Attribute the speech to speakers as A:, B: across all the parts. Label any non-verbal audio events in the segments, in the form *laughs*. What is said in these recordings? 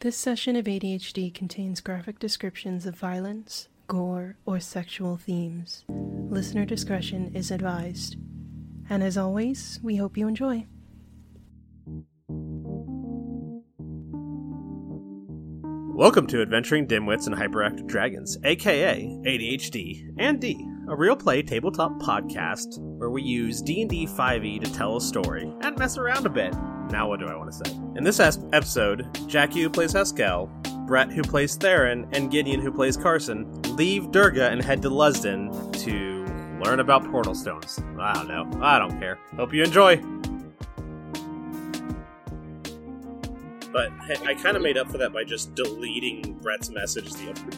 A: This session of ADHD contains graphic descriptions of violence, gore, or sexual themes. Listener discretion is advised. And as always, we hope you enjoy.
B: Welcome to Adventuring Dimwits and Hyperactive Dragons, aka ADHD and D, a real play tabletop podcast where we use D&D 5e E to tell a story and mess around a bit. Now what do I want to say? In this es- episode, Jackie who plays Heskel, Brett who plays Theron, and Gideon who plays Carson leave Durga and head to Lusden to learn about portal stones. I don't know. I don't care. Hope you enjoy. But hey, I kind of made up for that by just deleting Brett's message the other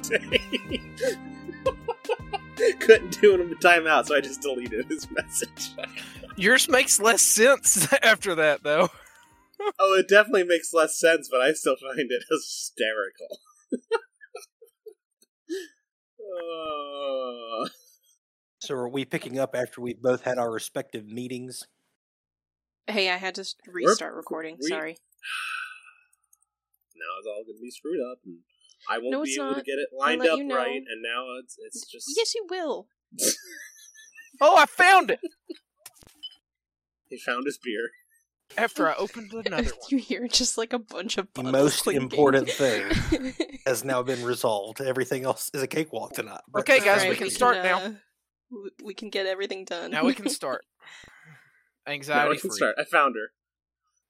B: day. *laughs* Couldn't do it in the timeout, so I just deleted his
C: *laughs*
B: message.
D: Yours makes less sense *laughs* after that, though.
B: oh, it definitely makes less sense, but I still find it *laughs* hysterical. *laughs* Uh,
E: So are we picking up after we've both had our respective meetings?
C: Hey, I had to s- restart recording.
B: we-
C: Sorry.
B: now it's all going to be screwed up, and I won't
C: No,
B: be
C: it's
B: able to
C: not.
B: get it lined
C: let
B: up
C: you know.
B: right. And now it's it's just
C: Yes, you will.
D: Oh, I found it
B: he found his beer.
D: after I opened another one.
C: you hear just like a bunch of
E: The
C: bottles
E: most
C: clinking.
E: important thing
D: *laughs*
E: has now been resolved. Everything else is a cakewalk tonight. Brett.
D: Okay, guys,
C: Alright,
D: we can start now.
C: uh, w- we can get everything done.
D: Now we can start.
B: Now I
D: Anxiety
B: can
D: free.
B: start. I found her.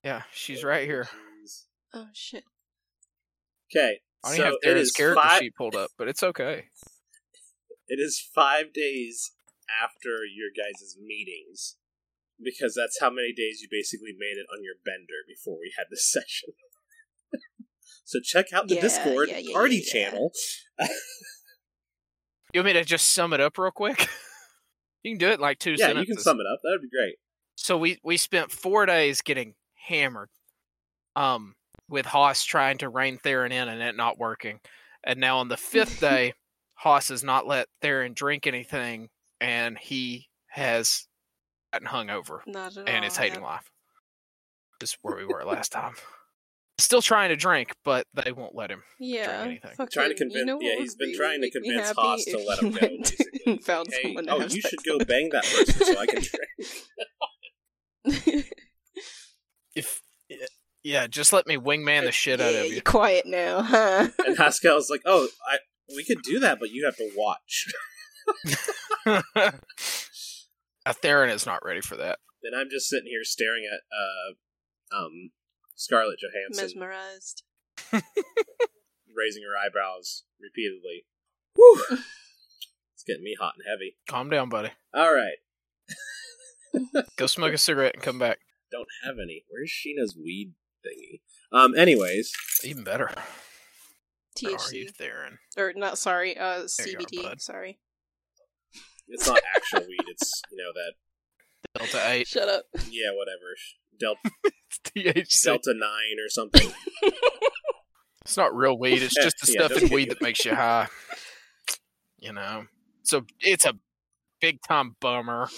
D: Yeah, she's right here.
C: oh shit!
B: Okay,
D: I only
B: so
D: have
B: it
D: Theron's
B: is
D: character
B: five,
D: sheet pulled up, but it's okay.
B: It is five days after your guys' meetings. Because that's how many days you basically made it on your bender before we had this *laughs* session. so check out the
C: Yeah,
B: Discord
C: yeah, yeah,
B: party
C: yeah, yeah.
B: channel.
D: You want me to just sum it up real quick? *laughs* you can do it in like two
B: Yeah, you
D: sentences.
B: can sum it up. That would be great.
C: *laughs*
D: So we we spent four days getting hammered, um, with Haas trying to rein Theron in and it not working, and now on the fifth day, Haas has not let Theron drink anything, and he has gotten hungover
C: Not at all.
D: and it's hating
C: yeah.
D: life. Is where we were last time. Still trying to drink, but they won't let him.
C: Yeah,
D: anything.
C: fucking-
B: Trying to convince-
C: You know
B: yeah,
C: what
B: he's
C: would
B: been
C: really
B: trying to
C: make me
B: convince
C: happy
B: Haas to
C: if
B: let
C: you *laughs*
B: him go,
C: went
B: basically.
C: and found
B: Hey,
C: someone to
B: oh,
C: have
B: you
C: sex
B: should go
C: with.
B: bang that person so I can drink.
C: *laughs*
D: If eh, yeah, just let me wingman the shit out of
C: Yeah,
D: you.
C: Quiet now, huh?
B: And Haskell's like, oh, I, we could do that, but you have to watch. *laughs*
D: *laughs* Now, Theron is not ready for that.
B: then I'm just sitting here staring at uh, um, Scarlett Johansson,
C: Mesmerized.
B: raising her eyebrows repeatedly.
C: *laughs*
B: Whew! it's getting me hot and heavy.
D: Calm down, buddy.
B: All right.
D: Go smoke a cigarette and come back.
B: don't have any. Where's Sheena's weed thingy? Um. Anyways,
D: Even better. Where are you,
C: THC
D: Theron?
C: or not? Sorry, uh,
D: There you are,
C: CBD.
D: bud.
C: sorry.
B: it's not actual weed. It's you know that *laughs*
D: Delta eight.
C: Shut up.
B: yeah whatever Delta
D: It's THC.
B: Delta nine or something.
D: It's not real weed. It's
B: *laughs* Yeah,
D: just the
B: yeah,
D: stuff in
B: doesn't
D: weed
B: get
D: that makes you high. You know. So it's a big time bummer.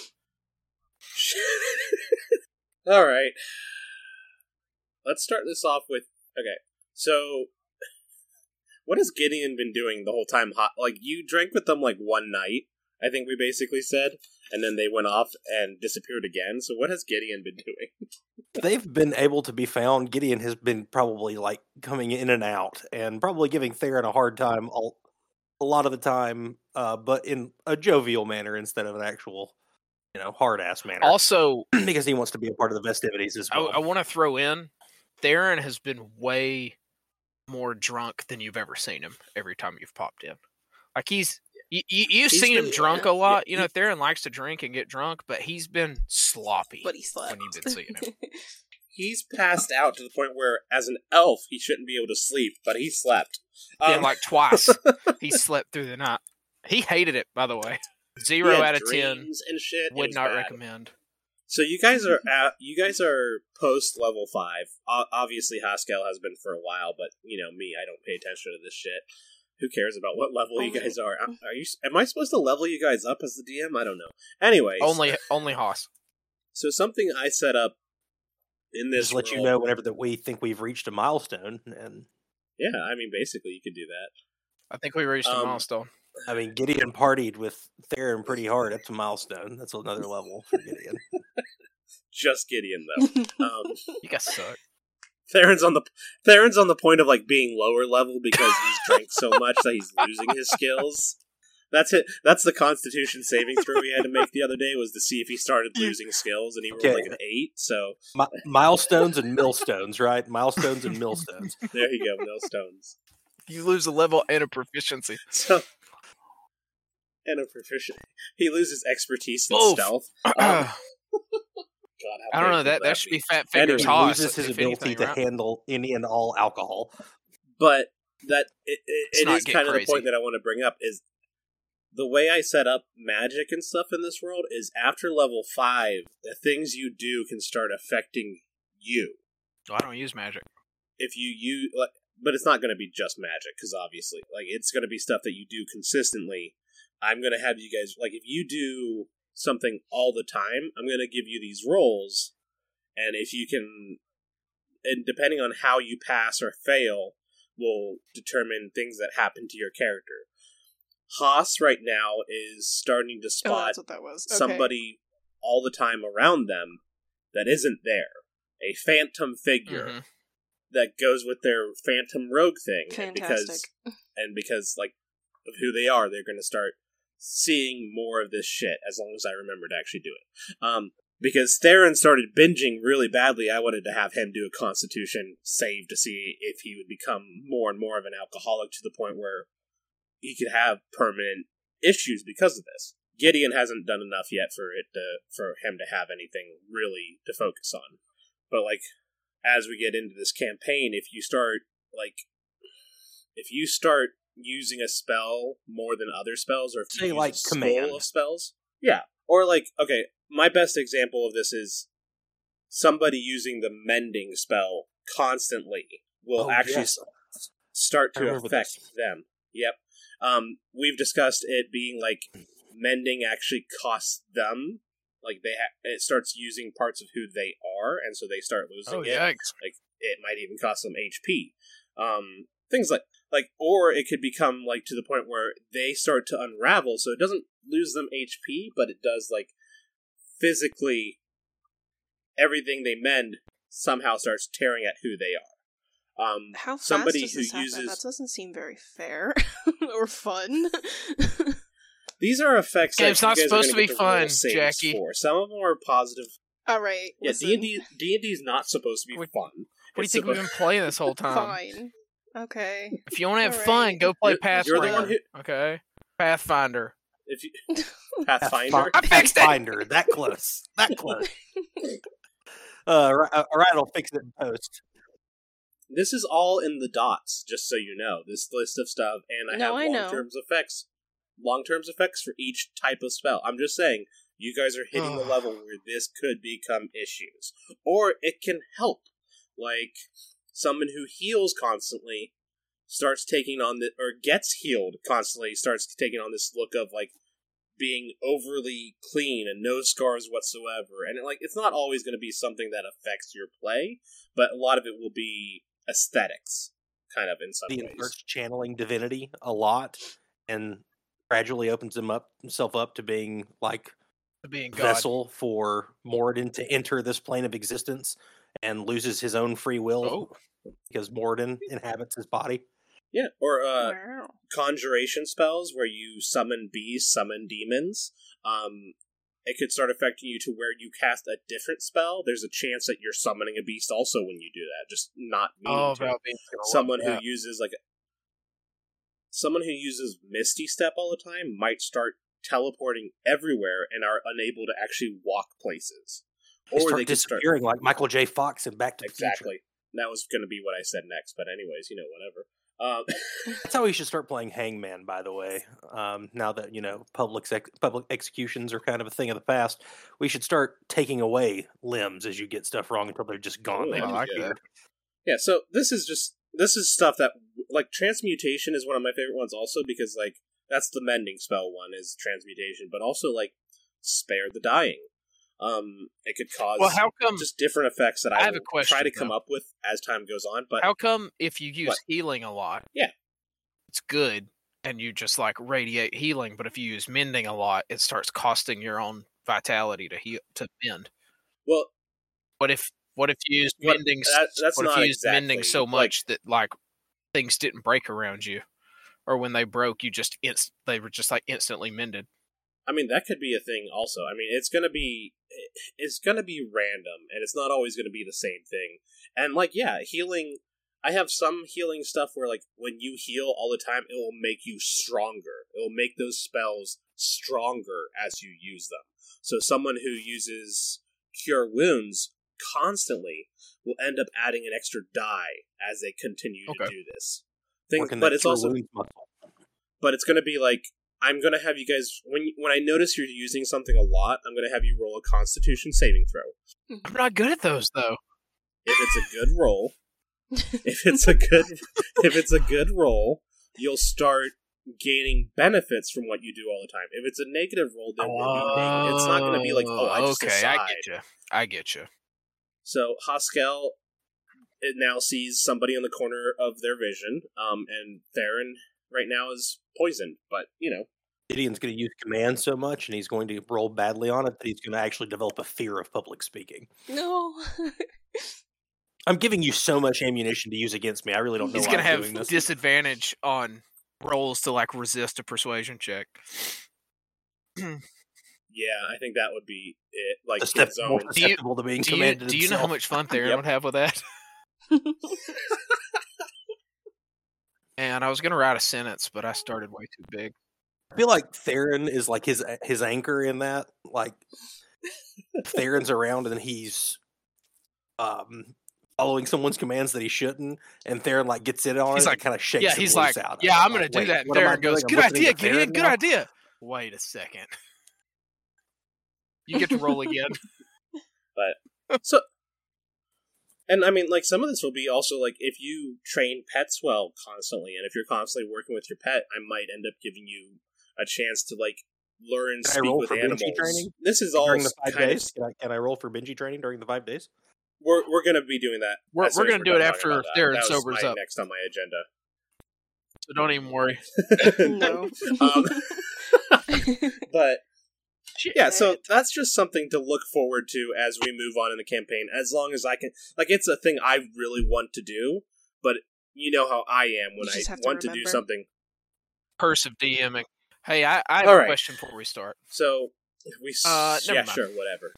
B: *laughs* All right. Let's start this off with okay. So, what has Gideon been doing the whole time? Hot like you drank with them like one night. I think we basically said, and then they went off and disappeared again. So, what has Gideon been *laughs* doing?
E: They've been able to be found. Gideon has been probably like coming in and out and probably giving Theron a hard time all, a lot of the time, uh, but in a jovial manner instead of an actual, you know, hard ass manner.
D: Also,
E: *clears throat* because he wants to be a part of the festivities as
D: I,
E: well.
D: I want to throw in Theron has been way more drunk than you've ever seen him every time you've popped in. Like he's you, you, you've
B: He's
D: seen him
B: been-
D: drunk
B: yeah,
D: a lot.
B: yeah,
D: you know,
B: he-
D: Theron likes to drink and get drunk, but he's been sloppy.
C: But he slept.
D: you've been seeing
B: *laughs*
D: him.
B: He's passed out to the point where, as an elf, he shouldn't be able to sleep, but he slept.
D: Yeah,
B: Um, *laughs*
D: like twice. he slept through the night. He hated it, by the way.
B: *laughs* he
D: Zero
B: had
D: out of ten.
B: dreams and shit. It
D: Would
B: was
D: not
B: bad.
D: recommend.
B: So you guys are at, you guys are post level five. O- obviously, Haskell has been for a while, but you know me, I don't pay attention to this shit. Who cares about what level you guys are? Am- Are you? Am I supposed to level you guys up as the DM? I don't know. Anyways,
D: Only only Haas.
B: so something I set up in this
E: just let you
B: world-
E: know whenever that we think we've reached a milestone and
B: Yeah, I mean, basically, you could do that.
D: I think we reached a
B: Um,
D: milestone.
E: I mean, Gideon partied with Theron pretty hard. That's a milestone. That's another level
D: *laughs*
E: for Gideon.
B: Just Gideon, though.
E: *laughs*
B: um,
D: You
B: *laughs*
D: guys suck.
B: Theron's on the Theron's on the point of like being lower level because he's drank so
D: *laughs*
B: much that he's losing his skills. That's it. That's the Constitution saving throw he had to make the other day was to see if he started losing skills, and he rolled
E: Okay.
B: like an eight. So
E: Mi- milestones and millstones, right? Milestones
D: *laughs*
E: and millstones.
B: there you go, millstones.
D: You lose a level and a proficiency.
B: So and a proficient. He loses expertise in
D: Oof.
B: stealth.
D: *clears throat* I
B: God, how
D: don't
B: painful
D: know that that should be Fat
B: And
E: He
D: Fingers
B: It's
D: Hoss.
E: loses his
D: if
E: ability
D: anything,
E: to
D: right?
E: handle any and all alcohol.
B: but that it, it,
D: Let's
B: it
D: not
B: is
D: get
B: kind of the
D: crazy.
B: point that I want to bring up is the way I set up magic and stuff in this world is after level five, the things you do can start affecting you
D: Oh, I don't use magic.
B: if you use. Like, but it's not going to be just magic because obviously, like it's going to be stuff that you do consistently. I'm going to have you guys like if you do something all the time, I'm going to give you these roles, and if you can, and depending on how you pass or fail, will determine things that happen to your character. Haas right now is starting to
C: *laughs* Oh,
B: spot
C: that's what that was. Okay.
B: somebody all the time around them that isn't there, a phantom figure
D: Mhm.
B: that goes with their phantom rogue thing and because
C: Fantastic.
B: and because like of who they are they're going to start seeing more of this shit as long as i remember to actually do it um because theron started binging really badly i wanted to have him do a constitution save to see if he would become more and more of an alcoholic to the point where he could have permanent issues because of this gideon hasn't done enough yet for it to for him to have anything really to focus on but like as we get into this campaign if you start like if you start using a spell more than other spells, or if
E: Say,
B: you use
E: like,
B: a scroll
E: command.
B: of spells, yeah, or like okay, my best example of this is somebody using the mending spell constantly will
E: Oh,
B: actually
E: yes.
B: start
E: I
B: to
E: remember
B: affect
E: this.
B: them. Yep. Um, we've discussed it being like mending actually costs them. Like they, ha- it starts using parts of who they are, and so they start losing
D: Oh
B: it
D: yikes!
B: it might even cost them HP. Um, things like like, or it could become like to the point where they start to unravel. So it doesn't lose them HP, but it does like physically everything they mend somehow starts tearing at who they are. Um,
C: How fast
B: somebody
C: does
B: who
C: this happen?
B: uses
C: That doesn't seem very fair *laughs* or fun. *laughs*
B: these are effects.
D: Yeah,
B: that
D: it's
B: you
D: not
B: guys are
D: supposed
B: gonna get
D: to be
B: the roll
D: fun,
B: saves
D: Jackie.
B: For some of them are positive.
C: All right.
B: Yeah,
C: listen.
B: D and D D and D is not supposed to be
D: What-
B: fun.
D: What do you
B: It's
D: think we've
B: supposed- *laughs*
D: been playing this whole time?
C: Fine. Okay.
D: If you want to have fun,
C: Alright.
D: go play
B: You're- you're the one
D: Pathfinder. Okay, Pathfinder.
B: If you,
E: Fi-
B: Pathfinder.
D: I fixed it!
E: Pathfinder, that close. That
D: *laughs*
E: close. Uh, ri- uh, all right, I'll fix it in post.
B: This is all in the dots, just so you know. This list of stuff, and I
C: No, I
B: have
C: know.
B: long terms effects, long terms effects for each type of spell. I'm just saying, you guys are hitting the
D: Ugh.
B: level where this could become issues, or it can help. Like someone who heals constantly starts taking on the or gets healed constantly starts taking on this look of like being overly clean and no scars whatsoever and it, like it's not always going to be something that affects your play but a lot of it will be aesthetics kind of in some
E: The
B: ways
E: inverts channeling divinity a lot, and gradually opens him up himself up to being like
D: To Being God.
E: vessel for Moradin to enter this plane of existence, and loses his own free will
D: Oh.
E: because Moradin inhabits his body.
B: yeah or uh
C: wow.
B: conjuration spells where you summon beasts summon demons um it could start affecting you to where you cast a different spell there's a chance that you're summoning a beast also when you do that just not meaning
D: Oh,
B: to.
D: about being God.
B: someone who
D: Yeah.
B: uses like someone who uses misty step all the time might start teleporting everywhere and are unable to actually walk places
E: They
B: or
E: start
B: they could start
E: disappearing like Michael J. Fox and Back to the Future.
B: exactly that was going to be what i said next but anyways you know whatever um, *laughs*
E: That's how we should start playing Hangman, by the way. Um, now that you know public ex- public executions are kind of a thing of the past, we should start taking away limbs as you get stuff wrong until they're just gone.
B: Ooh,
E: They
B: I
E: don't
D: like
E: care.
D: that.
B: yeah so this is just this is stuff that like transmutation is one of my favorite ones also because like that's the mending spell one is transmutation but also like spare the dying Um, it could cause
D: Well, how come
B: just different effects that I,
D: Hmm. I have a
B: will
D: question,
B: try to come
D: though.
B: up with as time goes on. But
D: how come if you use
B: What?
D: healing a lot,
B: Yeah.
D: it's good, and you just like radiate healing. But if you use mending a lot, it starts costing your own vitality to heal to mend.
B: well,
D: What if what if you used
B: What-
D: mending? s-
B: that, that's
D: what
B: not
D: if you used
B: exactly
D: mending so
B: like-
D: much that like things didn't break around you, or when they broke, you just inst- they were just like instantly mended.
B: I mean, that could be a thing also. I mean, it's gonna be eh, it's gonna be random, and it's not always gonna be the same thing. And like, yeah, healing. I have some healing stuff where like when you heal all the time, it will make you stronger. It will make those spells stronger as you use them. So someone who uses cure wounds constantly will end up adding an extra die as they continue to
D: Okay.
B: do this. Thing,
E: Working
B: but
E: that
B: it's
E: cure
B: also
E: wounds muscle.
B: but it's going to be like I'm going to have you guys when when I notice you're using something a lot, I'm going to have you roll a Constitution saving throw.
D: I'm not good at those though.
B: If it's a good roll, if it's a good if it's a good roll, you'll start gaining benefits from what you do all the time. If it's a negative roll, there will be neg- it's not going to be like oh I just
D: okay,
B: aside.
D: I get you. I get you.
B: So Haskell it now sees somebody in the corner of their vision, um, and Theron right now is poisoned, but you know
E: Gideon's going to use command so much, and he's going to roll badly on it that he's going to actually develop a fear of public speaking.
C: no.
E: I'm giving you so much ammunition to use against me. I really don't know
D: He's
E: why
D: gonna
E: I'm doing
D: have
E: this.
D: disadvantage on rolls to like resist a persuasion check.
B: Yeah, I think that would be it. Like
E: Suscept-
B: his own.
E: more
D: Do you-
E: susceptible to being
D: Do you,
E: commanded
D: do you know how
E: himself.
D: much *laughs* fun Theron
B: Yep.
D: would have with that? And I was gonna write a sentence, but I started way too big.
E: I feel like Theron is like his uh, his anchor in that. Like Theron's around and he's um following someone's commands that he shouldn't, and Theron like gets in on
D: He's
E: it
D: like-
E: and kind of shakes.
D: Yeah,
E: him
D: he's
E: loose
D: like,
E: out.
D: yeah, I'm
E: like,
D: gonna do
E: "Wait,
D: that. And
E: what am I
D: Theron goes,
E: doing? I'm
D: good
E: listening to
D: idea, Gideon,
E: Theron
D: good
E: now."
D: idea. Wait a second. You get to roll again.
B: And I mean, like some of this will be also like if you train pets well constantly, and if you're constantly working with your pet, I might end up giving you a chance to like learn
E: Can I
B: speak
E: roll
B: with
E: for Benji
B: animals.
E: training
B: This is all
E: during the five
B: kind
E: days.
B: of
E: Can I, can I roll for Benji training during the five days?
B: we're we're gonna be doing that.
D: *laughs* We're-
B: as soon
D: we're
B: as
D: gonna do
B: done
D: it
B: talking
D: after
B: about that.
D: Theron
B: That was
D: sobers
B: my
D: up.
B: Next on my
D: So don't even worry.
E: *laughs*
B: agenda. *laughs*
C: no.
D: *laughs*
B: um, but
D: Shit.
B: yeah so that's just something to look forward to as we move on in the campaign as long as i can like it's a thing i really want to do but you know how i am when
C: You
B: i
C: just have to
B: want to, do
C: remember.
B: something
D: Curse of DMing. Hey, I, I have
B: All
D: a
B: right.
D: question before we start.
B: so we s-
D: Uh, never
B: yeah
D: mind.
B: sure whatever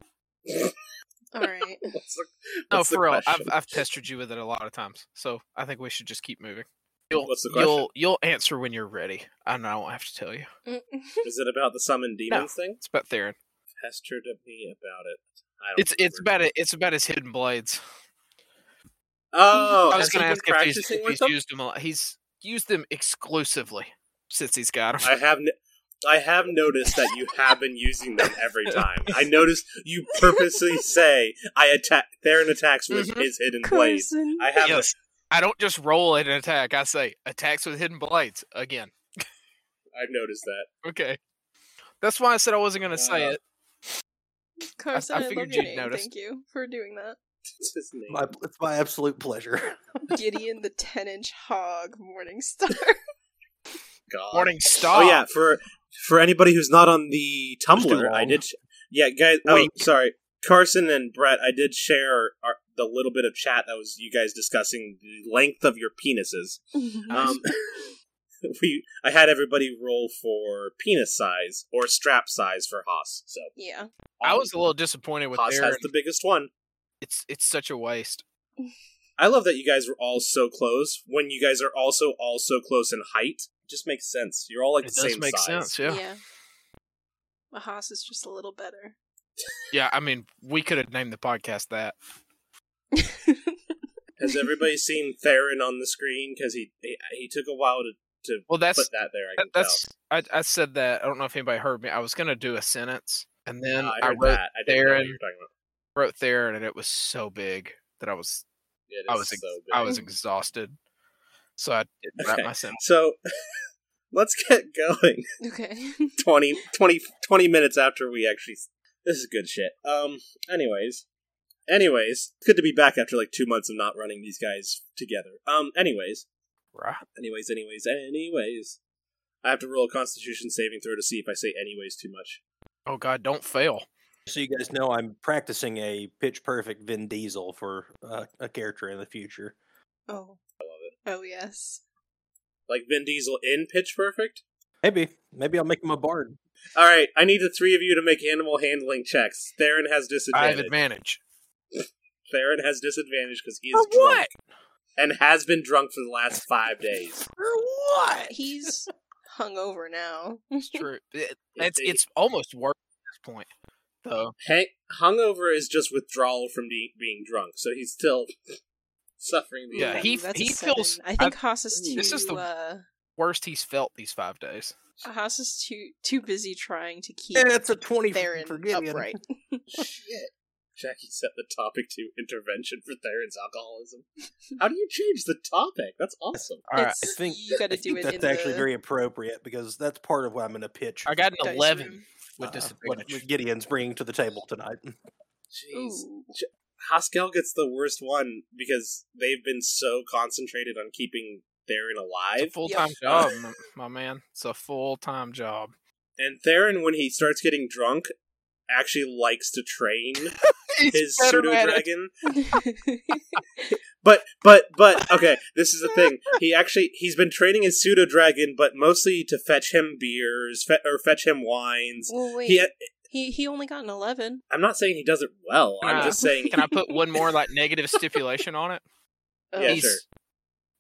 B: *laughs*
C: All right.
B: What's the-
D: No,
B: what's the
D: for real. I've,
B: question?
D: I've pestered you with it a lot of times, so I think we should just keep moving. You'll,
B: What's the
D: You'll, you'll answer when you're ready. I know I won't have to tell you.
B: is it about the summon demons thing
D: It's about Theron.
B: pester to me about it I don't
D: It's it's
B: remember.
D: about it. It's about his hidden blades.
B: Oh,
D: I
B: has
D: was
B: he
D: going to
B: been
D: ask if he's,
B: practicing
D: if
B: with
D: he's
B: them?
D: used them. A lot. He's used them exclusively since he's got them.
B: I have, n I have noticed that you have been using them every time. I noticed you purposely say I attack Theron attacks with
D: Mhm.
B: his hidden blade.
C: Cursing.
B: I have
D: Yes. I don't just roll at an attack. I say attacks with hidden blades again.
B: I've noticed that. *laughs*
D: Okay, that's why I said I wasn't going to say
B: Uh,
D: it.
C: Carson,
D: I
C: I, love
D: figured
C: your
D: you'd
C: name.
D: notice.
C: Thank you for doing that.
B: It's his name.
E: My, it's my absolute pleasure. *laughs*
C: Gideon the 10 inch hog *laughs* Morningstar.
B: God.
D: Morning star.
B: Oh yeah, for for anybody who's not on the Tumblr, I
E: long.
B: did. sh- Yeah, guys. Oh,
D: Wink.
B: sorry, Carson and Brett. I did share our, the little bit of chat that was you guys discussing the length of your penises. Um,
D: *laughs*
B: *laughs* we I had everybody roll for penis size or strap size for Haas. So
C: yeah.
D: I was a little disappointed with
B: Haas
D: Theron.
B: has the biggest one.
D: It's it's such a waste.
B: I love that you guys were all so close. When you guys are also all so close in height, it just makes sense. You're all like
D: It
B: the
D: does
B: same
D: make
B: size.
D: sense. Yeah. yeah.
C: The Haas is just a
D: *laughs*
C: little better.
D: I mean, we could have named the podcast that.
B: Has everybody seen Theron on the screen? Because he, he he took a while to, to
D: Well, that's
B: put that there. I
D: that-
B: can
D: that's I, I said that. I don't know if anybody heard me. I was gonna do a sentence, and
B: tell.
D: then
B: No,
D: I,
B: heard
D: wrote
B: that. I didn't know what
D: Theron.
B: you were talking about.
D: wrote there, and it was so big that I was
B: It
D: I
B: is
D: was ex-
B: so
D: I
B: big.
D: was exhausted, so I didn't wrap
B: Okay. *laughs*
D: my sentence.
B: So let's get going.
C: Okay.
D: *laughs*
B: 20, 20, 20 minutes after we actually This is good shit. Um, anyways. Anyways, it's good to be back after like two months of not running these guys together. Um, anyways.
D: Right.
B: Anyways, anyways, anyways. I have to roll a constitution saving throw to see if I say anyways too much.
D: Oh God, don't fail.
E: So you guys know I'm practicing a pitch perfect Vin Diesel for uh, a character in the future.
C: Oh. Oh, yes.
B: Like Vin Diesel in Pitch Perfect?
E: Maybe, maybe I'll make him a bard.
B: All right, I need the three of you to make animal handling checks. Theron has
D: I have
B: disadvantage.
D: advantage.
B: Theron has disadvantage because he is
D: For
B: drunk
D: what?
B: and has been drunk for the last five days.
D: For what?
C: He's hungover now.
D: It's true.
B: *laughs*
D: It- it's
B: Indeed.
D: it's almost worse at this point. Though
B: Hang- hungover is just withdrawal from be- being drunk, so he's still *laughs* suffering. The
D: Yeah,
C: Ooh,
D: he-
C: that's
D: he
C: a seven.
D: feels-
C: I think Haas is too.
D: This is the-
C: uh,
D: worst he's felt these five days.
C: Haas is too too busy trying to keep
E: Yeah, it's Eh, a twenty
C: Theron
E: for Gideon.
C: upright.
B: shit. Jackie set the topic to intervention for Theron's alcoholism. How do you change the topic? That's awesome.
D: All right,
E: I
C: It's-
E: think
C: you got
E: I
C: to do
E: think
C: it.
E: That's
C: in
E: actually
C: the
E: very appropriate because that's part of what I'm going to pitch.
D: I got an
C: dice
D: eleven
C: room.
D: with
E: uh, what-
D: disadvantage.
E: what Gideon's bringing to the table tonight.
B: Jeez.
C: Ooh.
B: Haskell gets the worst one because they've been so concentrated on keeping Theron
D: It's a
B: alive.
D: full time
C: Yep.
D: job, m- my man. It's a full time job.
B: And Theron, when he starts getting drunk, actually likes to
D: *laughs*
B: train his pseudo dragon.
C: *laughs*
B: But but but okay, this is the thing. He actually he's been training his pseudo dragon, but mostly to fetch him beers fe- or fetch him wines.
C: well, wait.
B: He,
C: He he only got an eleven.
B: I'm not saying he does it well. I'm
D: Nah.
C: Ah.
B: just
C: *laughs*
B: saying
D: Can I put one more like negative stipulation on it?
C: Oh,
B: Yeah,
D: he's
B: sure.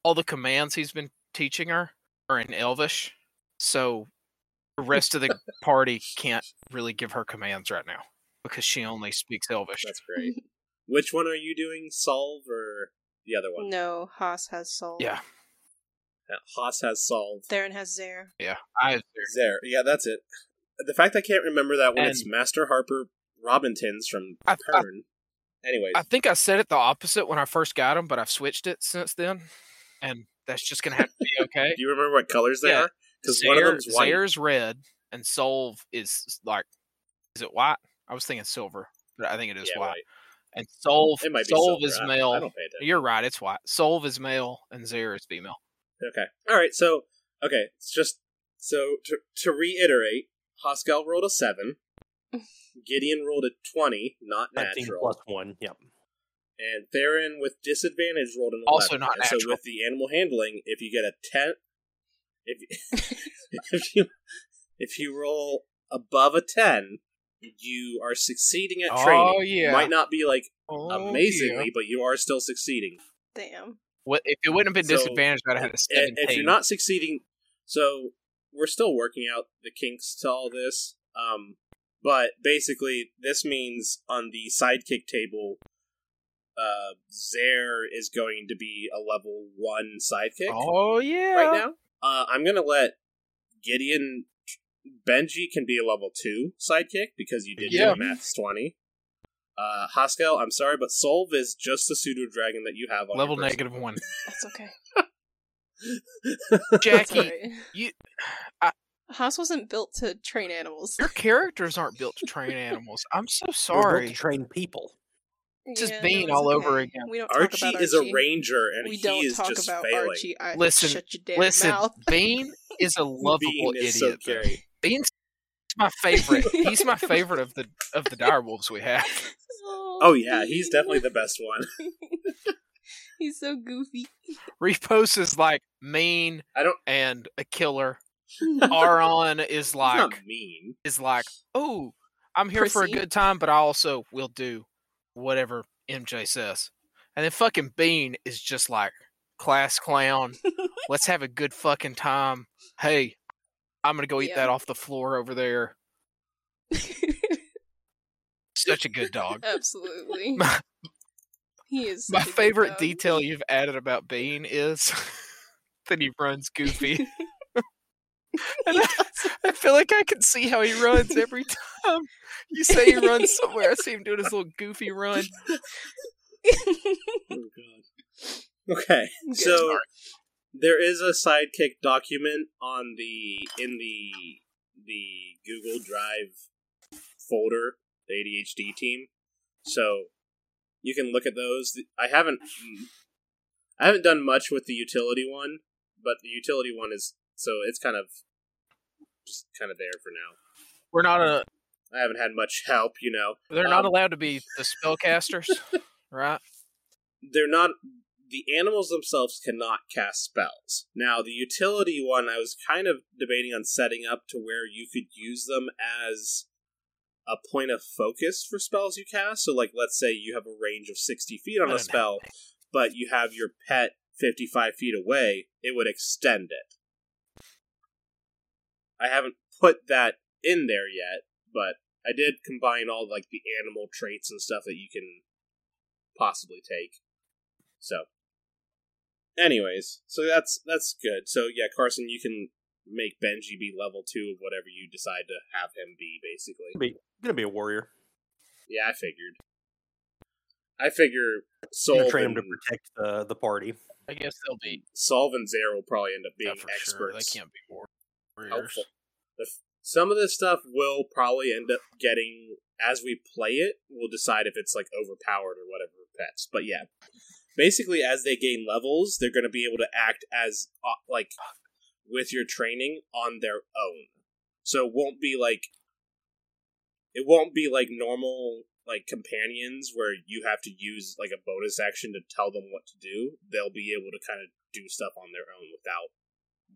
D: all the commands he's been teaching her are in Elvish, so the rest of the party can't really give her commands right now because she only speaks Elvish.
B: that's great. Which one are you doing, solve or the other one?
C: No, Haas has soul.
D: Yeah,
B: Haas has solved.
C: Theron has Zare.
D: yeah. I
B: There, yeah, that's it. The fact I can't remember that one,
D: And-
B: it's Master Harper Robinsons from
D: I- I-
B: Pern. Anyway,
D: I think I said it the opposite when I first got them, but I've switched it since then, and that's just gonna have to be okay.
B: do you remember what colors they
D: Yeah.
B: are? Because one of
D: Zaire-
B: them's white.
D: Zaire's red, and Solve is like, is it white? I was thinking silver, but I think it is
B: Yeah,
D: white.
B: right.
D: And Solve,
B: It might be
D: Solve
B: silver.
D: is
B: I-
D: male.
B: I don't pay attention.
D: You're right. It's white. Solve is male and Zare is female.
B: Okay. All right. So okay, it's just so to to reiterate, Haskell rolled a seven. Gideon rolled a twenty, not
E: 19
B: natural,
E: plus one. Yep.
B: and Theron with disadvantage rolled an
D: Also
B: 11.
D: not
B: And So
D: natural.
B: with the animal handling, if you get a ten, if *laughs* if you if you roll above a ten, you are succeeding at training.
D: Oh yeah.
B: Might not be like
D: Oh,
B: amazingly,
D: yeah.
B: but you are still succeeding.
C: Damn.
D: What, if it wouldn't have been
B: So,
D: disadvantaged, *laughs* I'd have had a
B: i-
D: seventeen.
B: if you're not succeeding so we're still working out the kinks to all this um but basically this means on the sidekick table uh zare is going to be a level one sidekick
D: oh yeah.
B: right now uh i'm gonna let gideon benji can be a level two sidekick because you did
D: Yeah.
B: your maths 20 uh haskell i'm sorry but solve is just the pseudo dragon that you have on
D: Level
B: your person. *laughs*
D: negative one.
C: That's okay. That's
D: Jackie,
C: alright.
D: you- I-
C: Haas wasn't built to train animals.
D: your characters aren't built to train animals. I'm so
E: They were built
D: sorry.
E: To train people.
D: Just
C: Yeah,
D: Bane
C: it's
D: all over
C: okay.
D: again.
C: We don't talk
B: Archie
C: about
B: is a
C: Archie.
B: ranger, and
C: we
B: he
C: don't
B: is
C: talk
B: just
C: about
B: failing.
C: Archie. I
D: Listen,
C: shut your damn
D: Listen, *laughs*
C: mouth.
D: Bane is a lovable
B: *laughs* Bean
D: idiot.
B: is so
D: though.
B: scary.
D: Bean's my favorite. He's my favorite of the of the direwolves we have.
B: Oh yeah, he's definitely the best one.
C: *laughs*
B: *laughs*
C: he's so goofy.
D: Repos is like mean
B: I don't-
D: and
B: *laughs*
D: a killer. Aron is
B: He's
D: like
B: not mean.
D: is like, oh, I'm here for a
C: Prissy.
D: good time, but I also will do whatever MJ says. And then fucking Bean is just like class
B: *laughs*
D: clown. Let's have a good fucking time. Hey, I'm gonna go eat
C: Yeah.
D: that off the floor over there. Such a
B: *laughs*
D: good dog.
C: *laughs*
D: *laughs*
C: Absolutely.
D: My-
C: he is
D: My
C: such a good
D: favorite
C: dog. *laughs*
D: detail you've added about Bean is *laughs* that he runs goofy. *laughs* And I, I feel like I can see how he runs every time. You say he runs somewhere, I see him doing his little goofy run.
B: Oh god. Okay,
C: Good.
B: so there is a sidekick document on the in the the Google Drive folder the ADHD team. So you can look at those. I haven't I haven't done much with the utility one, but the utility one is so it's kind of just kind of there for now.
D: We're not a.
B: I haven't had much *laughs* help, you know.
D: They're not
B: Um,
D: allowed to be the spellcasters, right?
B: they're not the animals themselves cannot cast spells. Now, the utility one, I was kind of debating on setting up to where you could use them as a point of focus for spells you cast. So, like, let's say you have a range of 60 feet on
D: I
B: a
D: don't
B: spell, but you have your pet 55 feet away, it would extend it. I haven't put that in there yet, but I did combine all, like, the animal traits and stuff that you can possibly take. So, anyways, so that's that's good. So yeah, Carson, you can make Benji be level two of whatever you decide to have him be, basically.
E: gonna be a warrior.
B: Yeah, I figured. I figure
E: Gonna
B: Solve
E: train him to
B: and,
E: protect uh, the the party.
D: I guess they'll be
B: Solve and Zare will probably end up being
D: yeah, for sure. They
B: experts.
D: can't be war- warriors.
B: helpful. The f- Some of this stuff will probably end up getting as we play it. We'll decide if it's like overpowered or whatever pets. But yeah, basically, as they gain levels, they're going to be able to act as uh, like with your training on their own. So it won't be like it won't be like normal like companions where you have to use like a bonus action to tell them what to do. They'll be able to kind of do stuff on their own without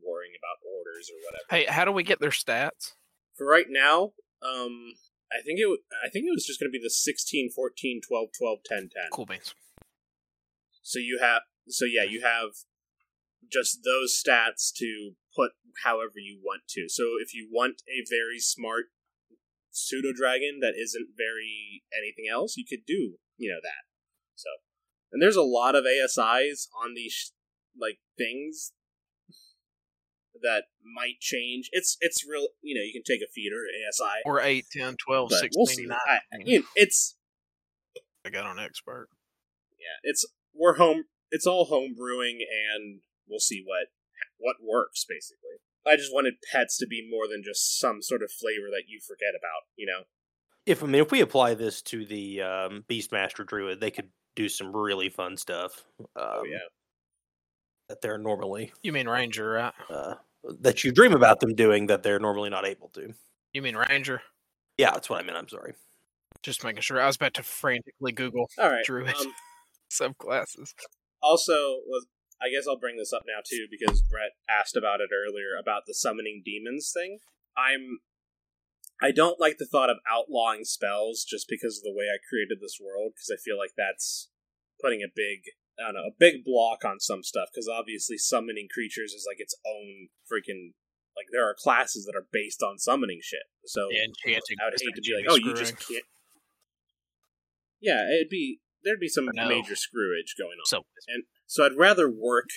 B: worrying about orders or whatever
D: Hey, how do we get their stats?
B: for right now um i think it w- i think it was just going to be the 16 14 12 12 10 10
D: Cool beans.
B: so you have so yeah you have just those stats to put however you want to so if you want a very smart pseudo dragon that isn't very anything else you could do you know that so and there's a lot of asis on these sh- like things that might change it's it's real you know you can take a feeder asi
D: Or 8, 10, 12,
B: but
D: 16,
B: we'll see. I, I mean, it's
D: I got an expert.
B: yeah, it's we're home. It's all home brewing, and we'll see what what works. Basically, I just wanted pets to be more than just some sort of flavor that you forget about. You know,
E: If I mean, if we apply this to the um, Beastmaster Druid, they could do some really fun stuff. Um,
B: oh yeah,
E: that they're normally
D: You mean ranger, right?
E: uh, that you dream about them doing that they're normally not able to.
D: You mean ranger?
E: Yeah, that's what I meant. I'm sorry.
D: Just making sure. I was about to frantically Google
B: all right.
D: druid
B: Um,
D: *laughs* subclasses.
B: also, was- I guess I'll bring this up now too because Brett asked about it earlier about the summoning demons thing. I'm I don't like the thought of outlawing spells just because of the way I created this world because I feel like that's putting a big I don't know a big block on some stuff because obviously summoning creatures is like its own freaking like there are classes that are based on summoning shit. So
D: Yeah, enchanting.
B: I would
D: is
B: hate to be
D: actually
B: like, oh, you just
D: screwing.
B: can't. Yeah, it'd be there'd be some
D: I know.
B: major screwage going on.
D: So
B: And so I'd rather work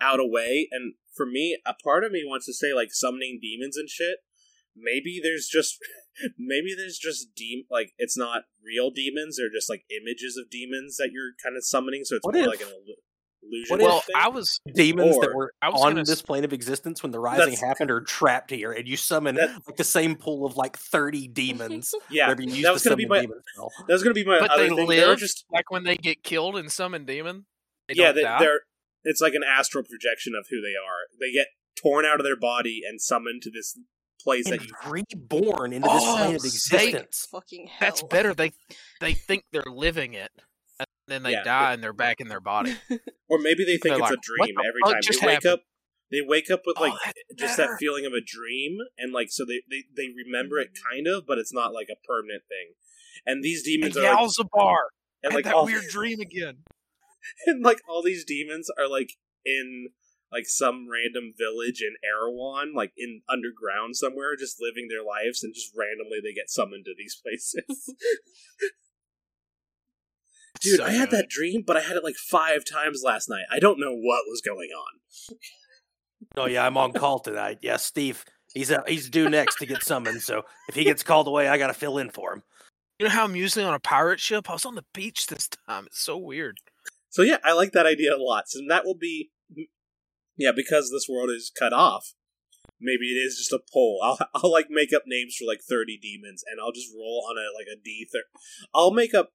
B: out a way. And for me, a part of me wants to say like summoning demons and shit. Maybe there's just *laughs* maybe there's just dem like it's not real demons. They're just like images of demons that you're kind of summoning. So it's
E: What
B: more
E: if-
B: like an illu- illusion.
E: what
B: type
E: if-
D: well,
B: thing.
D: I was
E: Demons that
B: Or-
E: were
D: I was
E: on
D: gonna s-
E: this plane of existence when the rising
B: That's-
E: happened are trapped here, and you summon
B: That-
E: like the same pool of like 30 demons.
B: *laughs* yeah,
E: whenever you use
B: that was
E: the
B: gonna be
E: summon
B: my
E: demon spell.
B: that was gonna be my
D: But
B: other
D: they
B: thing. They're
D: live?
B: just
D: like when they get killed in summon demon. They
B: yeah,
D: don't die?
B: they, are it's like an astral projection of who they are. They get torn out of their body and summoned to this place that
E: and
B: you
E: reborn into this
D: Oh,
E: plane of
D: sake.
E: existence.
C: Fucking hell.
B: *laughs*
D: That's better. They they think they're living it, and then they
B: Yeah.
D: die and they're back in their body.
B: or maybe they think
D: They're
B: it's
D: like,
B: a
D: "What
B: dream
D: the
B: every
D: fuck
B: time
D: just
B: they wake
D: happened?"
B: up. They wake up with
D: Oh,
B: *laughs* like
D: that's
B: just
D: better.
B: that feeling of a dream, and like so they, they they remember it
D: Mm-hmm.
B: kind of, but it's not like a permanent thing. And these demons are like,
D: Yalzabar
B: *laughs* and
D: had
B: like
D: that
B: all *laughs*
D: weird dream again.
B: and like all these demons are like in like some random village in Erewhon, like in underground somewhere, just living their lives, and just randomly they get summoned to these *laughs*
D: *laughs*
B: places. Dude,
D: So
B: I had
D: good.
B: that dream, but I had it like five times last night. I don't know what was going on.
E: Oh yeah, I'm on call tonight. Yeah, Steve, he's uh, he's due next to get summoned. So if he gets called away, I gotta fill in for him.
D: You know how I'm usually on a pirate ship? I was on the beach this time. It's so weird.
B: So yeah, I like that idea a lot. So that will be yeah, because this world is cut off. Maybe it is just a poll. *laughs* I'll I'll like make up names for like thirty demons, and I'll just roll on a like a D. Thir- I'll make up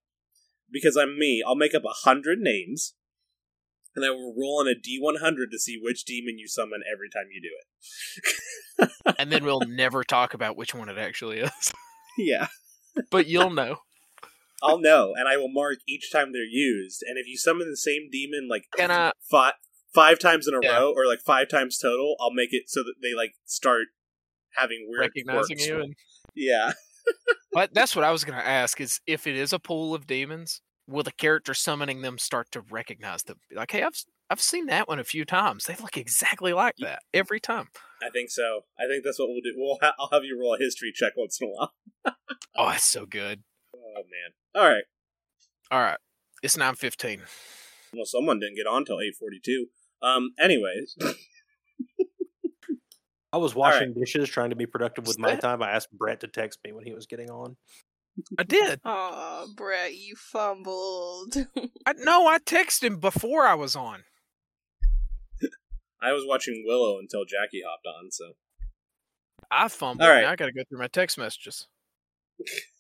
B: because I'm me. I'll make up a hundred names, and I will roll on a D one hundred to see which demon you summon every time you do it.
D: and then we'll never talk about which one it actually is.
B: yeah.
D: but you'll know.
B: I'll know, and I will mark each time they're used. And if you summon the same demon like
D: Can I?
B: five five times in a
D: Yeah.
B: row, or like five times total, I'll make it so that they like start having weird
D: recognizing
B: quirks.
D: you and *laughs*
B: Yeah,
D: but that's what i was going to ask is if it is a pool of demons will the character summoning them start to recognize them Be like hey i've s- i've seen that one a few times they look exactly like that every time
B: I think so. I think that's what we'll do. We'll ha- I'll have you roll a history check once in a while. *laughs*
D: oh that's so good
B: Oh man! All right.
D: all right it's 9.15
B: Well, someone didn't get on till eight forty two. Um. Anyways, *laughs*
E: I was
B: right.
E: washing dishes, trying to be productive with
D: Is
E: my
D: that-
E: time. I asked Brett to text me when he was getting on.
D: i did
C: Aw, Brett, you fumbled.
D: I, no i texted him before i was on
B: I was watching Willow until Jackie hopped on. So
D: i fumbled
B: All right.
D: now i gotta go through my text messages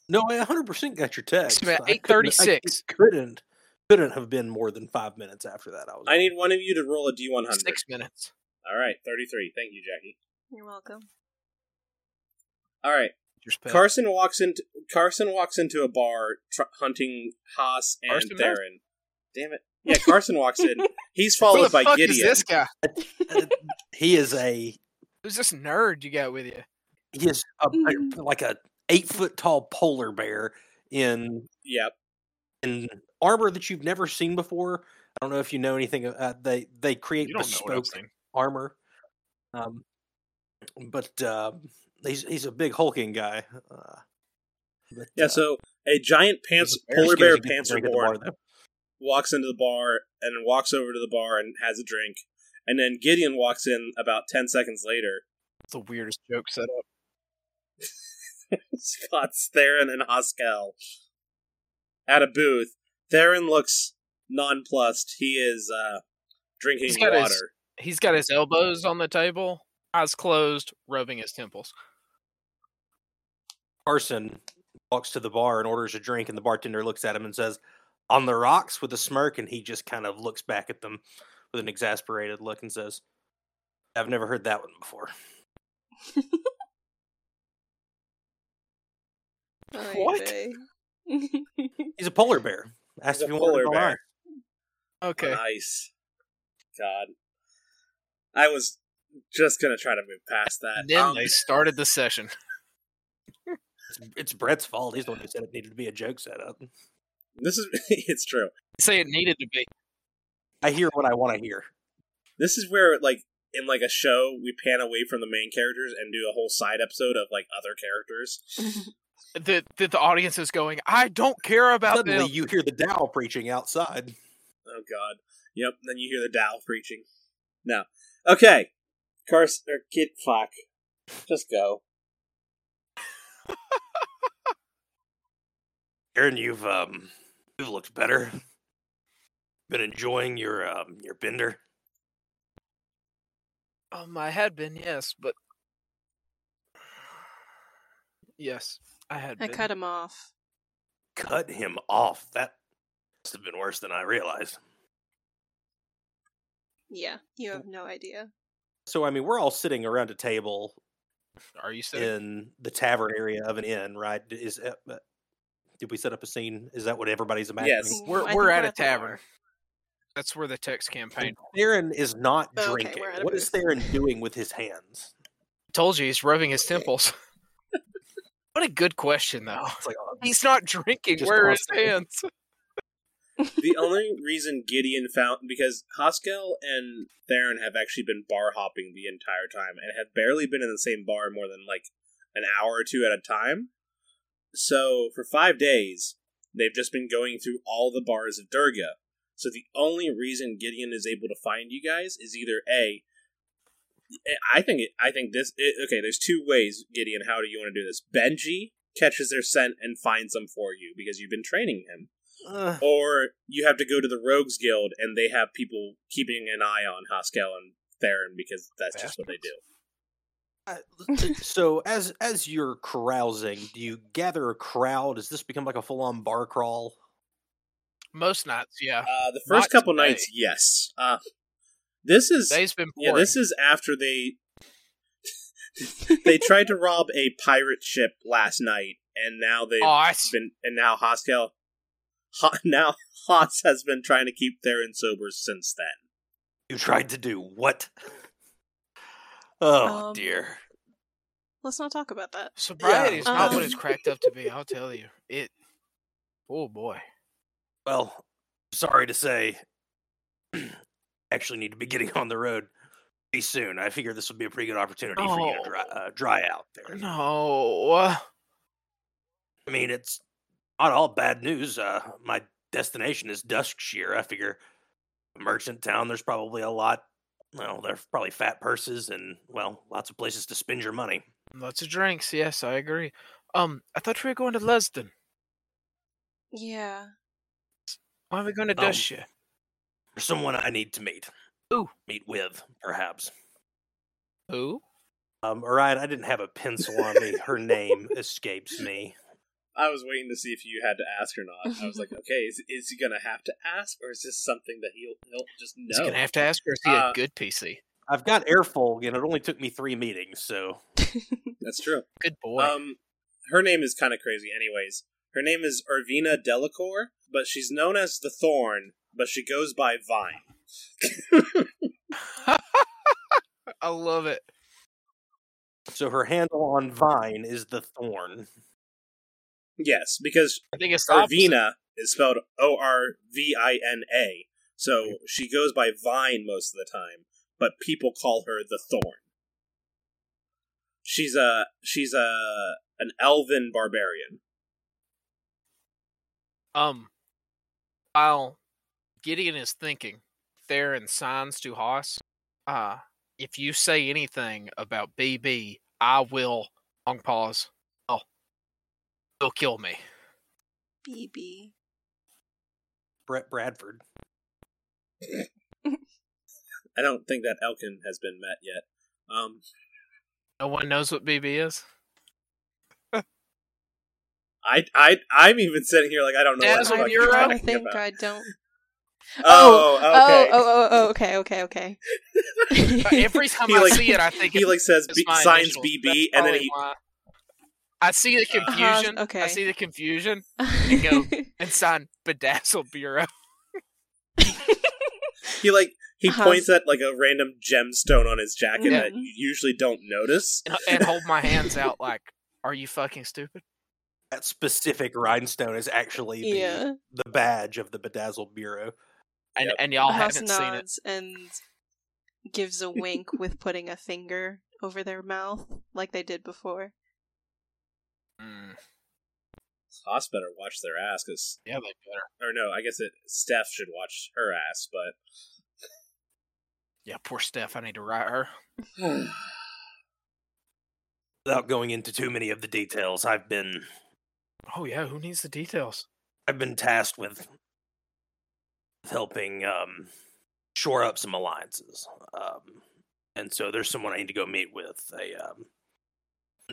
E: No, I 100% got your text.
D: me at
E: I couldn't- I
D: 8:36.
E: Couldn't couldn't have been more than five minutes after that. I was.
B: I need one of you to roll a D one hundred.
D: six minutes
B: All right, thirty three. Thank you, Jackie.
C: You're welcome.
B: All right.
D: Your spell.
B: Carson walks into Carson walks into a bar tr- hunting Haas and
D: Carson does?
B: Theron. Damn it! Yeah, Carson walks
E: *laughs*
B: in. He's
D: who the
B: followed by
D: fuck
B: Gideon.
D: is this guy
E: he is a
D: who's this nerd you got with you
E: he is a,
C: Mm.
E: like a eight foot tall polar bear in
B: Yep.
E: in armor that you've never seen before. I don't know if you know anything. Uh, they they create
D: you don't know what i'm
E: bespoke
D: saying
E: armor, um, but uh, he's he's a big hulking guy. Uh, but,
B: Yeah.
E: uh,
B: So a giant pants
E: there's a
B: polar
E: skills
B: bear
E: you can
B: panzer
E: drink at the
B: board
E: bar, though.
B: walks into the bar and then walks over to the bar and has a drink, and then Gideon walks in about ten seconds later. *laughs*
D: it's the weirdest joke setup
B: spots Theron and Haskell at a booth. Theron looks nonplussed. He is uh, drinking
D: He's got
B: water.
D: his- He's got his elbows on the table, eyes closed, rubbing his temples.
E: Carson walks to the bar and orders a drink, and the bartender looks at him and says, "On the rocks" with a smirk, and he just kind of looks back at them with an exasperated look and says, "I've never heard that one before."
C: Oy
D: What?
C: *laughs* vey.
E: He's a polar bear. Asked
B: He's
E: if
B: a
E: he wanted
B: polar
E: to
B: bear.
E: bear.
D: Okay.
B: Nice. God. I was just gonna try to move past that.
D: And then
B: Um,
D: they started the session. *laughs*
E: It's, it's Brett's fault. He's the one who said it needed to be a joke setup.
B: this is *laughs* it's true.
D: Say it needed to be.
E: I hear what I want to hear.
B: This is where like in like a show we pan away from the main characters and do a whole side episode of like other characters.
C: Mm-hmm.
D: That that the audience is going, I don't care about
E: Suddenly,
D: them.
E: you hear the Dow preaching outside.
B: Oh God. Yep. Then you hear the Dow preaching. No. Okay. Carson or Kid Fuck. Just go.
E: Aaron, you've um, you've looked better. Been enjoying your um, your bender.
D: Um, I had been, yes, but yes, I had.
C: I
D: been.
C: cut him off.
E: Cut him off. That must have been worse than I realized.
C: Yeah, you have no idea.
E: So I mean, we're all sitting around a table
D: Are you saying?
E: in the tavern area of an inn, right? D- Is uh, uh, did we set up a scene? Is that what everybody's imagining?
B: Yes.
C: Mm,
D: We're-
C: I think
D: we're at a
C: the
D: tavern.
C: bar.
D: That's where the text campaign.
E: And Theron is not
C: Okay, we're
E: drinking.
C: at a
E: What is
C: booth.
E: Theron doing with his hands?
D: Told you he's rubbing his temples. *laughs* what a good question, though.
E: It's like, oh,
D: He's not drinking.
E: Just
D: where are his
E: constantly.
D: hands?
B: the only reason Gideon found because Haskell and Theron have actually been bar hopping the entire time and have barely been in the same bar more than like an hour or two at a time. So for five days, they've just been going through all the bars of Durga. So the only reason Gideon is able to find you guys is either a. I think it, I think this it, okay. There's two ways, Gideon. How do you want to do this? Benji catches their scent and finds them for you because you've been training him
E: uh,
B: or you have to go to the Rogues Guild and they have people keeping an eye on Haskell and Theron because that's just what they do.
E: I- uh, so as as you're carousing, do you gather a crowd? Does this become like a full on bar crawl?
D: Most nights, yeah.
B: Uh, the first
D: Not
B: couple
D: today.
B: nights, yes. Uh, this is
D: Day's been
B: yeah.
D: boring.
B: This is after they they tried to rob a pirate ship last night, and now they've
D: oh, I s-
B: been and now Hoskel, ha, *laughs* now Haas has been trying to keep Theron sober since then.
E: You tried to do what? *laughs* Oh
D: Oh.
C: Um,
E: dear.
C: Let's not talk about that.
D: sobriety is not what
C: Um.
D: it's cracked up to be. I'll tell you. It. Oh boy.
E: Well, sorry to say, *clears throat* actually need to be getting on the road pretty soon. I figure this would be a pretty good opportunity for you to dry, uh, dry out there.
D: No.
E: I mean, it's not all bad news. Uh, my destination is Duskshire. I figure a merchant town. There's probably a lot. Well, there's probably fat purses and well, lots of places to spend your money.
D: Mm, Lots of drinks. Yes, I agree. Um, I thought we were going to Lesden.
C: Yeah.
D: Why are we going to
B: Oh.
E: Um,
D: Dushia?
E: There's someone I need to meet.
D: Ooh.
E: meet with perhaps.
D: Who?
E: Um, Orion, I didn't have a pencil on me. Her name escapes me.
B: I was waiting to see if you had to ask or not. I was
D: *laughs*
B: like, okay, is, is he gonna have to ask, or is this something that he'll he'll just
D: He's
B: know?
D: gonna have to ask her. Is he
B: Uh,
D: a good PC?
E: I've got Airfolg, and it only took me three meetings, so
B: That's true.
D: Good boy.
B: Um, her name is kind of crazy, anyways. Her name is Irvina Delacour, but she's known as the Thorn, but she goes by Vine. um,
D: *laughs* I love it.
E: so her handle on Vine is the thorn.
B: Yes, because
D: I think it's the opposite.
B: Irvina is spelled O R V I N A, so she goes by Vine most of the time, but people call her the Thorn. She's a she's a an elven barbarian.
D: Um, while Gideon is thinking, Theron signs to Haas, uh, if you say anything about BB, I will, long pause, oh, he'll kill me.
C: BB.
E: Brett Bradford.
B: I don't think that Elkin has been met yet. Um,
D: No one knows what
B: *laughs*
D: BB is.
B: I I I'm even sitting here like I don't know.
D: That's
B: what the
D: what
B: fuck
D: you're
B: you're
D: right.
C: I
B: talking
C: think
B: about.
C: I
D: *laughs*
C: don't.
B: Oh, okay.
C: Oh, oh, oh, oh, okay, okay, okay.
D: Uh, *laughs*
C: *laughs*
D: Every time
B: He,
D: I
B: like-
D: see it, I think
B: he
D: it-
B: like says
D: it's
B: B-
D: my
B: signs
D: initials.
B: BB,
D: That's
B: and then
D: probably
B: he Uh-huh.
D: why. I see the confusion. I
C: okay.
D: see the confusion and
C: *laughs*
D: go. and sign Bedazzle Bureau. *laughs*
B: he like he
C: Uh-huh.
B: points at like a random gemstone on his jacket
C: Yeah.
B: that you usually don't notice.
D: and, and hold my hands out like, "Are you fucking stupid?"
E: That specific rhinestone is actually the,
C: yeah.
E: the badge of the Bedazzled Bureau.
D: And
B: Yep.
D: and y'all
C: House
D: haven't seen it.
C: nods and gives
D: *laughs*
C: a wink with putting a finger over their mouth like they did before.
D: Mm,
B: Haas better watch their ass, cause
D: yeah, they better.
B: or no, I guess it Steph should watch her ass, but
D: Yeah, poor Steph. I need to write her.
E: Without going into too many of the details, I've been
D: Oh yeah, who needs the details?
E: I've been tasked with with helping um, shore up some alliances, um, and so there's someone I need to go meet with a um,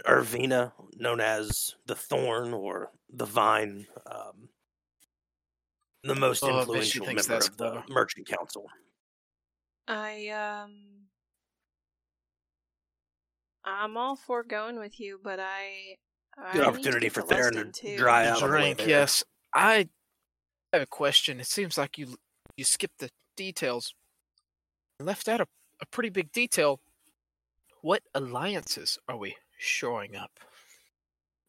E: Irvina, known as the Thorn or the Vine, um, the most
D: Oh, I bet she
E: influential
D: thinks
E: member
D: that's
E: of the
D: clever.
E: Merchant Council.
C: I um I'm all for going with you, but I, I need
E: Good
C: to
E: opportunity
C: get
E: for
C: to
E: Theron
C: Lesden,
E: to
C: too.
E: dry out. on the way
D: Drink.
E: there.
D: Yes, I have a question. It seems like you you skipped the details, You left out a, a pretty big detail. What alliances are we shoring up?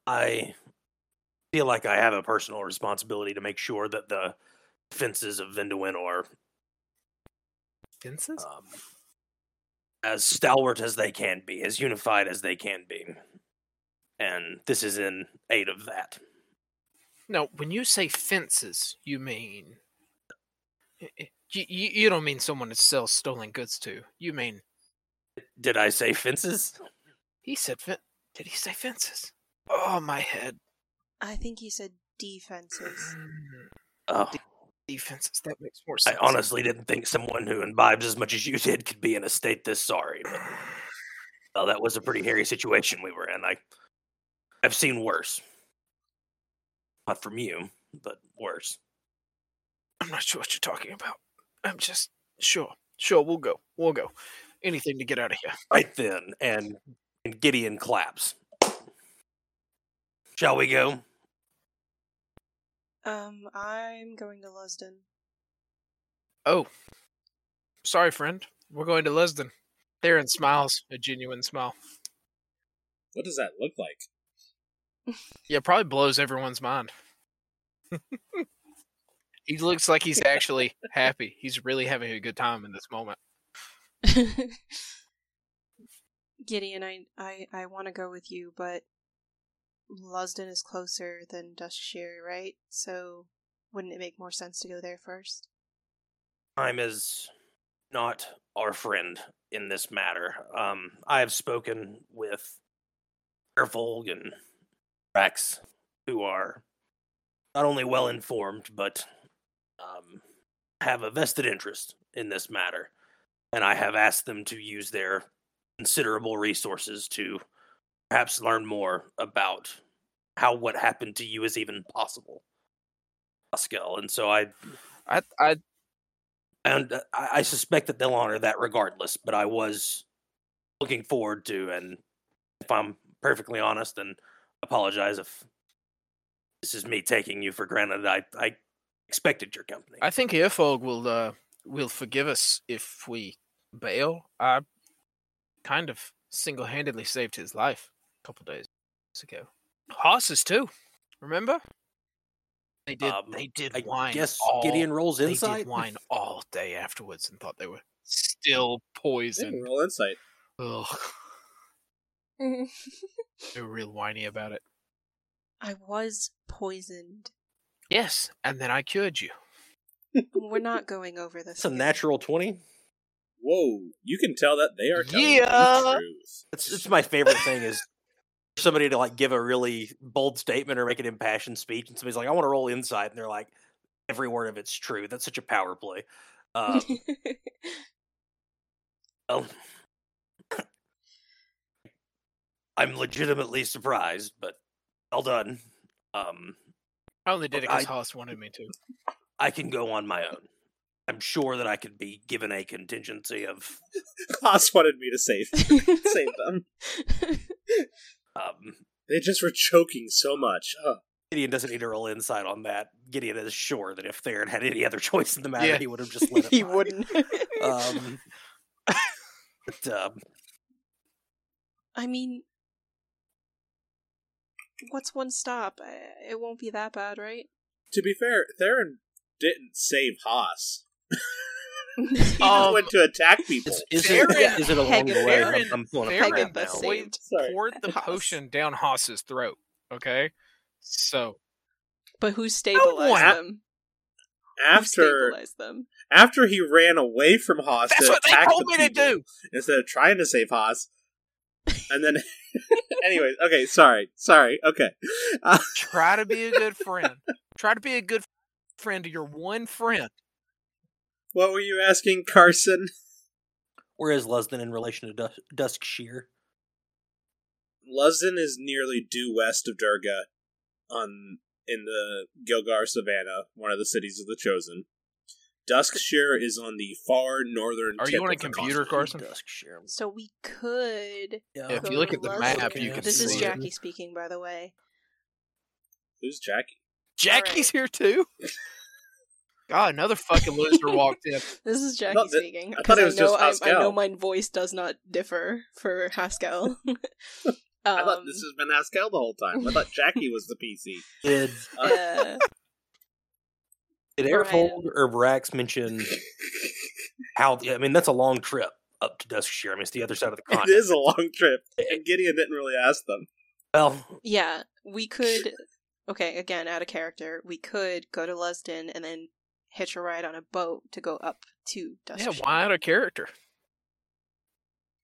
E: I feel like I have a personal responsibility to make sure that the fences of Vinduin are
D: Fences?
E: um, as stalwart as they can be, as unified as they can be. And this is in aid of that.
D: No, when you say fences, you mean y- y- you, you, you don't mean someone to sell stolen goods to. You mean
E: Did I say fences?
D: he said fen- did he say fences? Oh my head. *clears throat*
C: I think you said *sighs* defenses.
E: Oh,
D: Defenses. That makes more
E: I
D: sense.
E: honestly didn't think someone who imbibes as much as you did could be in a state this sorry. But Oh, that was a pretty hairy situation we were in. I, I've seen worse. Not from you, but worse.
D: I'm not sure what you're talking about. I'm just sure. Sure, we'll go. We'll go. Anything to get out of here.
E: Right then, and, and Gideon claps. Shall we go?
C: Um, I'm going to Lusden.
D: Sorry, friend. We're going to Lesden. Theron smiles, a genuine smile.
B: What does that look like?
D: Yeah, probably blows everyone's mind. *laughs* he looks like he's actually happy. He's really having a good time in this moment.
C: *laughs* Gideon, I I, I want to go with you, but Lusden is closer than Duskshire, right? So wouldn't it make more sense to go there *laughs* first?
E: Time is not our friend in this matter. Um, I have spoken with Erfolg and Rex, who are not only well informed, but um, have a vested interest in this matter. And I have asked them to use their considerable resources to perhaps learn more about how what happened to you is even possible, Pascal. And so I
D: I I
E: and uh, I, I suspect that they'll honor that regardless. But I was looking forward to, and if I'm perfectly honest, and apologize if this is me taking you for granted. I I expected your company.
D: I think Airfog will uh will forgive us if we bail. I kind of single handedly saved his life a couple days ago. Horses too. Remember? They did
E: Um,
D: they did
E: I
D: wine.
E: guess
D: all
E: Gideon rolls
D: They
E: *laughs* inside.
D: did wine all day afterwards and thought they were still
B: Ooh,
D: poisoned.
B: roll insight.
D: Ugh, they were real whiny about it.
C: I was *laughs* poisoned.
D: Yes, and then I cured you.
C: We're not going over this.
E: That's a
C: again.
E: natural twenty.
B: Whoa, you can tell that they are telling you
D: Yeah.
B: the truth.
E: That's it's my favorite thing is for somebody to like give a really bold statement or make an impassioned speech, and somebody's like, "I want to roll inside," and they're like, "Every word of it's true." That's such a power play.
C: *laughs*
E: Um, well, I'm legitimately surprised, but well done. Um,
D: I only did it
E: I-
D: because Haas wanted me
E: *laughs*
D: to.
E: I can go on my own. I'm sure that I could be given a contingency of
B: Haas wanted me to save *laughs* save them.
E: um,
B: They just were choking so much. Oh,
E: Gideon doesn't need to roll insight on that. Gideon is sure that if Theron had any other *laughs* choice in the matter,
D: Yeah.
E: he would have
C: *laughs*
E: just let
B: *laughs*
E: it.
C: he
E: lie.
C: wouldn't.
E: Um, but, um,
C: I mean, what's one stop? I- It won't be that bad, right?
B: to be fair, Theron didn't save Haas. *laughs* He
D: Um,
B: just went to attack people.
E: is, is,
D: Theron
E: it, is it along the way? I'm,
D: Theron-
E: I'm pulling up
D: Theron
E: the map
C: the
E: now.
C: same-
D: Boy
C: saved
B: Sorry.
D: poured
E: *laughs*
D: the
C: Haas.
D: potion down Haas's throat. Okay, so
C: But who
B: want-
C: stabilized them? Who
B: After
C: stabilized them?
B: after he ran away from Haas
D: that's
B: to
D: what they
B: attack
D: told
B: the
D: me to
B: people
D: do.
B: instead of trying to save Haas. And then, *laughs* anyways, okay, sorry, sorry, okay. Uh,
D: Try to be a good friend. Try to be a good friend to your one friend.
B: what were you asking, Carson?
E: Where is Lesden in relation to Dus- Duskshire?
B: Lusden is nearly due west of Durga, on in the Gilgar Savannah, one of the cities of the Chosen. Duskshire is on the far northern.
D: Are
B: tip
D: you on a
B: of the
D: computer,
B: continent.
D: Carson?
E: Duskshire.
C: So we could.
E: Yeah,
D: If
C: go
D: you look
C: to
D: at the
C: Lusden.
D: map, you can
C: This is
D: see it.
C: Jackie speaking, by the way.
B: Who's Jackie?
D: Jackie's here too. God, another fucking loser walked
C: *laughs*
D: in.
C: This is Jackie
B: thought that-
C: speaking.
B: I thought
C: 'cause
B: it was
C: know
B: just
C: I, I know
B: Haskell.
C: my voice does not differ for
B: *laughs*
C: Haskell. um,
B: I thought
C: *laughs*
B: this has been Haskell the whole time. I thought Jackie was the
D: *laughs*
B: PC.
E: Did,
C: uh,
E: did
C: Brian.
E: Airfold or
B: *laughs*
E: Brax mention how? I mean, that's a long trip up to Duskshire. I mean, it's the other side of the
B: It
E: continent.
B: is a long trip, and Gideon didn't really ask them.
E: Well,
C: yeah, we could. Okay, again, out of character, we could go to Lesden and then hitch a ride on a boat to go up to
D: Yeah,
C: Duskshire
D: why out of character?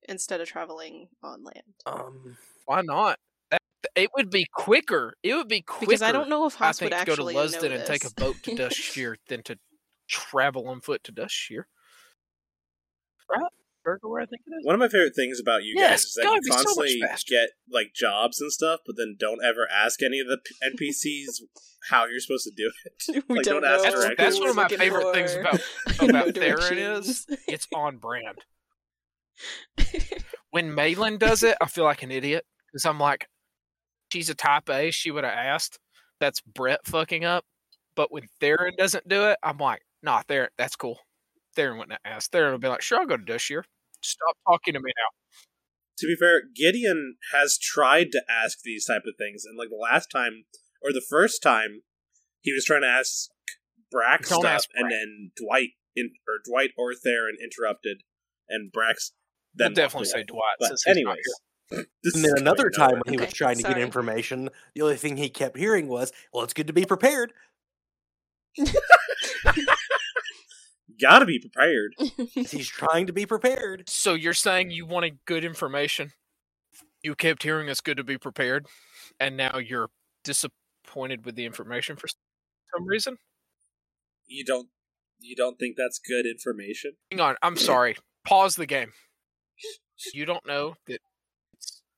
C: instead of traveling on land.
E: um,
D: Why not? That, it would be quicker. It would be quicker.
C: Because I don't know if
D: I
C: Haas
D: think
C: would
D: to go to
C: actually know
D: Lusden and take a
C: this.
D: boat to
C: *laughs*
D: Dushshire than to travel on foot to Dushshire. Right? Burgerware, I think it is.
B: One of my favorite things about you
D: Yeah,
B: guys
D: it's
B: is that
D: gotta
B: you
D: be so much
B: constantly
D: faster.
B: get like jobs and stuff, but then don't ever ask any of the p- NPCs how you're supposed to do it.
C: *laughs* We
B: like,
C: don't
B: ask
C: know.
D: That's,
B: directions.
D: that's one of my
C: Looking
D: favorite things
C: for-
D: about
C: I *laughs* know
D: about Theron is
C: directions.
D: it's on brand.
C: *laughs*
D: When Malin does it, I feel like an idiot because I'm like, she's a type A. She would have asked. That's Brett fucking up. But when Theron doesn't do it, I'm like, nah, Theron, that's cool. Theron wouldn't have asked. Theron would be like, sure, I'll go to Dushier. Stop talking to me now.
B: to be fair, Gideon has tried to ask these type of things, and like the last time or the first time, he was trying to ask Brax
D: Don't
B: stuff,
D: ask Brax.
B: and then Dwight in, or Dwight or Theron interrupted, and Brax
D: I'll
B: then
D: definitely
B: walked away.
D: say Dwight.
B: But
D: since he's not
B: anyways,
D: here.
B: *laughs* this
E: And
B: is
E: then
B: going
E: another time
B: nowhere.
E: when he was
C: Okay,
E: trying to
C: sorry.
E: get information, the only thing he kept hearing was, "Well, it's good to
B: *laughs*
E: be prepared."
B: *laughs* gotta be
D: *laughs*
B: prepared.
E: He's trying to be prepared.
D: So you're saying you wanted good information? You kept hearing it's good to be prepared, and now you're disappointed with the information for some reason.
B: You don't you don't think that's good information? *laughs*
D: Hang on, I'm sorry. Pause the
C: *laughs*
D: game. You don't know that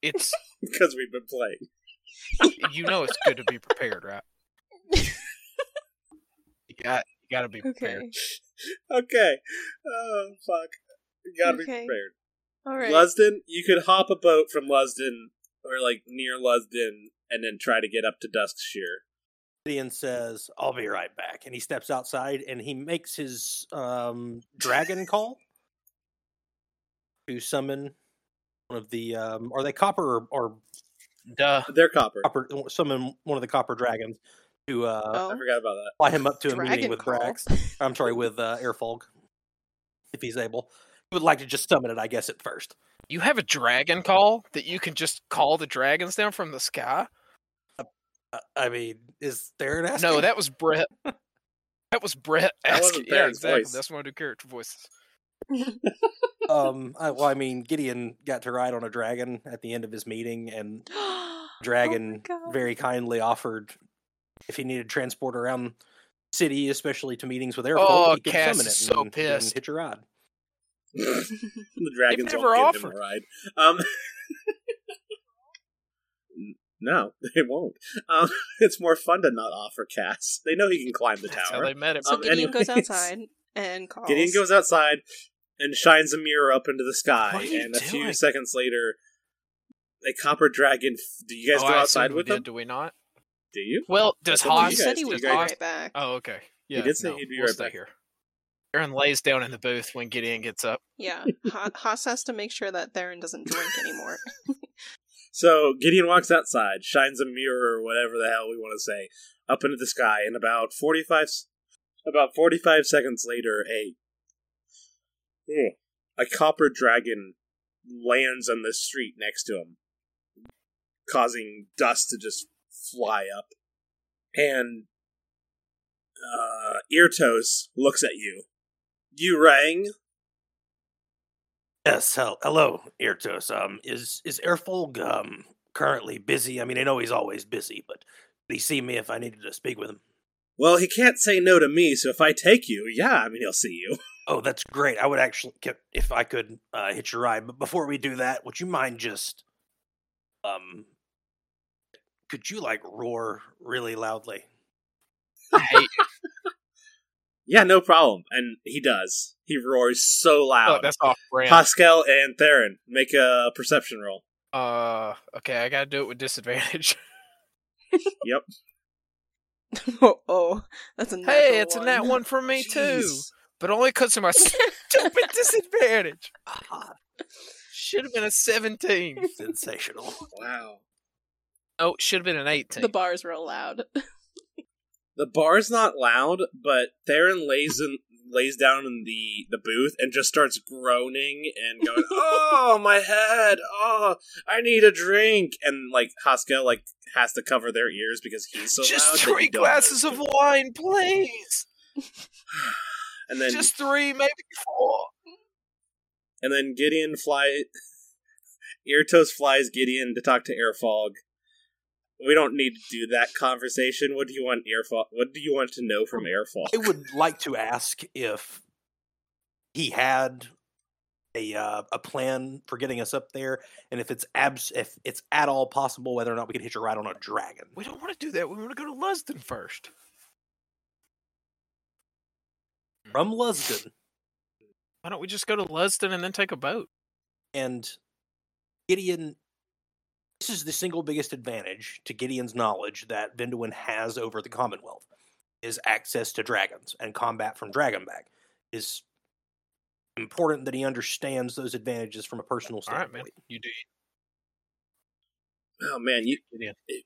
D: it's, it's
C: *laughs*
B: Because we've been playing.
D: you know it's good to be prepared, right? You got you got to be prepared.
C: okay.
B: Okay. Oh fuck. You gotta be
C: Okay.
B: prepared.
C: All right.
B: Lusden, you could hop a boat from Lusden or like near Lusden and then try to get up to Duskshire.
E: Gideon says, "I'll be right back," and he steps outside and he makes his um,
B: *laughs*
E: dragon call to summon one of the. Um, are they copper or, or
D: Duh.
B: They're copper.
E: copper? Summon one of the copper dragons to uh,
B: I
C: oh,
B: forgot about that. *laughs*
E: fly him up to a meeting
C: dragon
E: with
C: call.
E: Brax. I'm sorry, with uh, Airfolg, if he's able. He would like to just summon it, I guess, at first.
D: You have a dragon call that you can just call the dragons down from the sky.
E: Uh, I mean, is there an
D: No,
E: asking?
D: that was Brett. That was Brett
B: That wasn't
D: asking. Yeah,
B: Baron's
D: exactly.
B: voice.
D: That's one of the character voices.
E: um, I, well, I mean, Gideon got to ride on a dragon at the end of his meeting, and dragon
C: Oh God.
E: very kindly offered if he needed transport around the city, especially to meetings with Airfolk.
D: Oh,
E: he could
D: Cass
E: summon
D: is
E: it
D: so
E: and, and
D: pissed.
E: hit your rod.
B: the dragons
D: They've
B: won't
D: never
B: give him
D: offered.
B: a ride. Um, *laughs* N- no, they won't. Um, *laughs* it's more fun to not offer Cass. They know he can climb the
D: That's how
B: tower.
D: they met him.
C: so
B: um,
C: *laughs* Gideon goes
B: anyways.
C: outside and calls.
B: Gideon goes outside and shines a mirror up into the sky,
D: What are you
B: and a few
D: doing?
B: seconds later, a copper dragon. f- Do you guys
D: Oh,
B: go
D: I
B: outside
D: assume we
B: with
D: did,
B: them?
D: Do we not?
B: Do you?
D: Well, does
B: That's up to you
C: He
D: Haas?
C: said he
B: do
D: does
C: was
B: you guys-
D: Haas
C: right back.
D: Oh, okay. Yeah,
B: did say
D: no,
B: he'd be
D: we'll
B: right
D: stay
B: back.
D: here. Aaron lays down in the booth when Gideon
B: *laughs*
D: gets up.
C: Yeah, Ha- Haas has to make sure that Theron doesn't drink anymore.
B: So Gideon walks outside, shines a mirror or whatever the hell we want to say up into the sky, and about forty five, about forty five seconds later, a Ugh. a copper dragon lands on the street next to him, causing dust to just fly up. And uh, Irtos looks at you. You rang.
E: Yes, hel- hello, Irtos. Um, is is Airfolg um currently busy? I mean, I know he's always busy, but did he see me if I needed to speak with him?
B: Well, he can't say no to me, so if I take you, yeah, I mean he'll see you.
E: Oh, that's great. I would actually, ca- if I could, uh, hitch a ride. But before we do that, would you mind just, um, could you like roar really loudly?
D: I hate
B: Yeah, no problem. And he does. He roars so
D: oh,
B: loud.
D: that's off brand.
B: Pascal and Theron, make a perception roll.
D: Uh, okay, I gotta do it with disadvantage.
C: oh, oh, that's a natural
D: hey, it's
C: one.
D: a nat one for me *laughs* too,
B: Jeez.
D: but only because of my stupid disadvantage.
E: Ah,
D: Should have been a seventeen.
E: sensational.
B: Wow.
D: Oh, should have been an eighteen.
C: *laughs* the bar's real loud. *sighs*
B: The bar's not loud, but Theron lays in, lays down in the, the booth and just starts groaning and
D: *laughs*
B: going, "Oh, my head! Oh, I need a drink!" And like Haskell, like has to cover their ears because he's so loud.
D: Just
B: that you
D: three
B: don't know.
D: glasses of wine, please.
B: And then
D: Just three, maybe four.
B: and then Gideon fly *laughs* Irtos flies Gideon to talk to Airfog. We don't need to do that conversation. What do you want Airfog what do you want to know from Airfog?
E: I would like to ask if he had a uh, a plan for getting us up there, and if it's abs if it's at all possible, whether or not we can hitch a ride on a dragon.
D: We don't want to do that. We want to go to Lusden first.
E: from Lusden
D: Why don't we just go to Lusden and then take a boat?
E: and Gideon. This is the single biggest advantage to Gideon's knowledge that Vinduin has over the Commonwealth is access to dragons and combat from Dragonback. Is important that he understands those advantages from a personal
D: All right,
E: standpoint.
D: man. You do.
B: Oh man, you
D: Gideon.
B: if-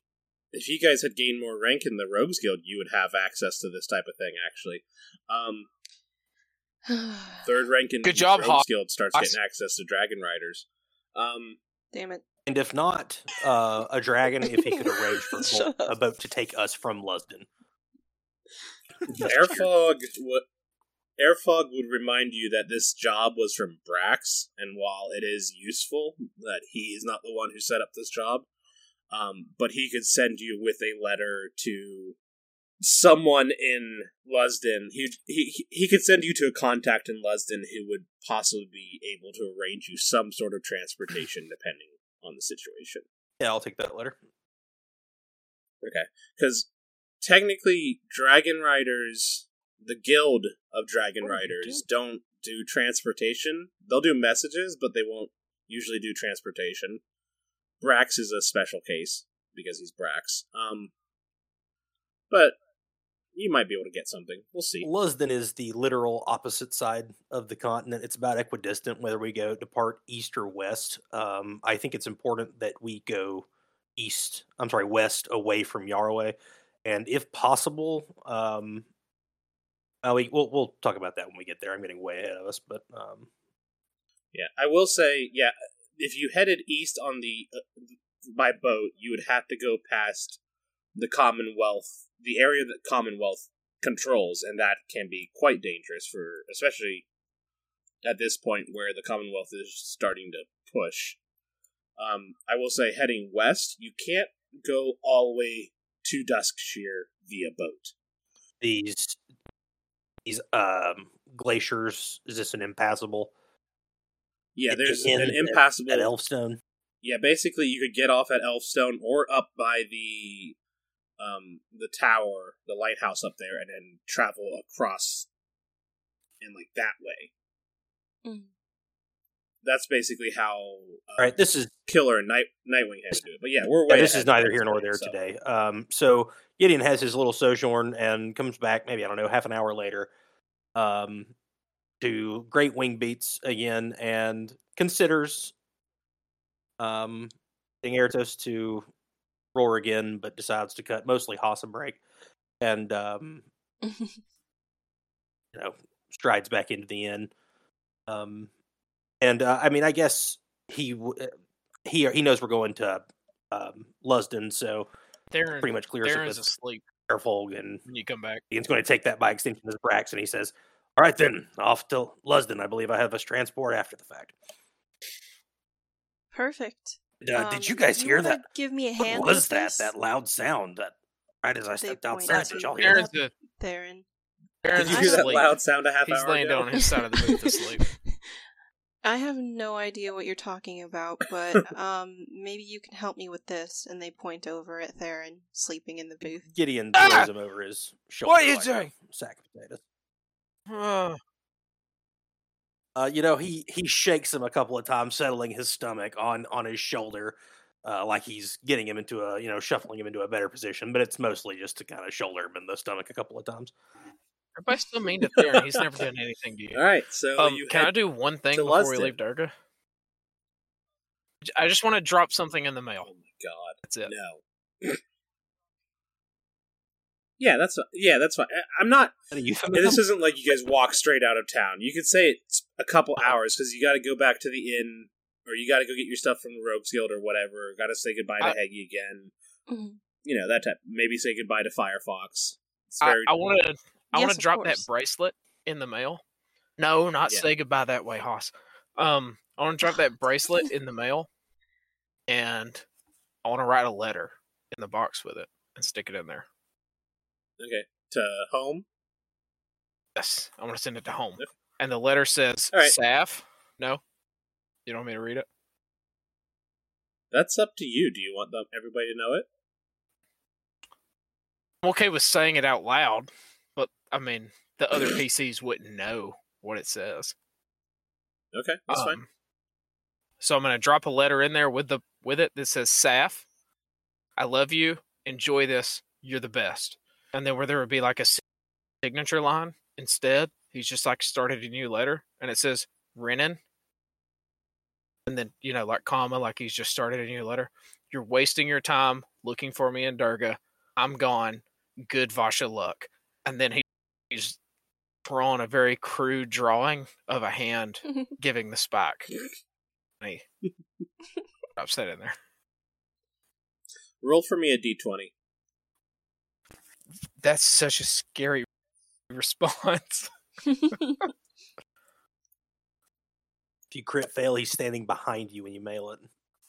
B: if you guys had gained more rank in the Rogues Guild, you would have access to this type of thing. Actually, um, third rank in
D: Good job,
B: Rogues
D: Hawk.
B: Guild starts
D: Hawks.
B: getting access to Dragon Riders. Um,
C: Damn it. *laughs*
E: And if not, uh, a dragon, if he could arrange for a boat,
C: Shut up.
E: a boat to take us from Lusden.
B: *laughs* air fog would air fog would remind you that this job was from Brax, and while it is useful that he is not the one who set up this job, um, but he could send you with a letter to someone in Lusden. He he he could send you to a contact in Lusden who would possibly be able to arrange you some sort of transportation, depending on the situation.
E: Yeah, I'll take that letter.
B: because technically dragon riders the guild of dragon
D: What do you
B: riders do? not do transportation they'll do messages but they won't usually do transportation brax is a special case because he's brax um but you might be able to get something we'll see
E: Lusden is the literal opposite side of the continent. It's about equidistant whether we go depart east or west. Um, I think it's important that we go east. I'm sorry, west away from Yarraway, and if possible, um, uh, we we'll, we'll talk about that when we get there. I'm getting way ahead of us, but um,
B: yeah i will say yeah if you headed east on the uh, by boat you would have to go past the commonwealth the area that commonwealth controls and that can be quite dangerous for especially at this point where the commonwealth is starting to push um, i will say heading west you can't go all the way to duskshire via boat
E: these these um, glaciers is this an impassable
B: yeah
E: At the
B: there's
E: end
B: an
E: at-
B: impassable
E: at Elfstone?
B: yeah, basically you could get off at Elfstone or up by the um the tower, the lighthouse up there, and then travel across and like that way.
C: Mm.
B: That's basically how uh,
E: All right, this is
B: Killer and Night Nightwing had to do it. But yeah, we're
E: yeah,
B: way.
E: this
B: ahead
E: is neither
B: at
E: here
B: this
E: nor
B: point,
E: there
B: so-
E: today. Um, so Gideon has his little sojourn and comes back maybe I don't know half an hour later um, to Great Wing Beats again and considers um, getting Eratos to roar again, but decides to cut mostly Haas and break and um, you know strides back into the inn. Um, and uh, I mean, I guess he w- uh, he he knows we're going to um, Lusden, so
D: Darren,
E: pretty much clears
D: Darren's
E: it with
D: asleep
E: Erfolg, and
D: when you come back.
E: he's going to take that by extension as Brax, and he says, "All right, then off to Lusden. I believe I have us transport after the fact."
C: Perfect.
E: And, uh,
C: Um,
E: did you guys
C: you
E: hear
C: wanna
E: that?
C: Give me a
E: What
C: hand.
E: was
C: with
E: that?
C: this?
E: That loud sound? That right as I
C: They
E: stepped
C: point
E: outside,
C: to
E: did y'all hear
C: Aaron-
E: that?
D: Darren's, a,
C: Theron.
D: Darren's
B: Did you
C: I'm
B: hear that
D: asleep.
B: loud sound a half
D: He's
B: hour
D: laying
B: ago?
D: down on his side of the booth
B: *laughs*
D: *sighs* asleep.
C: *laughs* I have no idea what you're talking about,
B: *laughs*
C: but um, maybe you can help me with this. And they point over at Theron, sleeping in the
B: *laughs*
C: booth.
E: Gideon throws
D: Ah!
E: him over his shoulder.
D: What are you
E: like a
D: doing?
E: Sack of potatoes.
D: Uh,
E: Uh, you know, he he shakes him a couple of times, settling his stomach on on his shoulder, uh, like he's getting him into a you know shuffling him into a better position. But it's mostly just to kind of shoulder him in the stomach a couple of times.
D: everybody still mean to Theron. He's never done anything to you.
B: All right, so
D: Um,
B: you
D: can I
B: head-
D: do one thing
B: to
D: before we
B: Lusden.
D: leave Durga? J- I just want to drop something in the mail.
B: Oh my god.
D: That's it.
B: No. *laughs* yeah, that's fi- yeah, that's fine. I- I'm not
E: Is that a euphemism?
B: And this isn't like you guys walk straight out of town. You could say it's a couple hours because you got to go back to the inn, or you got to go get your stuff from the Rogues Guild or whatever. Got to say goodbye to
D: I-
B: Heggy again.
C: Mhm.
B: You know that type. Maybe say goodbye to Firefox. It's
D: I,
B: very.
D: I want to. I want
C: Yes,
D: to
C: of
D: drop that
C: course.
D: bracelet in the mail. No, not
B: Yeah.
D: say goodbye that way, Hoss. Um, I want to drop that bracelet in the mail, and I want to write a letter in the box with it and stick it in there.
B: *laughs* okay to home.
D: Yes, I want to send it to home. And the letter says
B: All right.
D: Saf. No, You don't want me to read it?
B: That's up to you. Do you want them, everybody to know it?
D: I'm okay with saying it out loud, but I mean, the
B: *clears throat*
D: other PCs wouldn't know what it says.
B: Okay, that's fine.
D: Um, So I'm gonna drop a letter in there with the with it that says Saf, I love you. Enjoy this. You're the best. And then where there would be like a si- signature line instead, he's just like started a new letter and it says Renan. And then you know like comma like he's just started a new letter. You're wasting your time looking for me in Durga. I'm gone. Good Vasha luck. And then he, he's drawn a very crude drawing of a hand giving the *laughs* spike. And he drops that in there.
B: Roll for me a d20.
D: That's such a scary *laughs* response.
E: If you crit fail, he's standing behind you when you mail it.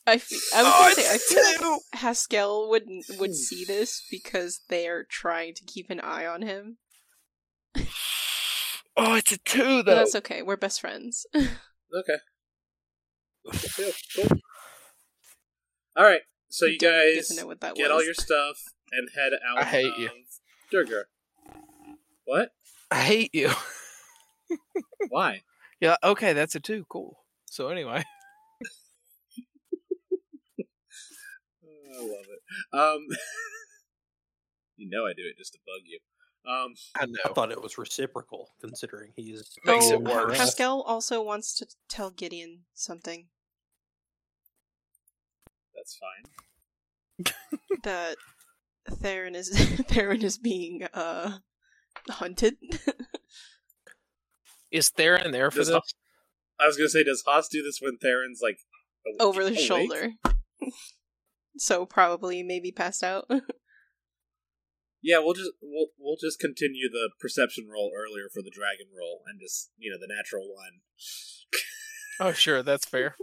C: I, f- I was gonna
D: Oh,
C: say I
D: it's
C: feel like
D: two!
C: Haskell would not
B: Hmm.
C: would see this because they are trying to keep an eye on him.
D: Oh, it's a two
C: But
D: though.
C: that's okay. We're
B: *laughs*
C: best friends.
B: Okay. Cool, cool. All right. So you
C: Don't even get
B: guys
C: to know what that
B: get
C: was.
B: all
C: *laughs*
B: your stuff and head out.
D: I hate
B: of
D: you.
B: Durgar. What?
D: I hate you.
B: Why?
D: Yeah. Okay, that's a two. Cool. So anyway,
B: Oh, I love it. Um, *laughs* you know I do it just to bug you. Um,
D: I
E: I
D: know.
E: thought it was reciprocal, considering he's
D: Makes Oh.
C: oh,
D: it worse.
C: Haskell also wants to tell Gideon something
B: *laughs* that's fine.
C: that Theron is *laughs* Theron is being uh hunted.
D: Is Theron there for
B: Does
D: this?
B: Haas- I was gonna say, does Haas do this when Theron's like awake-
C: over the
B: awake?
C: shoulder. *laughs* so probably maybe passed out. *laughs*
B: Yeah, we'll just we'll we'll just continue the perception roll earlier for the dragon roll and just you know the natural one.
D: Oh, sure. That's
E: *laughs*
D: fair.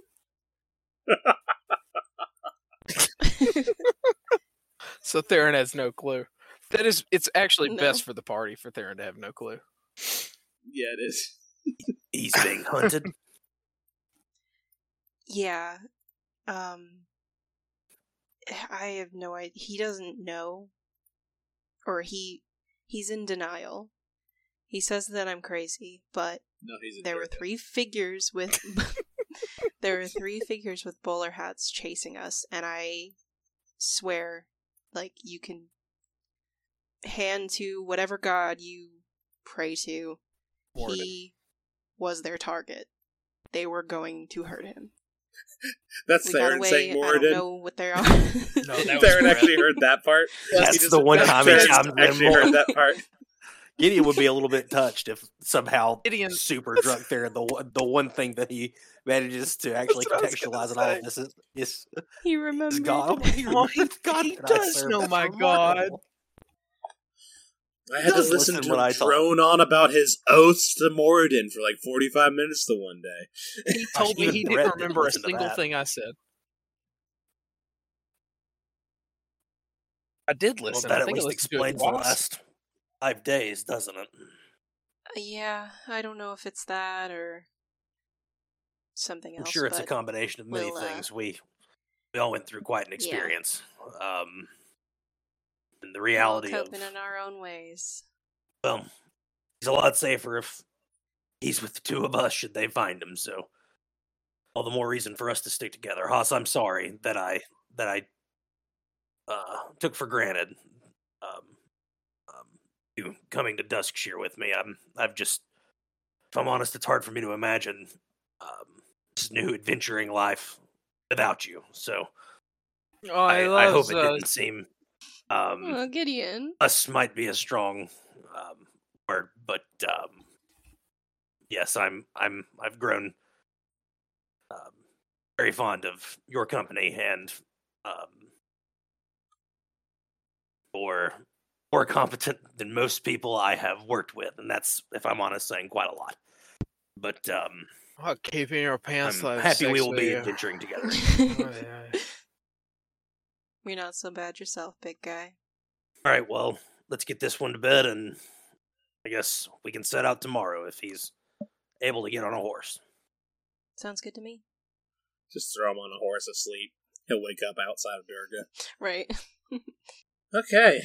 D: So Theron has no clue. That is, it's actually
C: No.
D: best for the party for Theron to have no clue.
B: Yeah, it is.
E: *laughs*
B: *laughs*
E: he's being hunted.
C: yeah. Um I have no idea. He doesn't know or he he's in denial. He says that I'm crazy, but
B: No, he's a
C: there were
B: dirtbag.
C: three figures with *laughs* there were three figures with bowler hats chasing us and i swear like you can hand to whatever god you pray to
D: Warden.
C: he was their target they were going to hurt him
B: That's
C: we got
B: Theron
C: away
B: saying
C: i don't
B: Moradin. *laughs*
C: know what they're on *laughs*
D: No, that was
B: Theron
D: Moradin.
B: actually heard that part.
E: That's
B: He just-
E: the one time he
B: Theron
E: chimed in
B: actually
E: more.
B: heard that
E: *laughs*
B: part.
E: Gideon would be a little bit touched if somehow
D: Gideon- *laughs*
E: super drunk there. The one- the one thing that he manages to actually
D: what I was gonna
E: contextualize in all
D: say.
E: of this is, is,
C: he
E: is
C: remembered
E: God. Oh, he,
D: Well, he-
E: God
D: he
E: that I
D: does
E: serve.
D: know
E: That's
D: Oh my God.
E: remarkable.
B: I had to
E: Does
B: listen
E: listen
B: to
E: what
B: him
E: I thought.
B: drone on about his oaths to Moradin for like forty-five minutes the one day.
D: He told me
E: even
D: he
E: Brett
D: didn't
E: didn't
D: remember a
E: listen to
D: single
E: that.
D: thing I said. I did
E: Well,
D: listen.
E: that
D: I
E: at
D: think it
E: least
D: looks good.
E: explains the
D: Wasp.
E: last five days, doesn't it?
C: yeah i don't know if it's that or something
E: I'm
C: else
E: sure it's a
C: but-
E: combination of many
C: we'll, uh,
E: things. We we all went through quite an experience. Um, and the reality
C: we're all
E: of
C: coping in our own ways.
E: well, um, he's a lot safer if he's with the two of us. Should they find him, so all the more reason for us to stick together. Haas, I'm sorry that I that I uh, took for granted um, um, you coming to Duskshire with me. I'm I've just if I'm honest, it's hard for me to imagine um, this new adventuring life without you. So
D: Oh, uh, I,
E: I, I
D: love
E: hope it
D: those.
E: didn't seem um,
C: Oh, Gideon. *laughs*
E: us might be a strong um, word, but um, yes, I'm I'm I've grown um, very fond of your company and um, you're more competent than most people I have worked with, and that's if I'm honest, saying quite a lot. But um,
D: Oh, keeping your pants
E: I'm
D: low.
E: happy we
D: sexy, uh, oh,
E: will be
D: yeah.
E: adventuring together.
D: Aye, aye.
C: You're not so bad yourself, big guy.
E: All right, well, let's get this one to bed, and I guess we can set out tomorrow if he's able to get on a horse.
C: Sounds good to me.
B: Just throw him on a horse asleep. He'll wake up outside of Durga.
C: Right.
B: Okay,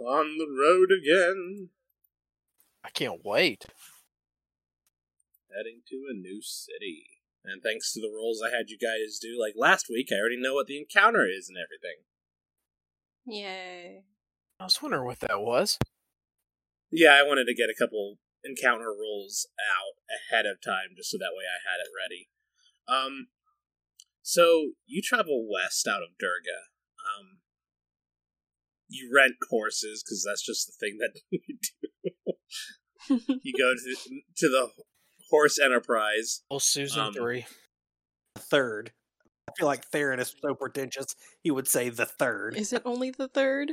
B: on the road again,
D: I can't wait.
B: heading to a new city. And thanks to the rolls I had you guys do, like last week, I already know what the encounter is and everything.
C: *laughs* Yay.
D: I was wondering what that was.
B: Yeah, I wanted to get a couple encounter rolls out ahead of time just so that way I had it ready. Um, so you travel west out of Durga. Um, you rent horses because that's just the thing that *laughs* you do. you go to to the horse enterprise.
D: Well, Susan
B: Um,
D: three.
E: The third. I feel like Theron is so pretentious. He would say the third.
C: *laughs* Is it only the third?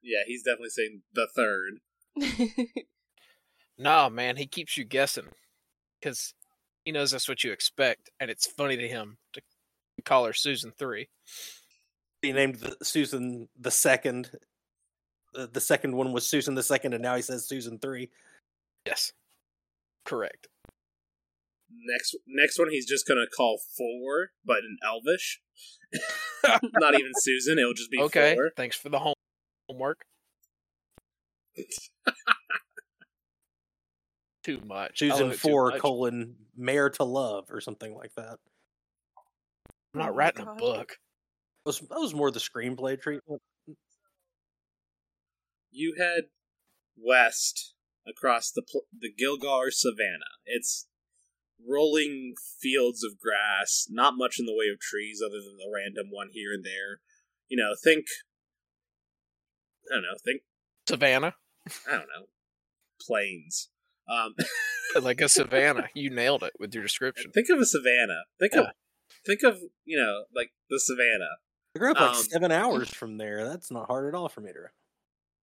B: Yeah, he's definitely saying the third.
D: Nah, man, he keeps you guessing because he knows that's what you expect, and it's funny to him to call her Susan three.
E: he named the, Susan the second. The, the second one was Susan the second, and now he says Susan three.
D: Yes, correct.
B: Next next one, he's just gonna call four, but in *laughs* Elvish. Not even Susan. It'll just be
D: okay,
B: four.
D: thanks for the home- homework. *laughs* too much. I
E: Susan
D: love it too
E: four
D: much.
E: colon mayor to love or something like that.
D: I'm not
C: Oh my
D: writing a
C: God.
D: book.
E: That was, that was more the screenplay treatment.
B: You head west across the pl- the Gilgar Savannah. It's rolling fields of grass. Not much in the way of trees, other than the random one here and there. You know, think. I don't know. Think
D: Savannah,
B: I don't know. Plains. Um,
D: like a savannah. You nailed it with your description.
B: think of a savannah. Think of
D: Yeah.
B: think of you know like the savannah.
E: I grew up like
B: Um,
E: seven hours from there. That's not hard at all for me to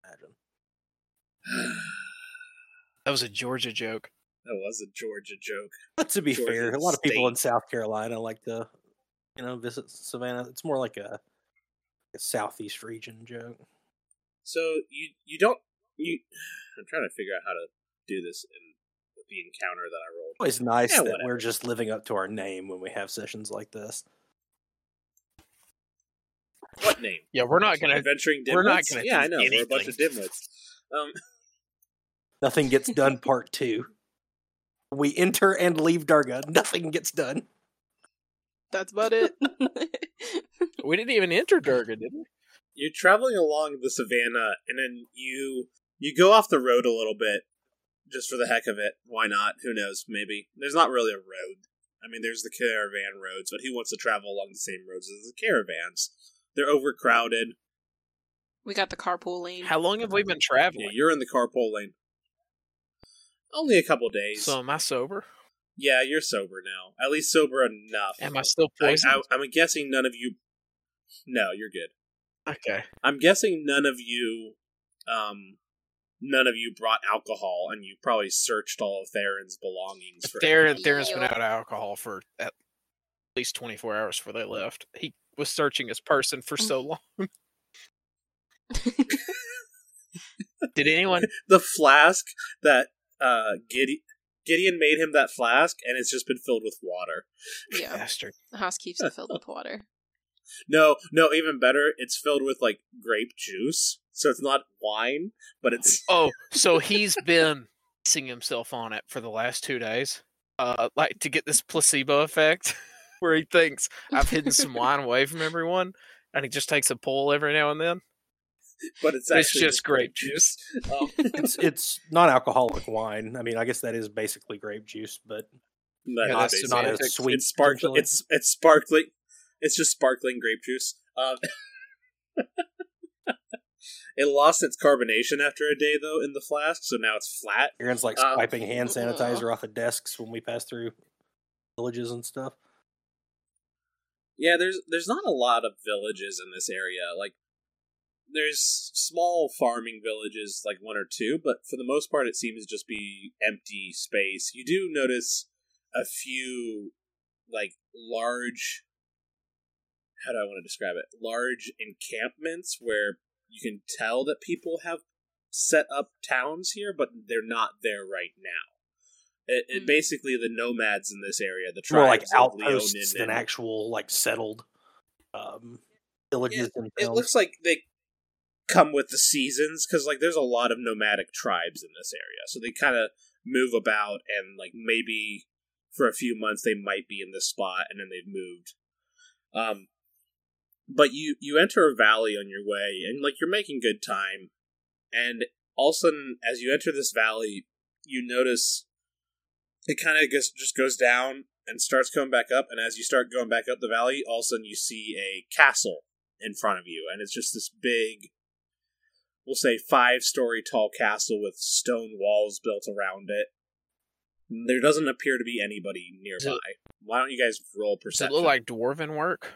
E: imagine.
D: That was a Georgia joke.
B: That was a Georgia joke.
E: But to be
B: Georgia
E: fair, a lot of people in South Carolina like to, you know, visit Savannah. It's more like a, a southeast region joke.
B: So you you don't you. *sighs* I'm trying to figure out how to do this in with the encounter that I rolled.
E: Always nice
B: Yeah,
E: that
B: whatever.
E: we're just living up to our name when we have sessions like this.
B: What name?
D: Yeah, we're not *laughs* gonna.
B: Adventuring dimwits.
D: we're not gonna
B: Yeah, I know.
D: do
B: We're a bunch of dimwits. Um,
E: Nothing gets *laughs* done. part two. We enter and leave Darga. Nothing gets done.
C: *laughs* That's about it.
D: We didn't even enter Durga, did we?
B: you're traveling along the savannah, and then you you go off the road a little bit, just for the heck of it. Why not? Who knows? Maybe there's not really a road. I mean, there's the caravan roads, but who wants to travel along the same roads as the caravans? They're overcrowded.
C: *laughs* we got the carpool lane.
D: How long have we been traveling?
B: Yeah, you're in the carpool lane. Only a couple days.
D: so am I sober?
B: yeah, you're sober now. At least sober enough.
D: Am I still
B: I,
D: poisoned?
B: am guessing none of you. No, you're good.
D: okay.
B: I'm guessing none of you, um, none of you brought alcohol, and you probably searched all of Theron's belongings. For
D: Darren,
B: alcohol.
D: Darren's been out of alcohol for at least 24 hours before they left. He was searching his person for so long. Did anyone?
B: the flask that uh Gide- Gideon made him that flask, and it's just been filled with water.
C: yeah.
D: Bastard.
C: The house keeps it filled with water.
B: No, no, even better, it's filled with like grape juice. So it's not wine, but it's *laughs*
D: Oh, so he's been pissing himself on it for the last two days, uh, like to get this placebo effect, *laughs* where he thinks I've hidden some wine away from everyone, and he just takes a pull every now and then.
B: but it's
D: It's
B: actually
D: just grape juice.
B: Um,
E: It's it's non-alcoholic wine. I mean, I guess that is basically grape juice, but
B: no,
D: Yeah,
B: not
D: that's
B: basically.
D: not
B: it's,
E: as sweet,
B: It's sparkling.
E: potentially.
B: It's it's sparkling. It's just sparkling grape juice. Um, *laughs* it lost its carbonation after a day though in the flask, so now it's flat.
E: Aaron's like
B: Uh,
E: swiping hand
C: ugh.
E: sanitizer off the desks when we pass through villages and stuff.
B: Yeah, there's there's not a lot of villages in this area. Like there's small farming villages, like one or two, but for the most part, it seems to just be empty space. You do notice a few like large. How do I want to describe it? Large encampments where you can tell that people have set up towns here, but they're not there right now. It, it basically the nomads in this area, the
E: Hmm. more like
B: tribes of
E: outposts
B: Leonin
E: than
B: and-
E: actual like settled um villages
B: It
E: themselves.
B: looks like they come with the seasons because like there's a lot of nomadic tribes in this area, so they kind of move about and like maybe for a few months they might be in this spot and then they've moved. Um, but you you enter a valley on your way and like you're making good time, and all of a sudden as you enter this valley, you notice it kind of just just goes down and starts coming back up and as you start going back up the valley all of a sudden you see a castle in front of you, and it's just this big, we'll say five story tall castle with stone walls built around it. There doesn't appear to be anybody nearby. Why don't you guys roll
D: Does it
B: perception?
D: look like dwarven work?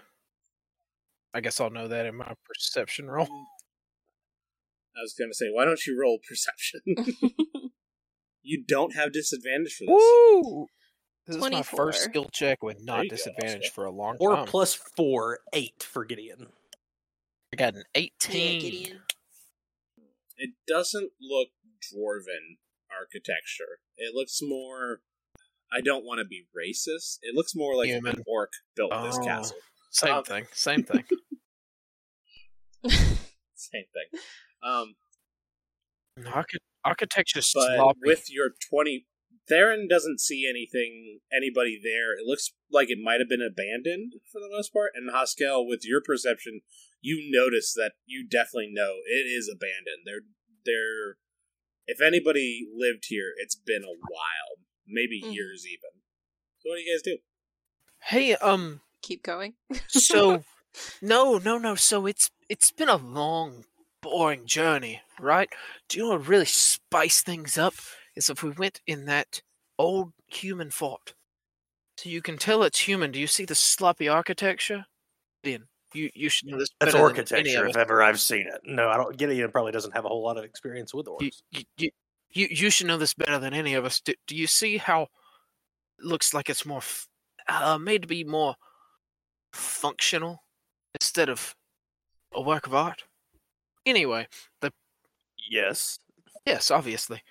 D: I guess I'll know that in my perception roll.
B: I was going to say, why don't you roll *laughs* perception? you don't have disadvantage for this.
D: Woo! This is my
C: 24.
D: first skill check with
B: There
D: not
B: you go,
D: disadvantage
B: Oscar.
D: for a long
E: Four
D: time.
E: plus four, eight for Gideon.
D: I got an
C: Yeah,
D: 18.
C: Gideon.
B: It doesn't look dwarven architecture. It looks more. I don't want to be racist. It looks more like an
D: Human.
B: orc built this
D: Oh.
B: castle.
D: same
B: Um, *laughs*
D: thing. Same thing.
B: Same thing. Um,
D: Archi- architecture
B: but
D: sloppy.
B: with your 20 theron doesn't see anything anybody there it looks like it might have been abandoned for the most part and haskell with your perception you notice that you definitely know it is abandoned they're they're if anybody lived here it's been a while maybe
D: Mm.
C: Mhm.
B: years even so what do you guys do *laughs*
D: hey, um,
C: *laughs* Keep going.
B: *laughs*
D: so no no no so it's it's been a long boring journey right do you want to really spice things up is if we went in that old human fort so you can tell it's human do you see the sloppy architecture Ian, you you should know this
E: That's
D: better than any
E: architecture,
D: of
E: if
D: us.
E: ever I've seen it. No, I don't. Gideon probably doesn't have a whole lot of experience with orcs.
D: you, you, you, you, you should know this better than any of us do, do you see how it looks like it's more f- uh, made to be more functional instead of a work of art anyway
E: yes.
D: Yes, obviously.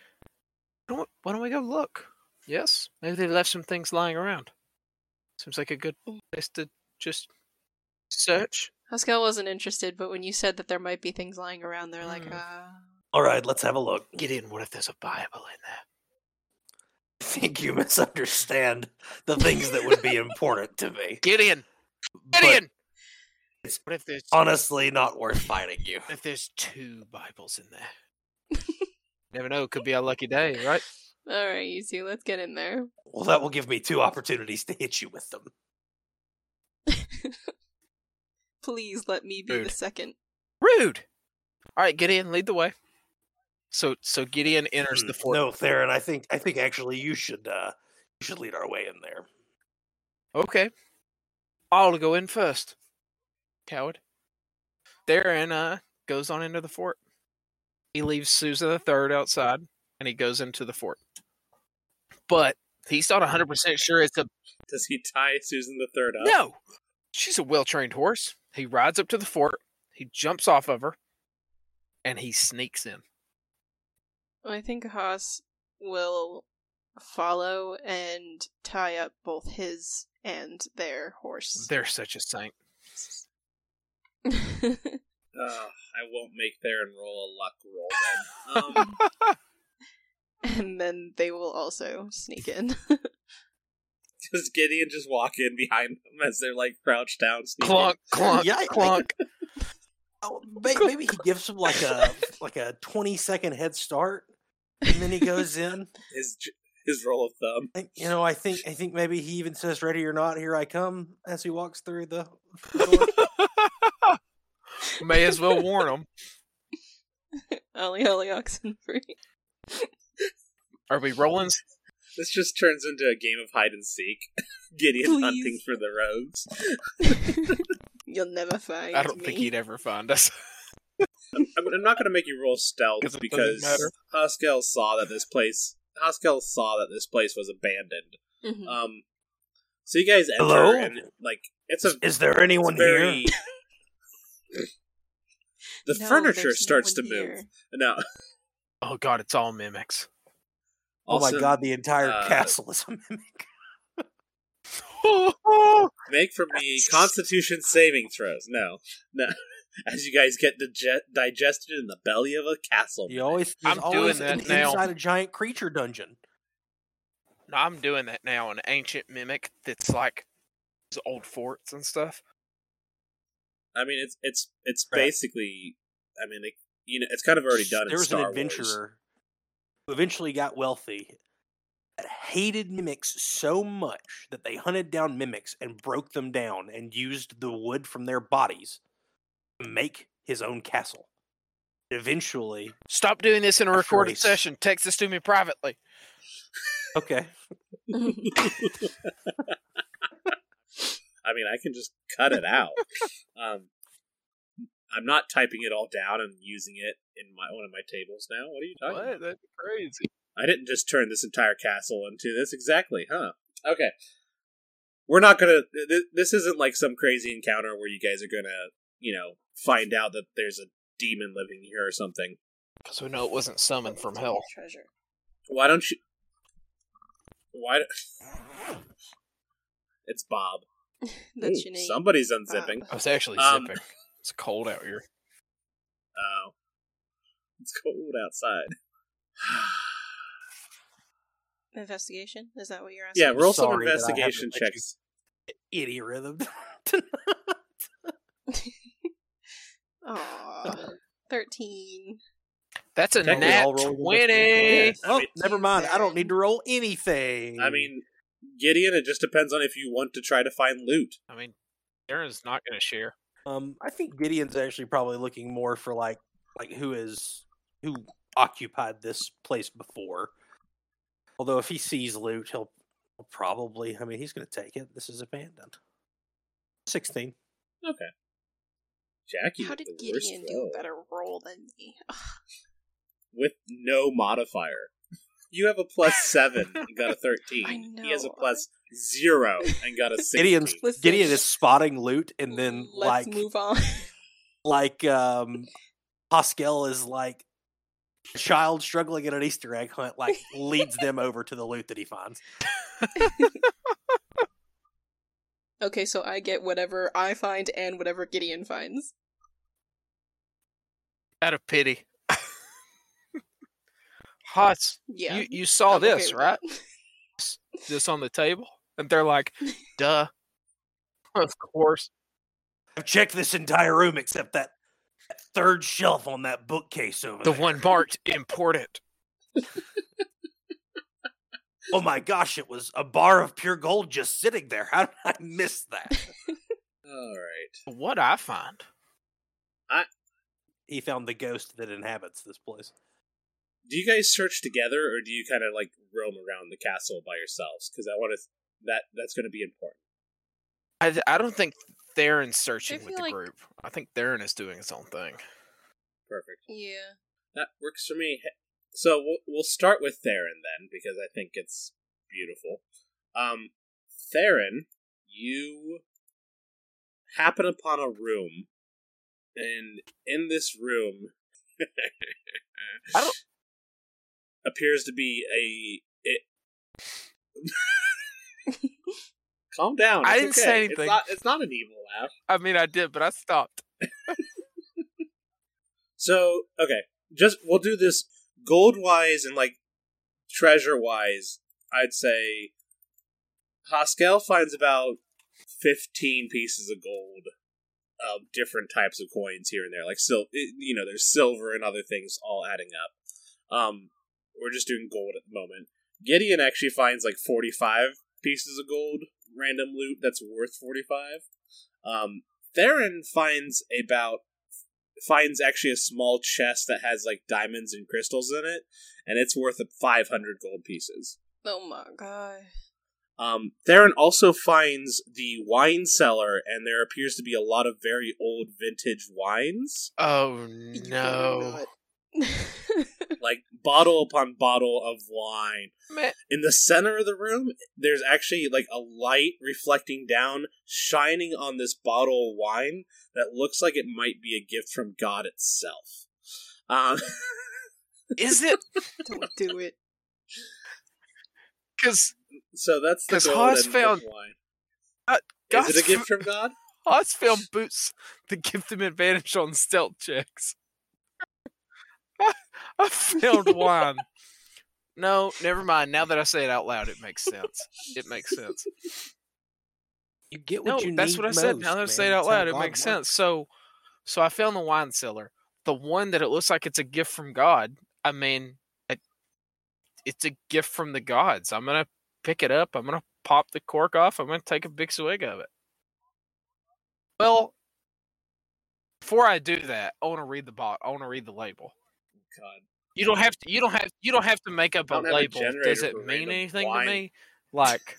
D: Why don't, why don't we go look? Yes, maybe they've left some things lying around. Seems like a good place to just search.
C: Haskell wasn't interested, but when you said that there might be things lying around, they're like,
D: Hmm.
C: uh,
E: All right, let's have a look. *laughs*
D: Get in. What if there's a Bible in there?
E: I think you misunderstand the things that *laughs* would be important to me.
D: Get in.
E: but
D: Get in.
E: it's
D: What if there's
E: honestly not worth fighting you.
D: what if there's two Bibles in there? Never know. Could be our lucky day, right?
C: all right, you two, let's get in there.
E: Well, that will give me two opportunities to hit you with them.
C: Please let me be the
D: Rude.
C: second.
D: Rude. All right, get in. Lead the way. So so Gideon enters the
E: Mm,
D: fort.
E: No, Theron, I think I think actually you should uh you should lead our way in there.
D: Okay. I'll go in first. Coward. Therein uh goes on into the fort. He leaves Sousa the third outside and he goes into the fort. But he's not hundred percent sure it's a
B: does he tie susan the third up
D: No. She's a well trained horse. He rides up to the fort, he jumps off of her, and he sneaks in.
C: I think Haas will follow and tie up both his and their horse.
D: They're such a saint.
B: Ugh, i won't make theron roll a luck roll then um, *laughs*
C: and then they will also sneak in.
B: does gideon just walk in behind them as they're like crouched down sneaking?
D: Clunk,
B: *laughs*
D: clunk,
E: Yeah, I- I-
D: clunk.
E: Oh, may- maybe he gives him like a like a twenty second head start, and then he goes in.
B: his his roll of thumb
E: And, you know, I think I think maybe he even says, "Ready or not, here I come," as he walks through the. the door.
D: May as well warn him.
C: Ollie, Ollie, oxen free.
D: Are we rolling
B: This just turns into a game of hide and seek. *laughs* Gideon
C: Please.
B: hunting for the rogues.
C: You'll never find
D: I don't think *laughs*
C: me.
D: he'd ever find us.
B: I'm, I'm not going to make you roll stealth
D: 'Cause it doesn't
B: because
D: matter.
B: Haskell saw that this place. Haskell saw that this place was abandoned.
C: Mhm.
B: Um, so you guys enter
E: Hello?
B: and like it's a
E: Is there anyone
B: very.
E: here?
B: *laughs* the
C: No,
B: furniture
C: there's no
B: starts
C: one
B: to move.
C: here.
B: No,
D: Oh god, it's all mimics.
B: Also,
E: oh my god, the entire
B: uh,
E: castle is a mimic.
B: Make for me Constitution saving throws. No, no. *laughs* As you guys get dig- digested in the belly of a castle.
E: You always
D: I'm
E: there's
D: doing
E: always
D: that
E: an
D: now.
E: inside a giant creature dungeon.
D: No, I'm doing that now. An ancient mimic that's like those old forts and stuff.
B: I mean, it's it's it's
E: Right.
B: basically. I mean, it, you know, it's kind of already done.
E: There
B: in
E: was
B: Star
E: an
B: Wars.
E: adventurer who eventually got wealthy and hated mimics so much that they hunted down mimics and broke them down and used the wood from their bodies to make his own castle. Eventually,
D: Stop doing this in a recorded
E: Voice.
D: session. Text this to me privately.
E: okay,
B: I mean, I can just cut it
E: *laughs*
B: out. um, I'm not typing it all down and using it in my one of my tables now. What are you talking? about?
D: That's crazy.
B: I didn't just turn this entire castle into this exactly, huh? Okay. We're not gonna. th- th- This isn't like some crazy encounter where you guys are gonna, you know, find out that there's a demon living here or something.
D: Because we know it wasn't summoned from hell.
C: Treasure.
B: Why don't you? Why? do- *laughs* It's Bob.
C: That's
B: Ooh,
C: your name.
B: somebody's unzipping.
D: I was Oh, actually
B: Um,
D: zipping. It's cold out here.
B: Oh, it's cold outside.
C: Investigation? Is that what you're asking?
B: yeah, roll some
E: sorry that I haven't
B: investigation
E: let you-
B: checks.
E: idiot rhythm. *laughs*
C: *laughs* Aw, 13.
D: That's a
B: Technically,
D: nat
E: I'll roll with this
D: 20.
B: Yeah, I
E: oh,
B: mean-
E: never mind. I don't need to roll anything.
B: I mean, Gideon. It just depends on if you want to try to find loot.
D: I mean, Darren's not going to share.
E: Um, I think Gideon's actually probably looking more for like like who is who occupied this place before. Although if he sees loot, he'll, he'll probably. I mean, he's going to take it. This is abandoned. Sixteen.
B: Jackie,
C: How
B: with
C: did
B: the worst
C: Gideon do
B: roll.
C: a better roll than me?
B: with no modifier? *laughs* You have a
C: *laughs*
B: plus seven and got a thirteen.
C: I
B: He has a
C: know.
B: plus zero and got a sixteen.
E: Gideon's
C: Listen.
E: Gideon is spotting loot, and then
C: Let's
E: like
C: move on. *laughs*
E: like um, Pascal is like a child struggling at an Easter egg hunt, like leads them over to the loot that he finds.
C: okay, so I get whatever I find and whatever Gideon finds.
D: Out of *laughs* pity. Hots,
C: Yeah.
D: you, you saw
C: I'm okay
D: this,
C: with
D: right?
C: *laughs* that.
D: This on the table? And they're
C: *laughs*
D: like, duh. Of course.
E: I've checked this entire room except that that third shelf on that bookcase over
D: The
B: *laughs*
E: there.
D: one marked important.
E: Oh my gosh, it was a bar of pure gold just sitting there. *laughs* How did I miss that?
B: All right.
D: What I find.
E: he found the ghost that inhabits this place.
B: Do you guys search together, or do you kind of like roam around the castle by yourselves? Because I want to. That that's going to be important.
D: I, th- I don't think Theron's searching with
C: feel
D: the
C: like-
D: group. I think Theron is doing his own thing.
B: Perfect.
C: Yeah.
B: That works for me. He- So we'll we'll start with Theron then, because I think it's beautiful. Um, Theron, you happen upon a room, and in this room
D: *laughs* I don't-
B: *laughs* appears to be a.
D: *laughs*
B: It... Calm down.
D: I
B: it's
D: didn't
B: okay.
D: say
B: It's
D: anything.
B: not, it's not an evil laugh.
D: I mean, I did, but I stopped.
B: So okay, just we'll do this gold wise and like treasure wise. I'd say Haskell finds about fifteen pieces of gold of different types of coins here and there, like sil- it- you know, there's silver and other things all adding up. Um, we're just doing gold at the moment. Gideon actually finds like forty five pieces of gold, random loot that's worth forty five. Um, Theron finds about finds actually a small chest that has like diamonds and crystals in it, and it's worth 500 gold pieces.
C: Oh my god.
B: Um, Theron also finds the wine cellar, and there appears to be a lot of very old vintage
D: *laughs*
B: wines,
D: Oh
C: You better
D: no!
C: not. *laughs*
B: like bottle upon bottle of wine.
D: Man,
B: In the center of the room, there's actually like a light reflecting down, shining on this bottle of wine that looks like it might be a gift from God itself. Um,
D: is it
C: Don't do it.
D: because
B: So that's the
D: 'Cause
B: gold
D: Haas
B: and
D: found-
B: wine.
D: God's
B: Is it a gift from God?
D: Haas found boots *laughs* that give them advantage on stealth checks. *laughs* I, I found wine. No, never mind. Now that I say it out loud, it makes sense. It makes sense.
E: You get
D: No,
E: what you
D: that's
E: need
D: what I said.
E: most,
D: Now that I
E: man.
D: say it
E: That's
D: out
E: how
D: loud, it
E: God
D: makes sense.
E: works.
D: So, so I found the wine cellar. The one that it looks like it's a gift from God. I mean, it, it's a gift from the gods. I'm gonna pick it up. I'm gonna pop the cork off. I'm gonna take a big swig of it. Well, before I do that, I want to read the bot. I want to read the label.
B: God.
D: You don't have to. You don't have. You don't have to make up
B: I
D: a
B: don't have a
D: label. Does
B: generator
D: it
B: for
D: mean
B: random
D: anything
B: wine.
D: to me? Like.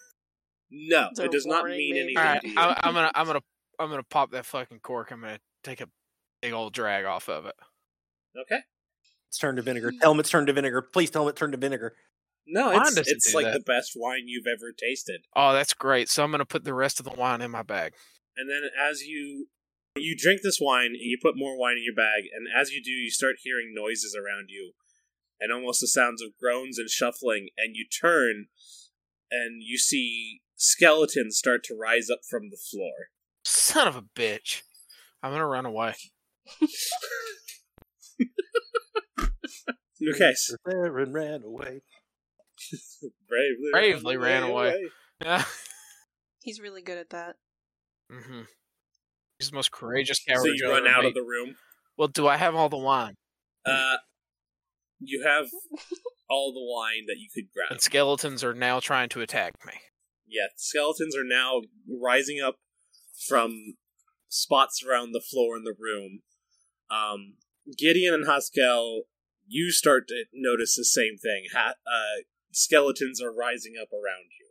B: No,
C: They're
B: it does not
C: warning
B: mean
C: me.
B: anything.
D: All
B: *laughs*
D: right,
B: to you.
D: I'm, I'm gonna, I'm gonna, I'm gonna pop that fucking cork. I'm gonna take a big old drag off of it.
B: Okay.
E: It's turned to vinegar. Tell him it's turned to vinegar. Please tell him it turned to vinegar.
B: No,
D: Mine
B: it's
D: doesn't
B: it's
D: do
B: like
D: that.
B: the best wine you've ever tasted.
D: Oh, that's great. So I'm gonna put the rest of the wine in my bag.
B: And then as you you drink this wine, and you put more wine in your bag, and as you do, you start hearing noises around you, and almost the sounds of groans and shuffling. And you turn, and you see skeletons start to rise up from the floor.
D: Son of a bitch! I'm gonna run away. *laughs*
B: Okay, so
E: Aaron ran away.
B: bravely,
D: Bravely ran away. Yeah.
C: *laughs* He's really good at that.
D: hmm He's the most courageous coward.
B: So you
D: you'll
B: run
D: ever
B: out of
D: meet.
B: the room.
D: Well, do I have all the wine?
B: Uh, you have all the wine that you could grab.
D: And skeletons are now trying to attack me.
B: yeah, skeletons are now rising up from spots around the floor in the room. Um, Gideon and Haskell, you start to notice the same thing. Ha- uh, skeletons are rising up around you.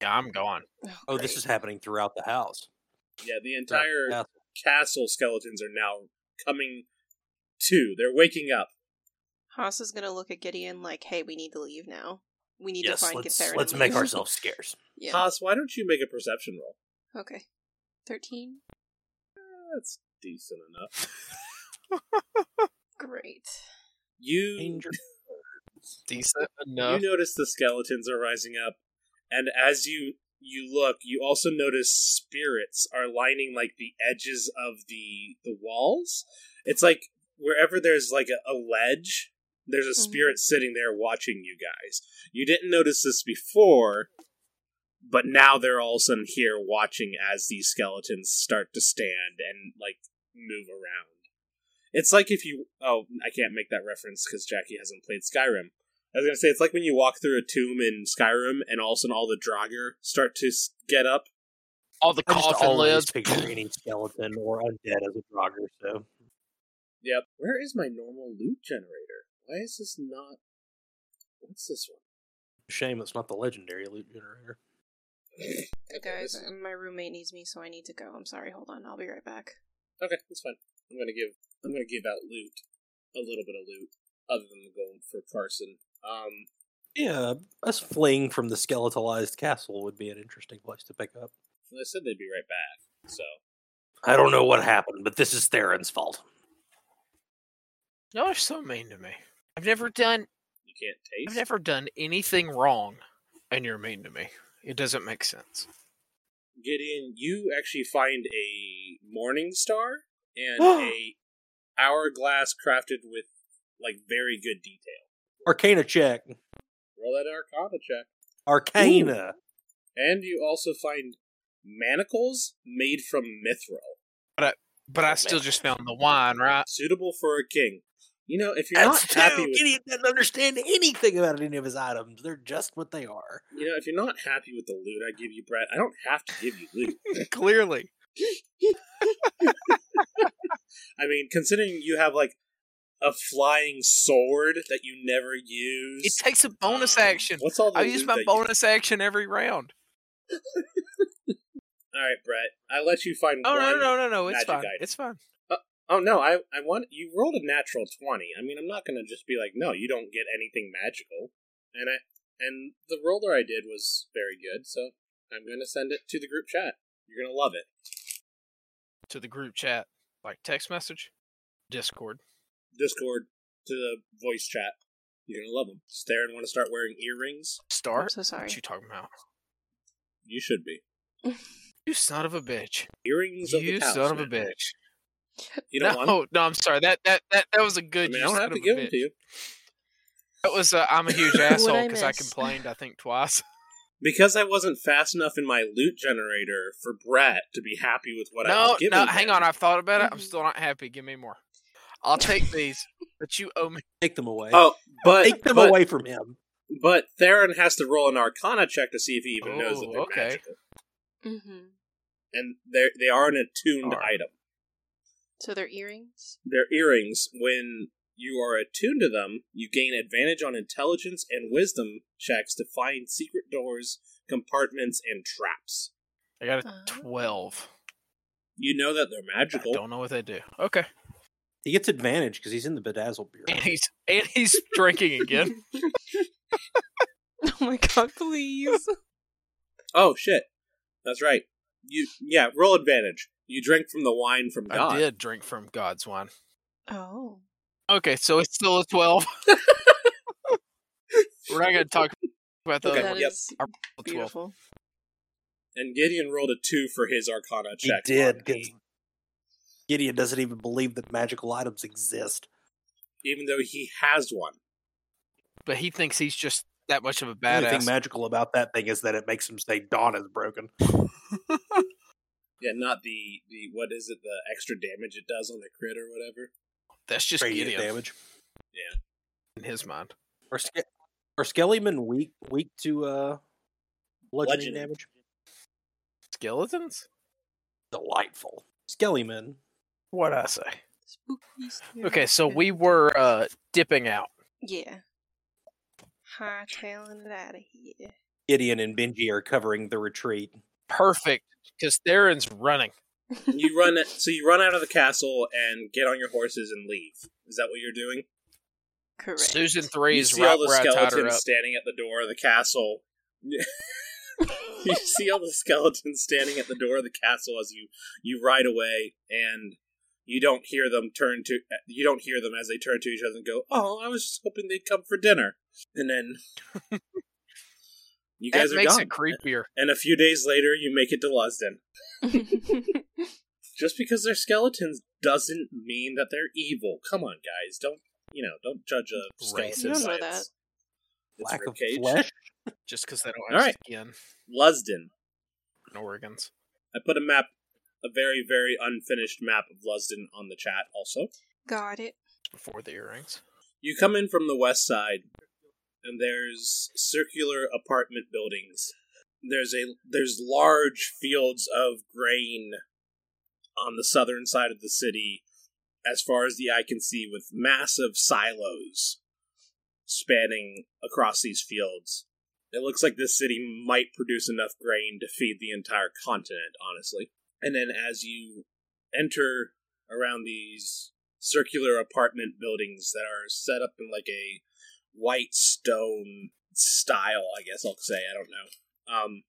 D: Yeah, I'm gone.
E: Oh, this is happening throughout the house.
B: Yeah, the
E: Throughout
B: entire
E: the house.
B: castle skeletons are now coming to. They're waking up.
C: Haas is gonna look at Gideon like, "Hey, we need to leave now. We need
E: Yes,
C: to find
E: let's,
C: Githera. *laughs*
E: let's make ourselves scarce.
C: yeah.
B: Haas, why don't you make a perception roll?
C: Okay. Thirteen.
B: That's decent enough.
C: Great.
B: You
E: Danger.
D: Decent enough.
B: You notice the skeletons are rising up, and as you you look, you also notice spirits are lining like the edges of the the walls. It's like wherever there's like a, a ledge, there's a spirit sitting there watching you guys. You didn't notice this before, but now they're all of a sudden here watching as these skeletons start to stand and like move around. It's like if you oh I can't make that reference because Jackie hasn't played Skyrim. I was gonna say it's like when you walk through a tomb in Skyrim, and all of a sudden all the Draugr start to s- get up.
D: All the
E: I just
D: coffin
E: always
D: lids. *clears throat*
E: picture any skeleton or undead as a Draugr, so
B: Yep. Where is my normal loot generator? Why is this not? What's this one?
E: shame it's not the legendary loot generator.
C: Hey guys, uh, my roommate needs me, so I need to go. I'm sorry. Hold on. I'll be right back.
B: Okay, that's fine. I'm gonna give I'm gonna give out loot, a little bit of loot, other than the gold for Carson. Um,
E: Yeah, us fleeing from the skeletalized castle would be an interesting place to pick up.
B: they said they'd be right back, so
E: I don't know what happened, but this is Theron's fault.
D: Y'all are so mean to me. I've never done
B: you can't
D: I've
B: taste.
D: never done anything wrong, and you're mean to me. It doesn't make sense.
B: Gideon, you actually find a morning star and a hourglass crafted with like very good detail.
E: Arcana check.
B: Roll that Arcana check.
E: Arcana.
B: And you also find manacles made from mithril,
D: But I
E: Oh,
D: still
E: man.
D: just found the wine, right?
B: suitable for a king. You know, if you're
E: That's
B: not happy
E: true.
B: with
E: Gideon doesn't understand anything about any of his items. They're just what they are.
B: you know, if you're not happy with the loot I give you, Brett, I don't have to give you
D: *laughs*
B: loot.
D: *laughs* Clearly.
B: I mean, considering you have like a flying sword that you never use.
D: It takes a bonus
B: um,
D: action.
B: What's all the
D: I use
B: loot
D: my
B: that you-
D: bonus action every round.
B: All right, Brett. I let you find
D: Oh no
B: one-
D: no no no! It's
B: magic
D: fine.
B: item.
D: It's fine.
B: Oh no, I I want you rolled a natural twenty. I mean, I'm not gonna just be like, no, you don't get anything magical. And I and the roller I did was very good, so I'm gonna send it to the group chat. You're gonna love it.
D: To the group chat, like text message, Discord.
B: Discord to the voice chat. You're gonna love them. Stare and want to start wearing earrings.
C: I'm
D: Start.
C: so sorry.
D: What you talking about?
B: You should be
D: You son of a bitch.
B: earrings. of the
D: You
B: cows,
D: son of a
B: man.
D: bitch.
B: You don't
D: *laughs* no,
B: want. 'em?
D: no, I'm sorry. That that that, that was a
B: I
D: good.
B: mean,
D: you
B: I don't
D: son
B: have to
D: of a
B: give them to
D: bitch.
B: you
D: That was uh, I'm a
C: *laughs*
D: huge
C: What'd
D: asshole
C: I
D: because I
C: miss?
D: complained. I think twice.
B: because I wasn't fast enough in my loot generator for Brett to be happy with what I
D: no,
B: was giving.
D: no. Hang
B: him.
D: on. I've thought about it. I'm
C: Mhm.
D: still not happy. Give me more. I'll take these, but you owe me.
E: Take them away.
B: Oh, but
E: Take them
B: but,
E: away from him.
B: but Theron has to roll an Arcana check to see if he even knows that
D: Oh,
B: they're
D: okay.
B: magical,
C: Mm-hmm.
B: and they they are an attuned
D: Alright.
B: item.
C: So they're earrings.
B: Their earrings, when you are attuned to them, you gain advantage on intelligence and wisdom checks to find secret doors, compartments, and traps.
D: *laughs* I got a
C: Uh-huh.
D: twelve.
B: You know that they're
D: I
B: magical.
D: don't know what they do.
B: *laughs*
D: Okay.
E: He gets advantage because he's in the bedazzle bureau.
D: *laughs* And he's and he's drinking
B: *laughs*
D: again.
C: *laughs* Oh my god! Please.
B: Oh shit, that's right. You yeah, roll advantage. You drink from the wine from God.
D: I did drink from God's wine.
C: oh.
D: Okay, so it's still a twelve.
B: *laughs*
D: We're not going to talk about the
B: Okay,
C: that is
B: yep.
D: other twelve.
C: beautiful.
B: And Gideon rolled a two for his Arcana
E: He
B: check.
E: did
B: on
E: because
B: the-
E: Gideon doesn't even believe that magical items exist.
B: even though he has one.
D: But he thinks he's just that much of a
E: The only
D: badass.
E: thing magical about that thing is that it makes him say dawn is broken.
B: Yeah, not the the what is it the extra damage it does on the crit or whatever.
D: That's just
E: Radiant
D: Gideon
E: damage.
D: in his mind.
E: Or Ske- are Skellyman weak weak to uh bludgeoning
B: Bludgeoning.
E: damage?
D: Skeletons?
E: Delightful. Skellyman.
D: What I say?
C: Spooky scary
D: Okay, so
C: cat.
D: we were uh dipping out.
C: Yeah. Hightailing it out of here.
E: Gideon and Benji are covering the retreat.
D: Perfect, because Theron's running.
B: You run so you run out of the castle and get on your horses and leave. Is that what you're doing?
C: Correct.
D: Susan three
B: you
D: is
B: see
D: right
B: all the
D: where I tied her
B: skeletons
D: up.
B: standing at the door of the castle. *laughs* you see all the skeletons standing at the door of the castle as you you ride away, and you don't hear them turn to you don't hear them as they turn to each other and go, "Oh, I was just hoping they'd come for dinner," and then.
D: *laughs*
B: You
D: That
B: guys are
D: makes
B: gone.
D: it creepier.
B: And a few days later, you make it to Lusden. Just because they're skeletons doesn't mean that they're evil. Come on, guys. Don't, you know, don't judge a
D: Racist.
B: skeleton.
C: You don't know
B: by
C: that.
B: its- its
E: Lack of
B: ribcage. *laughs*
E: flesh.
D: Just because they don't
B: All
D: have
B: right.
D: skin
B: Lusden.
D: in Oregon's.
B: I put a map, a very, very unfinished map of Lusden on the chat also.
C: *laughs* Got it.
D: before the earrings.
B: You come in from the west side, and there's circular apartment buildings. There's a there's large fields of grain on the southern side of the city, as far as the eye can see, with massive silos spanning across these fields. It looks like this city might produce enough grain to feed the entire continent, honestly. And then as you enter around these circular apartment buildings that are set up in like a white stone style, I guess I'll say. I don't know. Um,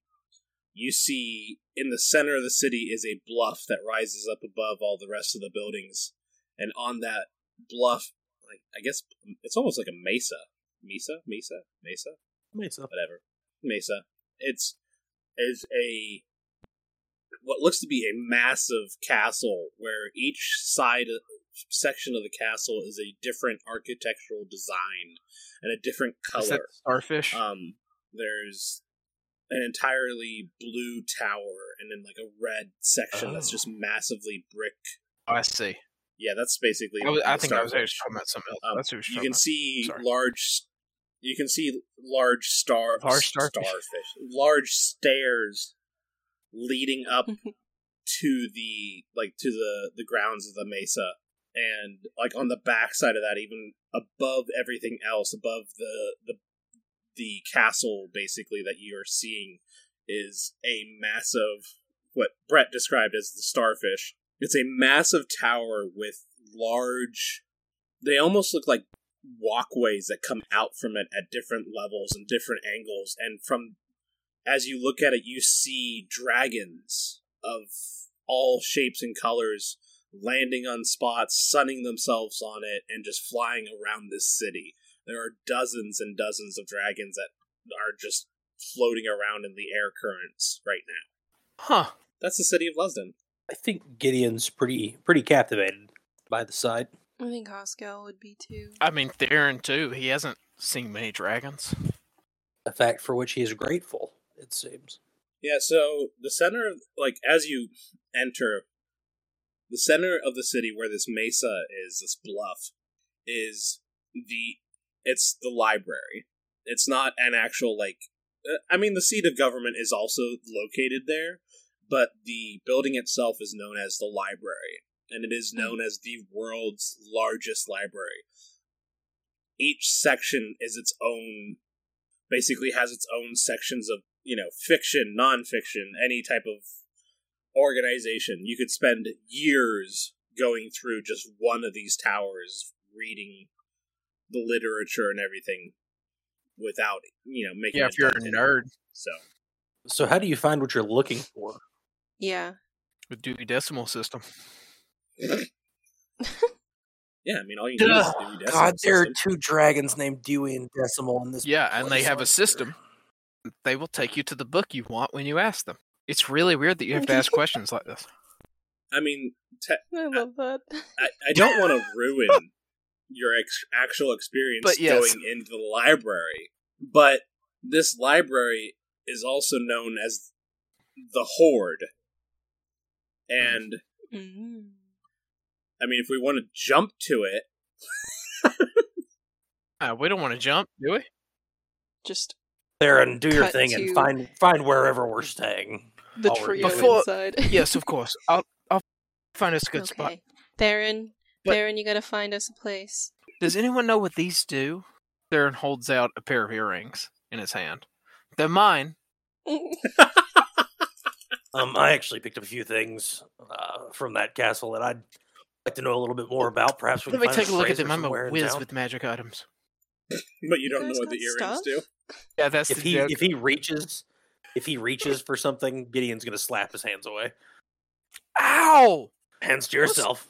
B: you see in the center of the city is a bluff that rises up above all the rest of the buildings, and on that bluff, like I guess it's almost like a mesa, mesa, mesa, mesa
E: Mesa.
B: whatever mesa it's is a what looks to be a massive castle where each side section of the castle is a different architectural design and a different
D: Is that
B: color
D: starfish?
B: um there's an entirely blue tower and then like a red section that's
D: Oh.
B: just massively brick
D: oh, I see.
B: yeah that's basically
D: I, was, I
B: the
D: think I was
B: Starfish.
D: actually talking about something else.
B: Um,
D: That's who was
B: you
D: talking
B: can see
D: Sorry.
B: large you can see large star
D: Large
B: starfish.
D: starfish.
B: large stairs leading up to the like to the the grounds of the mesa and like on the back side of that even above everything else above the the the castle basically that you are seeing is a massive what Brett described as the starfish it's a massive tower with large they almost look like walkways that come out from it at different levels and different angles and from as you look at it you see dragons of all shapes and colors landing on spots sunning themselves on it and just flying around this city There are dozens and dozens of dragons that are just floating around in the air currents right now.
D: Huh.
B: That's the city of Lesden.
E: I think Gideon's pretty pretty captivated by the sight.
C: I think Hoskell would be too.
D: I mean, Theron too. He hasn't seen many dragons.
E: A fact for which he is grateful, it seems.
B: Yeah, so the center of like as you enter the center of the city where this mesa is, this bluff, is the it's the library. It's not an actual like uh, I mean the seat of government is also located there, but the building itself is known as the library and it is known as the world's largest library. Each section is its own basically has its own sections of you know fiction nonfiction any type of organization you could spend years going through just one of these towers reading the literature and everything without you know making
D: Yeah, if you're a
B: dent in it.
D: nerd
B: so
E: So how do you find what you're looking for?
C: Yeah.
D: with Dewey Decimal System.
B: yeah i mean all you need is the decimal system.
E: two dragons named Dewey and Decimal in this.
D: Yeah, and they
E: place
D: have a
E: out
D: system. They will take you to the book you want when you ask them. It's really weird that you have to ask questions like this.
B: i mean te-
C: I
D: Uh,
C: love that.
B: I, I don't want to ruin your ex- actual experience
D: But yes.
B: going into the library, but this library is also known as the Horde. And
C: Mm.
B: I mean, if we want to jump to it,
D: Uh, we don't want to jump, do we?
C: Just
E: There and do your
C: Cut
E: thing
C: to-
E: and find find wherever we're staying.
C: the
E: Already
C: trio
D: Before-
C: inside.
D: Yes, of course. I'll I'll find us a good spot.
C: Theron,
D: But-
C: Theron, you gotta find us a
D: *laughs*
C: place.
D: Does anyone know what these do? Theron holds out a pair of earrings in his hand. They're mine.
E: Um, I actually picked up a few things uh, from that castle that I'd like to know a little bit more about. Perhaps we
D: Let
E: can
D: me
E: find
D: take a look at
E: treasure
D: them. I'm
E: somewhere
D: a
E: in
D: whiz
E: town.
D: with magic items.
B: but you don't know
C: guys
B: what the
C: got
B: earrings
C: stuff?
B: do.
D: Yeah, that's
E: if
D: the
E: he
D: joke.
E: if he reaches if he reaches for something, Gideon's gonna slap his hands away.
D: Ow!
E: Hands to
D: What's-
E: yourself.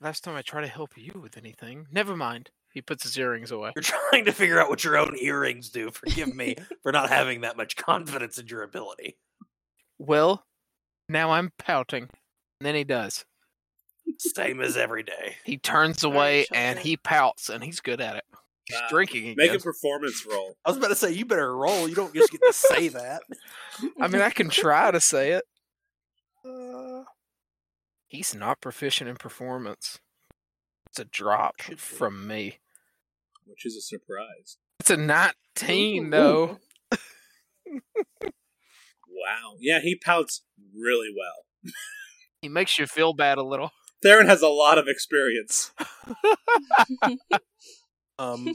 D: Last time I tried to help you with anything. Never mind. He puts his earrings away.
E: You're *laughs* trying to figure out what your own earrings do. Forgive me for not having that much confidence in your ability.
D: Well, now I'm pouting. And then he does.
E: Same as every day.
D: He turns
C: Alright,
D: away
C: shall
D: and
C: do.
D: he pouts, and he's good at it. He's
B: Uh,
D: drinking again.
B: Make a performance roll.
E: I was about to say you better roll. You don't just get to say that.
D: *laughs* I mean, I can try to say it. Uh,
E: *laughs*
D: he's not proficient in performance. It's a drop
E: Should be.
D: from me.
B: Which is a surprise.
D: It's a 19,
C: Ooh.
D: though.
B: Wow. Yeah, he pouts really well.
D: He makes you feel bad a little.
B: Theron has a lot of
D: *laughs*
B: experience.
E: Um,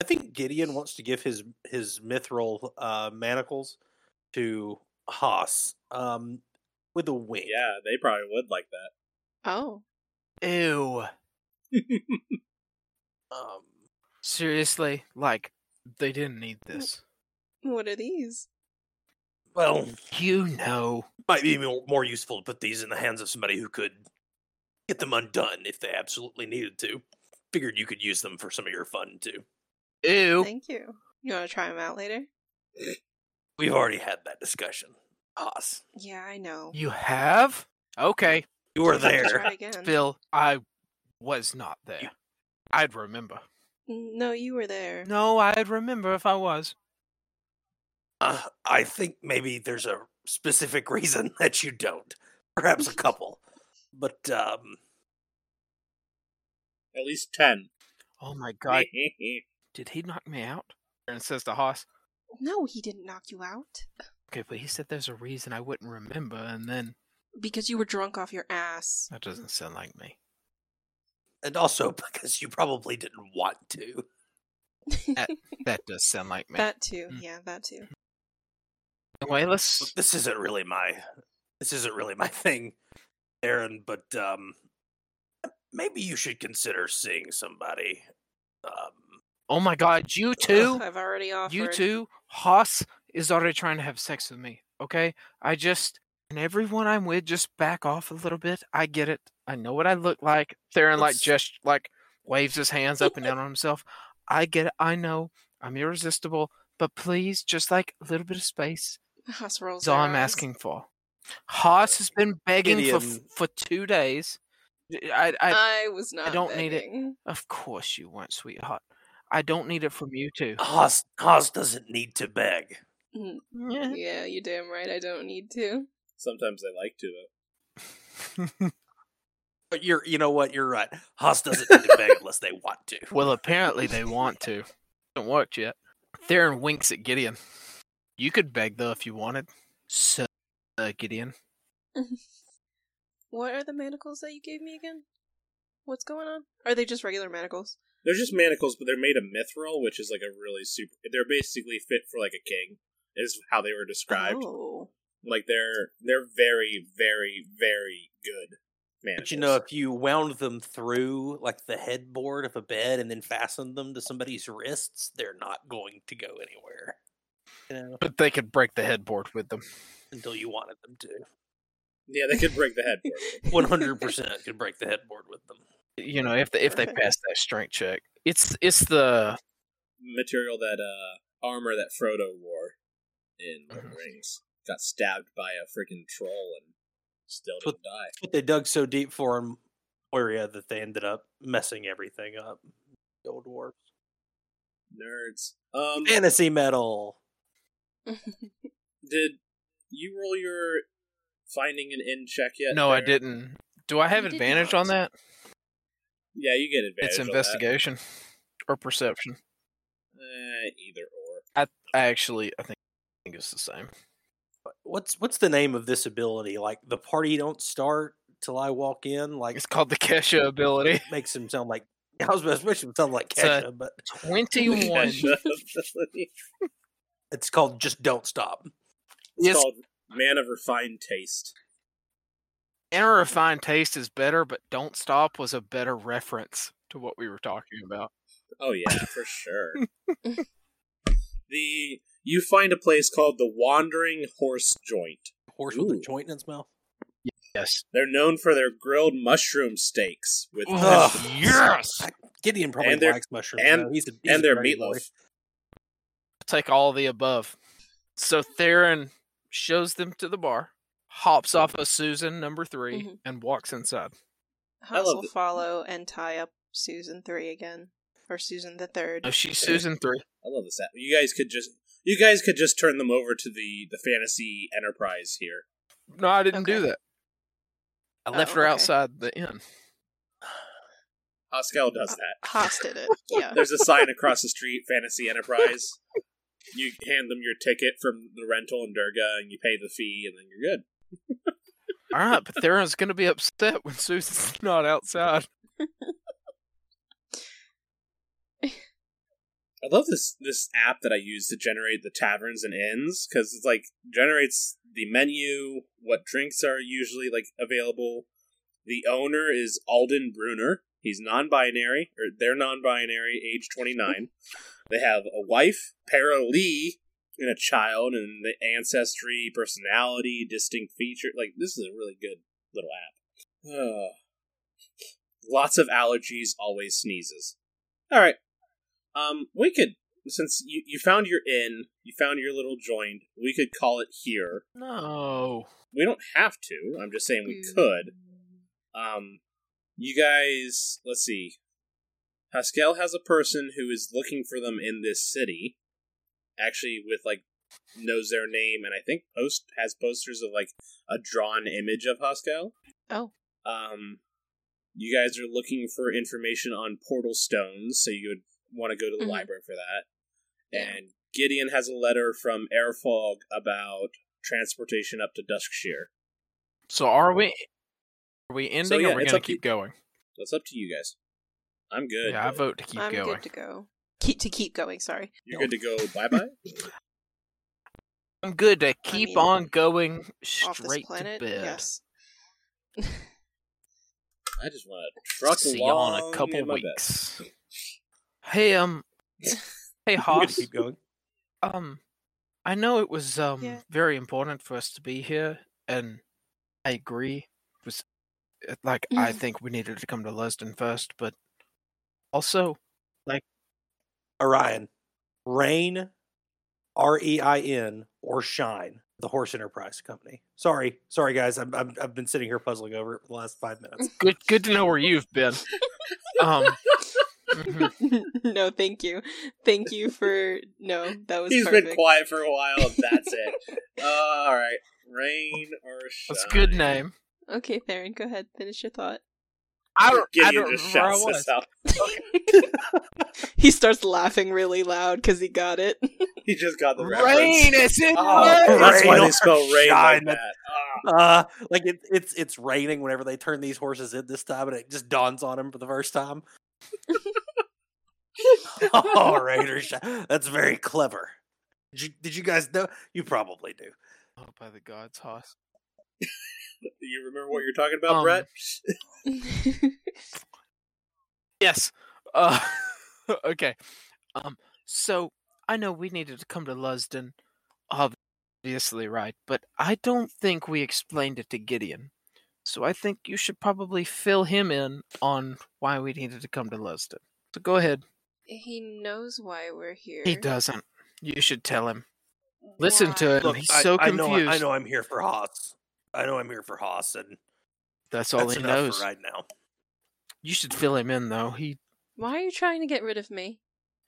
E: I think Gideon wants to give his his mithril uh, manacles to Haas um, with a wink.
B: Yeah, they probably would like that.
C: oh.
D: Ew.
E: Um,
D: Seriously? Like, they didn't need this.
C: What are these?
E: well,
D: You know.
E: might be mo- more useful to put these in the hands of somebody who could get them undone if they absolutely needed to. Figured you could use them for some of your fun too.
D: Ew.
C: Thank you. You want to try them out later?
E: We've already had that discussion. Haas,
C: Yeah, I know.
D: You have? Okay.
E: you were
C: I'll
E: there.
C: Try again.
D: Phil, I was not there. I'd remember.
C: No, you were there.
D: No, I'd remember if I was.
E: Uh, I think maybe there's a specific reason *laughs* that you don't. Perhaps a couple, but um,
B: At least 10.
D: Oh my
B: *laughs*
D: god. Did he knock me out? And says to Haas,
C: No, he didn't knock you out
D: okay, but he said there's a reason I wouldn't remember, and then
C: because you were drunk off your
D: *laughs*
C: ass.
D: that doesn't sound like me.
E: and also *laughs* because you probably didn't want to.
C: *laughs*
D: That does sound like me.
C: that too.
D: Mm.
C: Yeah, that too.
D: Anyway, let's.
E: This isn't really my. This isn't really my *laughs* thing, Aaron. But um, maybe you should consider seeing somebody. Um,
D: Oh my god, you too?
C: I've already offered.
D: You
C: *laughs*
D: too? Haas is already trying to have sex with me, okay? I just. And everyone I'm with, just back off a little bit. I get it. I know what I look like. Theron, like,
E: Let's-
D: just, like, waves his hands up and down on himself. I get it. I know I'm irresistible, but please, just like a little bit of space.
C: Haas rolls.
D: That's all
C: their
D: I'm
C: eyes.
D: asking for. Haas has been begging for
E: Gideon.
D: for two days. I, I
C: I, was not.
D: don't need it.
C: begging.
D: Of course you weren't, sweetheart. I don't need it from you too. *laughs*
E: Haas, Haas doesn't need to beg.
D: *laughs* Yeah.
C: *laughs* Yeah, you're damn right. I don't need to.
B: Sometimes they like to. Though.
E: But you're, you know what? You're right. *laughs* Haas doesn't need to beg unless they want to.
D: well, apparently they want to. Hasn't worked yet. Theron winks at Gideon. You could beg though if you wanted. So, uh, Gideon,
C: What are the manacles that you gave me again? What's going on? Are they just regular manacles?
B: They're just manacles, but they're made of mithril, which is like a really super. They're basically fit for like a king, is how they were described.
C: Oh,
B: Like they're they're very very very good manacles.
E: *laughs* But you know, if you wound them through like the headboard of a bed and then fastened them to somebody's wrists, they're not going to go anywhere. You know,
D: but they could break the headboard with them.
E: until you wanted them to.
B: yeah, they could break the headboard.
C: *laughs*
E: One hundred *laughs* percent could break the headboard with them.
D: You know, if they, if they
C: Perfect.
D: pass that strength check, it's it's the
B: *laughs* material that uh armor that Frodo wore in Lord of the
D: Mhm.
B: Rings. Got stabbed by a freaking troll and still
E: But-
B: didn't die.
E: But they dug so deep for him, Moria, that they ended up messing everything up. The old dwarves.
B: Nerds. Um
E: Fantasy metal.
B: did you roll your finding an in check yet?
D: no. I
B: Farron?
D: didn't. Do I have
C: You did
D: advantage
C: not.
D: on that?
B: Yeah, you get advantage.
D: It's
B: on that.
D: investigation or perception.
B: Eh, either or.
D: I actually I think, I think it's the same.
E: What's what's the name of this ability? Like the party don't start till I walk in. Like
D: It's called the
B: *laughs*
D: Kesha ability.
E: makes him sound like *laughs* I was about to mention him sound like
D: It's a-
E: Kesha, but
B: *laughs*
D: Twenty one.
B: Shut up. it's
E: it's called just don't stop.
D: Yes,
B: called Man of Refined Taste.
D: inner refined taste is better, but don't stop was a better reference to what we were talking about.
B: Oh yeah, for sure. the you find a place called the Wandering Horse Joint.
E: Horse with
B: Ooh.
E: a joint in its mouth.
D: Yes.
B: They're known for their grilled mushroom steaks with
E: Ugh.
B: vegetables
D: yes.
E: I- Gideon probably
B: And their-
E: likes mushrooms.
B: and-
E: though. he's a, he's a
B: and their
E: dirty boy.
B: meatloaf.
D: Take all the above. So Theron shows them to the bar, hops off of Susan number 3
C: Mhm.
D: and walks inside.
C: Haas
B: love
C: will
B: that-
C: follow and tie up Susan three again, or Susan the third.
D: No, she's Susan three.
B: I love this app. You guys could just you guys could just turn them over to the the fantasy enterprise here.
D: No, I didn't do
C: Okay.
D: that. I left
C: Oh,
D: her
C: okay.
D: outside the inn.
B: Pascal does that.
C: Haas
D: *laughs*
C: did it. Yeah.
B: There's a sign across the street, fantasy enterprise. You hand them your ticket from the rental in Durga, and you pay the fee, and then you're good.
D: All right, but Theron's gonna be upset when *laughs* Susan's not outside.
B: I love this this app that I use to generate the taverns and inns because it's like generates the menu, what drinks are usually like available. The owner is Alden Bruner. He's non-binary, or they're non-binary, age twenty-nine. they have a wife, Para Lee, and a child, and the ancestry, personality, distinct feature. Like this is a really good little app. *sighs* Ugh. Lots of allergies, always sneezes. All right. Um, we could since you, you found your inn, you found your little joint, we could call it here.
D: No.
B: We don't have to. I'm just saying we
C: Hmm.
B: could. Um, you guys, let's see. Pascal has a person who is looking for them in this city. Actually, with like knows their name, and I think post has posters of like a drawn image of Pascal.
C: Oh.
B: Um, you guys are looking for information on portal stones, so you would want to go to the
C: Mhm.
B: library for that.
C: Yeah.
B: And Gideon has a letter from Airfog about transportation up to Duskshire.
D: So are we are we ending
B: yeah,
D: or we're
B: it's
D: gonna
B: up to
D: keep going?
B: That's up to you guys. I'm good.
D: yeah, I
B: but
D: vote to keep
C: I'm
D: going.
C: good to go. Keep to keep going. Sorry.
B: You're good to go. Bye
D: *laughs*
B: bye.
D: I'm good to
C: I
D: keep
C: mean,
D: on going
C: Off this
D: straight to bed.
C: planet.
D: *laughs*
C: Yes.
B: I just want to truck
D: See y'all
B: along
D: in a couple
B: in my bed. *laughs*
D: weeks. Hey, um, hey
E: I'm gonna
D: Haas,
E: keep going.
D: um, I know it was um
C: Yeah.
D: very important for us to be here, and I agree. It was uh, like I
C: Mhm.
D: think we needed to come to Lesden first, but also like
E: Orion, Rain, R E I N, or Shine, the Horse Enterprise Company. Sorry, sorry guys, I'm, I'm, I've been sitting here puzzling over it for the last five minutes.
D: Good, good to
B: *laughs*
D: know where you've been. Um, mhm.
C: no, thank you. Thank you for no, that was
B: He's
C: perfect.
B: been quiet for a
D: *laughs*
B: while. and That's it. Uh, all right. Rain or shine.
D: That's a good name.
C: Okay, Theron, go ahead. Finish your thought. *laughs*
D: I don't. I
B: Gideon
D: don't
B: just
D: remember where I
B: shouts
D: was.
B: this out. *laughs*
C: He starts laughing really loud because he got it.
B: He just got the
D: Rain
B: reference.
D: is in
B: Oh,
D: there.
B: that's why they
E: Rain
B: spell
E: or
B: rain like
E: shine.
B: that. Ah,
E: Uh, like it, it's it's raining whenever they turn these horses in this time, and it just dawns on him for the first time. *laughs*
C: *laughs*
E: oh, Raider, Shi- that's very clever. Did you, did you guys know? You probably do.
D: Oh, by the gods, Hoss.
B: Ah, you remember what you're talking about,
D: Um,
B: Brett?
D: Yes. Uh, *laughs* okay. Um. So I know we needed to come to Lusden, obviously, right? But I don't think we explained it to Gideon. So I think you should probably fill him in on why we needed to come to Lusden. So go ahead.
C: he knows why we're here.
D: He doesn't. You should tell him. Listen to it.
C: Why?
E: Look,
D: he's
E: I,
D: so
E: I know, I
D: confused.
E: know I'm here for Haas. I know I'm here for Haas, and
D: That's all
E: that's
D: he
E: enough for
D: knows.
E: right now.
D: You should fill him in, though. He
C: Why are you trying to get rid of me?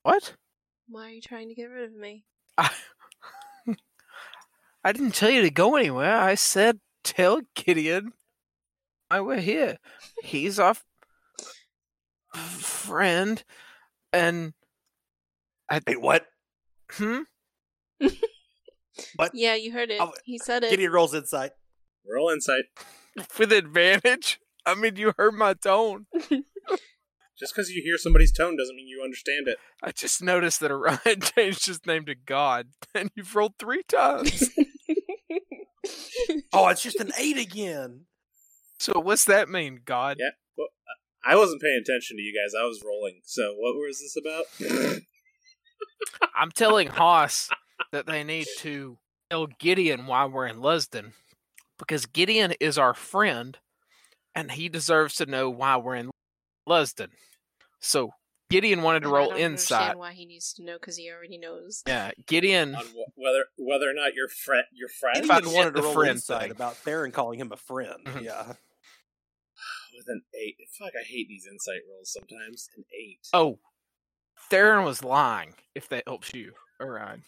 D: what?
C: Why are you trying to get rid of me?
D: I, I didn't tell you to go anywhere. I said, tell Gideon I we're here. He's our f- friend, and
E: Wait, what?
D: hmm?
E: What?
C: Yeah, you heard it.
E: Oh,
C: he said it.
E: Gideon rolls insight.
B: Roll insight.
D: with advantage. I mean, you heard my tone.
B: Just because you hear somebody's tone doesn't mean you understand it.
D: I just noticed that Orion *laughs* changed his name to God, and you've rolled three times.
C: *laughs*
E: Oh, it's just an eight again.
D: so what's that mean, God?
B: Yeah. Well, I wasn't paying attention to you guys. I was rolling. So what was this
D: *laughs*
B: about?
D: I'm telling Haas that they need to tell Gideon why we're in Lusden because Gideon is our friend and he deserves to know why we're in Lusden. So Gideon wanted to
C: And I
D: roll
C: don't
D: insight.
C: understand why he needs to know because he already knows.
D: Yeah, Gideon.
B: on wh- whether whether or not you're friend your friend
D: If I'd wanted
E: Gideon wanted
D: the
E: to roll
D: friend
E: insight
D: thing.
E: about Theron calling him a friend.
D: Mhm.
E: Yeah.
B: with an eight. Fuck, I hate these insight rolls sometimes. An eight.
D: Oh, Theron was lying, if that helps you, uh, Orion.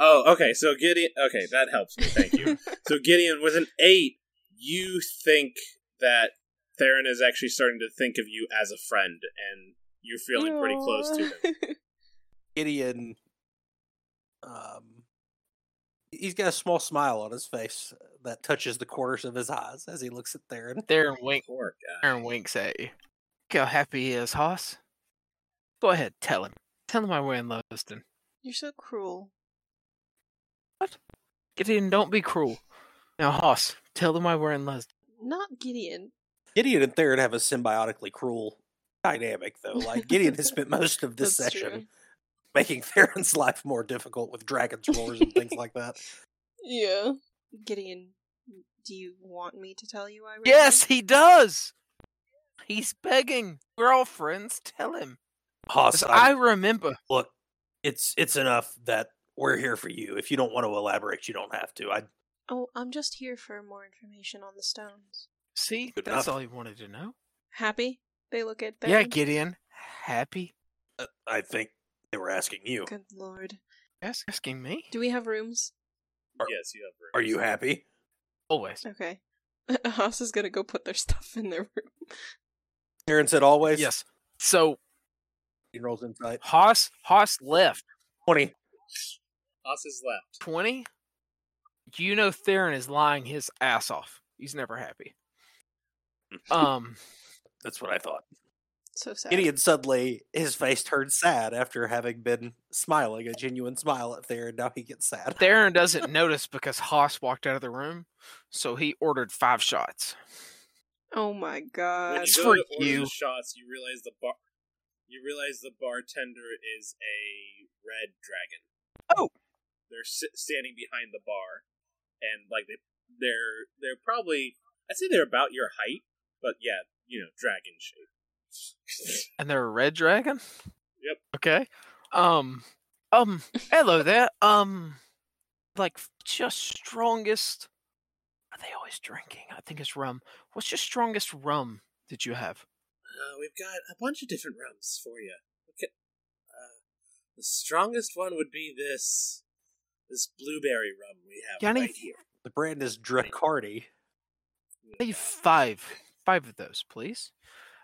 B: Oh, okay. So Gideon. Okay, that helps me. Thank you.
C: *laughs*
B: so Gideon, with an eight, you think that Theron is actually starting to think of you as a friend, and you're feeling pretty close to him.
E: Gideon, um, he's got a small smile on his face that touches the corners of his eyes as he looks at Theron.
D: Theron, wink,
B: Poor guy.
D: Theron winks at you. Look how happy he is, Haas. Go ahead, tell him. Tell him why we're in Lusden.
C: *laughs* You're so cruel.
D: Gideon, don't be cruel. Now, Haas, tell them why we're in Lusden.
C: Not Gideon.
E: Gideon and Theron have a symbiotically cruel dynamic, though. Like Gideon has spent most of this
C: That's
E: session
C: true.
E: making Theron's life more difficult with dragons roars and things like that.
C: Yeah. Gideon, do you want me to tell you why we're
D: Yes,
C: here?
D: he does. He's begging. We're all friends. Tell him. 'Cause
E: Haas,
D: I
E: I
D: remember.
E: look, it's it's enough that we're here for you. If you don't want to elaborate, you don't have to. I
C: Oh, I'm just here for more information on the stones.
D: See,
E: Good
D: that's
E: enough.
D: all he wanted to know.
C: Happy? They look at them.
D: Yeah, Gideon. Happy.
E: Uh, I think they were asking you.
C: Good lord.
D: That's asking me.
C: Do we have rooms?
B: Yes, you have. room.
E: Are you happy?
D: Always.
C: Okay. *laughs* Haas is gonna go put their stuff in their room.
E: Theron said always.
D: Yes. So
E: He rolls inside.
D: Haas Haas left.
E: Twenty.
B: Haas is left.
D: Twenty. You know Theron is lying his ass off. He's never happy. Um
E: That's what I thought.
C: So sad.
E: Gideon suddenly his face turned sad after having been smiling a genuine smile up there, and now he gets
C: *laughs*
E: sad.
D: Theron doesn't notice because Haas walked out of the room, so he ordered five shots.
C: Oh my
B: When
C: god.
D: It's
B: you Uh, go
D: for
B: to order
D: you.
B: the shots, you realize the bar. You realize the bartender is a red dragon.
D: Oh.
B: they're si- standing behind the bar, and like they, they're they're probably I'd say they're about your height, but yeah, *laughs* you know, dragon shape.
D: And they're a red dragon?
B: Yep.
D: Okay. Um, *laughs* um, hello there. Um, like f- just strongest. Are they always drinking? I think it's rum. What's your strongest rum that you have?
B: Uh, we've got a bunch of different rums for you. Okay. Uh, the strongest one would be this this blueberry rum we have
D: Johnny,
B: right here.
E: The brand is Dracardi.
D: I need five, five of those, please.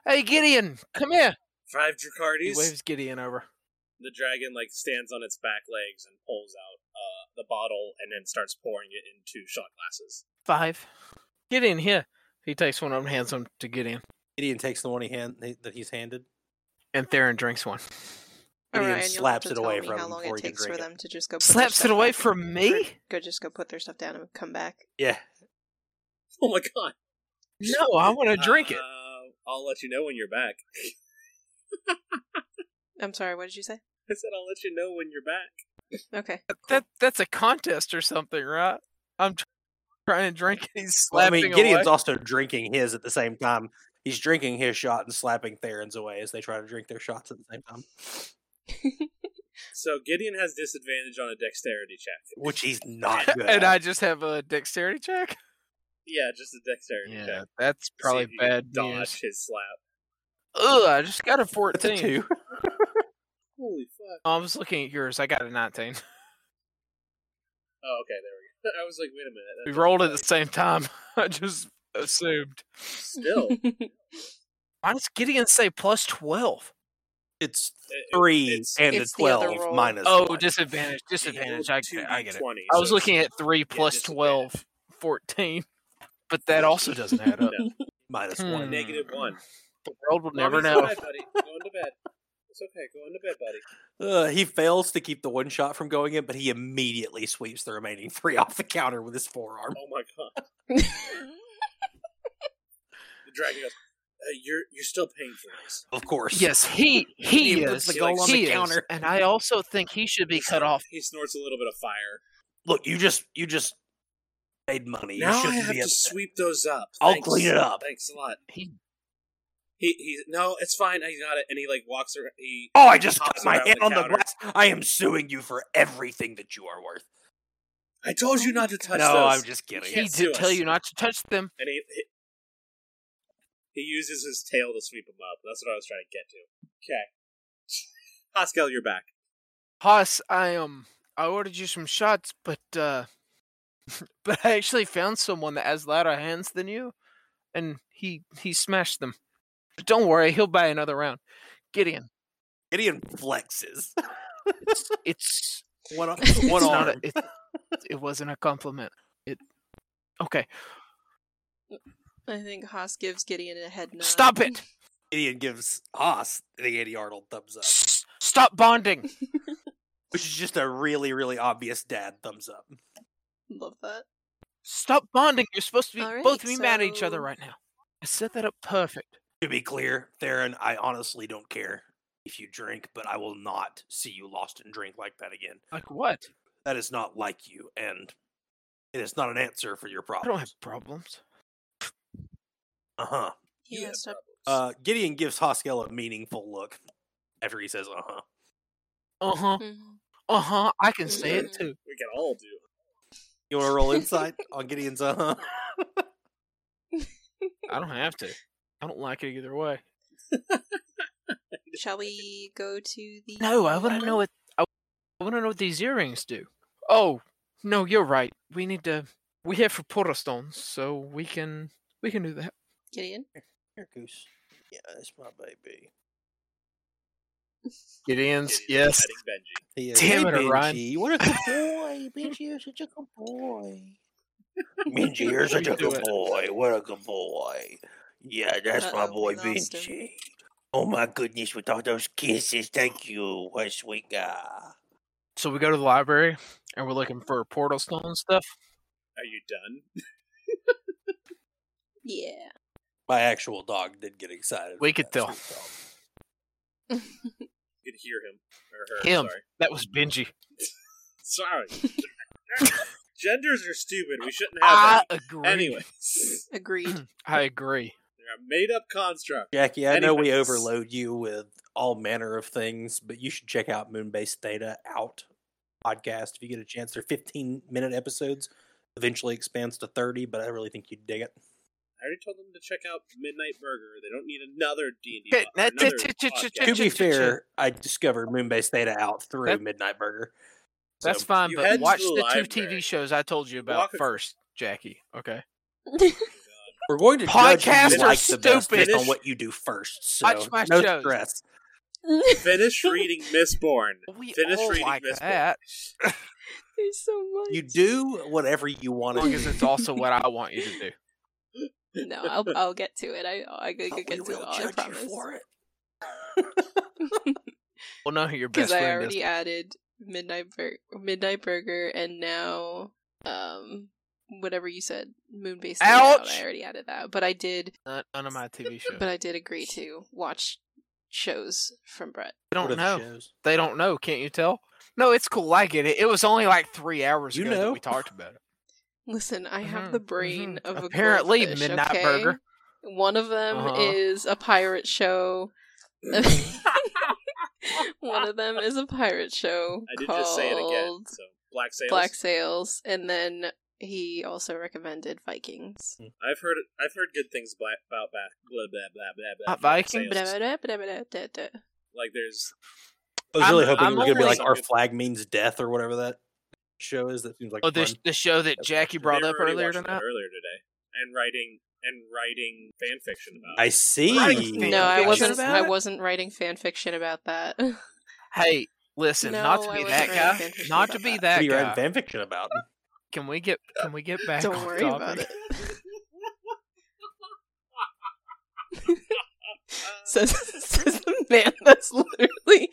D: Hey, Gideon, come here.
B: Five
D: He
B: Dracardis.
D: waves Gideon over.
B: the dragon like stands on its back legs and pulls out uh, the bottle and then starts pouring it into shot glasses. *laughs*
D: Five. Gideon, here. He takes one of them, hands them to Gideon,
E: Gideon takes the one he hand that he's handed.
D: and Theron drinks one.
E: Gideon
C: Alright, and you'll have
E: slaps
C: to
E: it
C: tell
E: away
C: me
E: from
C: how
E: him
C: long
E: before
C: it
E: he can
C: takes for
E: drink it.
C: them to just go put their
D: Slaps it
C: stuff
D: away
C: back-
D: from
E: Eh?
D: me?
C: Go just go put their stuff down and come back.
E: Yeah,
B: Oh my god!
D: No, I want to drink it.
B: Uh, I'll let you know when you're back. *laughs*
C: I'm sorry, what did you say?
B: I said I'll let you know when you're back.
C: Okay.
D: That that's a contest or something, right? I'm tr- trying to drink and he's
E: Well, I
D: slapping
E: mean, Gideon's
D: away.
E: also drinking his at the same time. He's drinking his shot and slapping Theron's away as they try to drink their shots at the same time,
B: So Gideon has disadvantage on a dexterity check.
E: which he's not
D: *laughs*
E: good.
D: and
E: at.
D: I just have a dexterity check.
B: Yeah, just a dexterity
D: Yeah,
B: check. to
D: that's
B: see
D: probably
B: if you can
D: bad
B: Dodge
D: news.
B: his slap.
D: Ugh, I just got a
E: That's a
D: 14.
E: two.
B: Holy fuck!
D: I was looking at yours. I got a 19.
B: Oh, okay, there we go. *laughs* I was like, wait a minute.
D: We
B: that's
D: rolled at
B: okay.
D: the same time. *laughs* I just assumed.
B: Still, it-
D: Why does Gideon say plus 12?
E: It's
B: it-
E: three
B: it's-
E: and
C: It's
E: a
C: the other
E: twelve
C: roll.
E: minus.
D: Oh,
E: one.
D: disadvantage.
B: he rolled
D: Disadvantage. I,
B: two
D: I get it.
B: D20,
D: I
B: so
D: was
B: it's-
D: looking at 3 plus
B: disadvantage.
D: 12, 14. *laughs*
B: *laughs*
D: But that also doesn't add up.
B: No.
E: minus
D: Hmm.
E: one.
B: negative one.
D: The world will never
B: Bobby's
D: know.
B: alright, buddy. Go into bed. It's okay. Go into bed, buddy.
E: Uh, he fails to keep the one shot from going in, but he immediately sweeps the remaining *laughs* three off the counter with his forearm.
B: Oh my god. The dragon goes. Uh, you're you're still paying for this.
E: Of course.
D: Yes, he he,
E: He puts
D: is.
E: the
B: goal on
D: he
E: the
D: is.
E: counter.
D: and I also think he should be cut off.
B: He snorts a little bit of fire.
E: Look, you just you just made money.
B: now
E: you
B: I
E: shouldn't
B: have
E: be
B: to
E: upset.
B: sweep those up.
E: I'll clean it up.
B: Thanks a lot.
D: He
B: He he. No, it's fine. I got it. And he like walks around. He
E: Oh, I just
B: hops
E: cut my
B: around
E: hand
B: the
E: on the
B: counter.
E: glass. I am suing you for everything that you are worth.
B: I told you not to touch
E: no,
B: those.
E: I'm just kidding.
D: he
B: can't
D: did
B: sue
D: tell
B: us.
D: you not to touch them.
B: And he, he he uses his tail to sweep him up. That's what I was trying to get to. Okay. *laughs* Pascal, you're back.
D: Haas, I um I ordered you some shots, but uh *laughs* but I actually found someone that has louder hands than you and he he smashed them. But don't worry, he'll buy another round. Gideon.
E: Gideon flexes.
B: *laughs*
D: It's *laughs*
E: One, ar-
C: It's
E: one
D: it's
E: arm.
D: not a, it, *laughs* it wasn't a compliment. It Okay.
C: *laughs* I think Haas gives Gideon a head nod.
D: Stop it.
E: Gideon gives Haas the Andy Arnold thumbs up,
D: S- Stop bonding.
E: which is just a really, really obvious dad thumbs up.
C: Love that.
D: Stop bonding. You're supposed to be
C: All right,
D: both be mad at each
C: so-
D: other right now. I set that up perfect.
E: To be clear, Theron, I honestly don't care if you drink, but I will not see you lost in drink like that again.
D: Like what?
E: That is not like you, and it is not an answer for your
D: I
E: problem.
D: don't have *laughs* problems.
E: Uh-huh.
B: You
C: Yeah,
B: have
C: stop.
E: Uh Gideon gives Hoskell a meaningful look after he says, "Uh huh."
D: Uh huh.
C: Mhm.
D: Uh huh. I can say it
C: Mhm.
D: too.
B: We can all do.
E: You want
D: *laughs*
E: to roll insight on Gideon's "uh huh"?
D: I don't have to. I don't like it either way.
C: Shall we go to the
D: No, I want to know what I want to know what these earrings do. Oh no, you're right. We need to. We have reporter stones, so we can we can do that.
C: Gideon?
E: Here, goose. Yeah, that's my baby.
D: Gideon's
B: Gideon's
D: yes.
B: petting Benji.
E: He is
D: Damn
E: "Hey,
D: it, Orion."
E: Benji, What a good boy, Benji! You're such a good boy.
D: *laughs*
E: Benji, you're such
D: You
E: a
D: do
E: good
D: it.
E: boy. What a good boy. Yeah, that's my
C: Uh-oh,
E: boy,
C: we lost him.
E: Benji. Oh my goodness, with all those kisses, thank you. What a sweet guy.
D: So we go to the library and we're looking for portal stone and stuff.
B: Are you done?
C: Yeah. *laughs*
E: My actual dog did get excited.
D: We
E: with
D: could
E: that
D: tell.
E: sweet dog.
B: You could hear him or her.
D: Him.
B: Sorry.
D: That was Benji.
B: Sorry.
D: *laughs*
B: Genders are stupid. We shouldn't have
D: Ah, I agree.
B: that. Anyways,
E: *clears throat*
C: Agreed.
D: I agree.
B: They're a made up construct.
E: Jackie, I know we
B: Anyways.
E: overload you with all manner of things, but you should check out Moonbase Theta Out podcast if you get a chance. They're 15 minute episodes. Eventually expands to 30, but I really think you'd dig it.
B: I already told them to check out Midnight Burger. They don't need another D and
D: Okay, that-
B: D.
D: that- that- that-
E: To be
D: Ch-ch-ch-ch.
E: fair, I discovered Moonbase Theta Out through
D: That-
E: Midnight Burger. So,
D: That's fine,
B: you head
D: but
B: to
D: watch
B: the
D: the,
B: library.
D: two TV shows I told you about
B: Walk ac-
D: first, Jackie. Okay.
E: We're going to judge
D: Podcasts
E: who you
B: are
E: like the best
D: stupid.
E: based on what you do first. So
D: Watch my
E: no
D: shows.
E: stress.
B: Finish reading Mistborn.
D: We
B: Finish
D: all
B: reading
D: like
B: this book.
D: that,
C: There's so much.
E: You do whatever you want
D: as
E: to
D: long
E: do.
D: as it's also what I want you to do.
C: No, I'll, I'll get to it. I I could
E: but
C: get
E: we
C: to it
E: will
C: all. I
E: judge you
C: promise.
E: for it.
D: *laughs*
C: *laughs*
E: *laughs*
D: Well, know who your best
C: Because I
D: friend is.
C: already added midnight Bur- midnight burger and now um whatever you said moonbase. Night Out,
D: Ouch!
C: I already added that, but I did.
D: None none of my *laughs* TV shows.
C: But I did agree to watch shows from Brett.
D: They
E: What
D: don't
E: are the
D: know.
E: shows?
D: They don't know. Can't you tell? No, it's cool. I get it. It was only like three hours
E: You
D: ago that
E: know.
D: we talked
B: *laughs*
D: about it.
C: Listen, I
D: Mhm,
C: have the brain
D: mhm.
C: of a
D: apparently
C: goldfish,
D: Midnight
C: okay?
D: Burger.
C: One of them
D: Uh-huh.
C: is a
D: *laughs*
C: pirate show. *laughs* One of them is a pirate show
B: I did
C: called
B: just say it again. So Black Sails.
C: Black Sails, and then he also recommended Vikings.
B: I've heard I've heard good things bla- about back blah blah blah blah blah.
D: Not
B: Black
D: Viking,
B: Sails.
C: Blah, blah, blah, blah, blah, blah.
B: Like there's
E: I was really
D: I'm-
E: hoping
D: I'm
E: it was going to be
D: only-
E: like Our Flag Means Death or whatever that show is. That seems like
D: Oh,
E: fun.
D: the, the show that Jackie brought
B: they
D: up
B: were already
D: earlier
B: watching that
D: tonight.
B: Earlier today, and writing and writing fan fiction about.
E: I
B: it.
E: see.
D: Fan
C: No, I
D: fiction
C: wasn't.
D: about
C: I
D: it?
C: wasn't writing fan fiction about
D: *laughs*
C: that.
D: Hey, listen, not
C: No,
D: to
C: I
D: be
C: wasn't
D: that
C: writing
D: guy.
C: fan fiction
D: Not to
C: about
D: *laughs* be
C: that.
E: What
D: that
E: are you
D: guy.
E: writing fanfiction about?
D: Can we get can we get back?
C: Don't
D: on
C: worry
D: topic?
C: about it.
D: *laughs*
C: *laughs* says says the man that's literally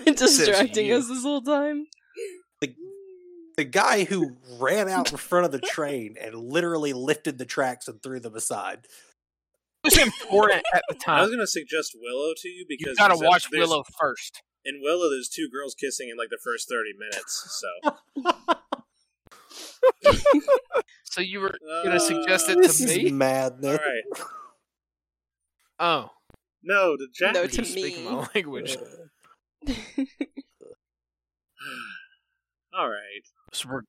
C: *laughs* been distracting
D: you.
C: us this whole time.
E: The, the guy who ran out in front of the train and literally lifted the tracks and threw them aside.
D: It was important at the
B: I was
D: time.
B: gonna suggest Willow to you because
D: You gotta
B: there's-
D: watch
B: there's-
D: Willow first.
B: In Willow, there's two girls kissing in like the first thirty minutes. So
D: *laughs* So you were Gonna suggest it to
E: This
D: me?
E: is madness.
B: Uh, All right,
D: oh
B: no, to Jack.
C: No, to
D: speaking
C: me.
D: my *laughs*
B: *sighs*
D: language.
E: uh,
B: All right.
D: So we're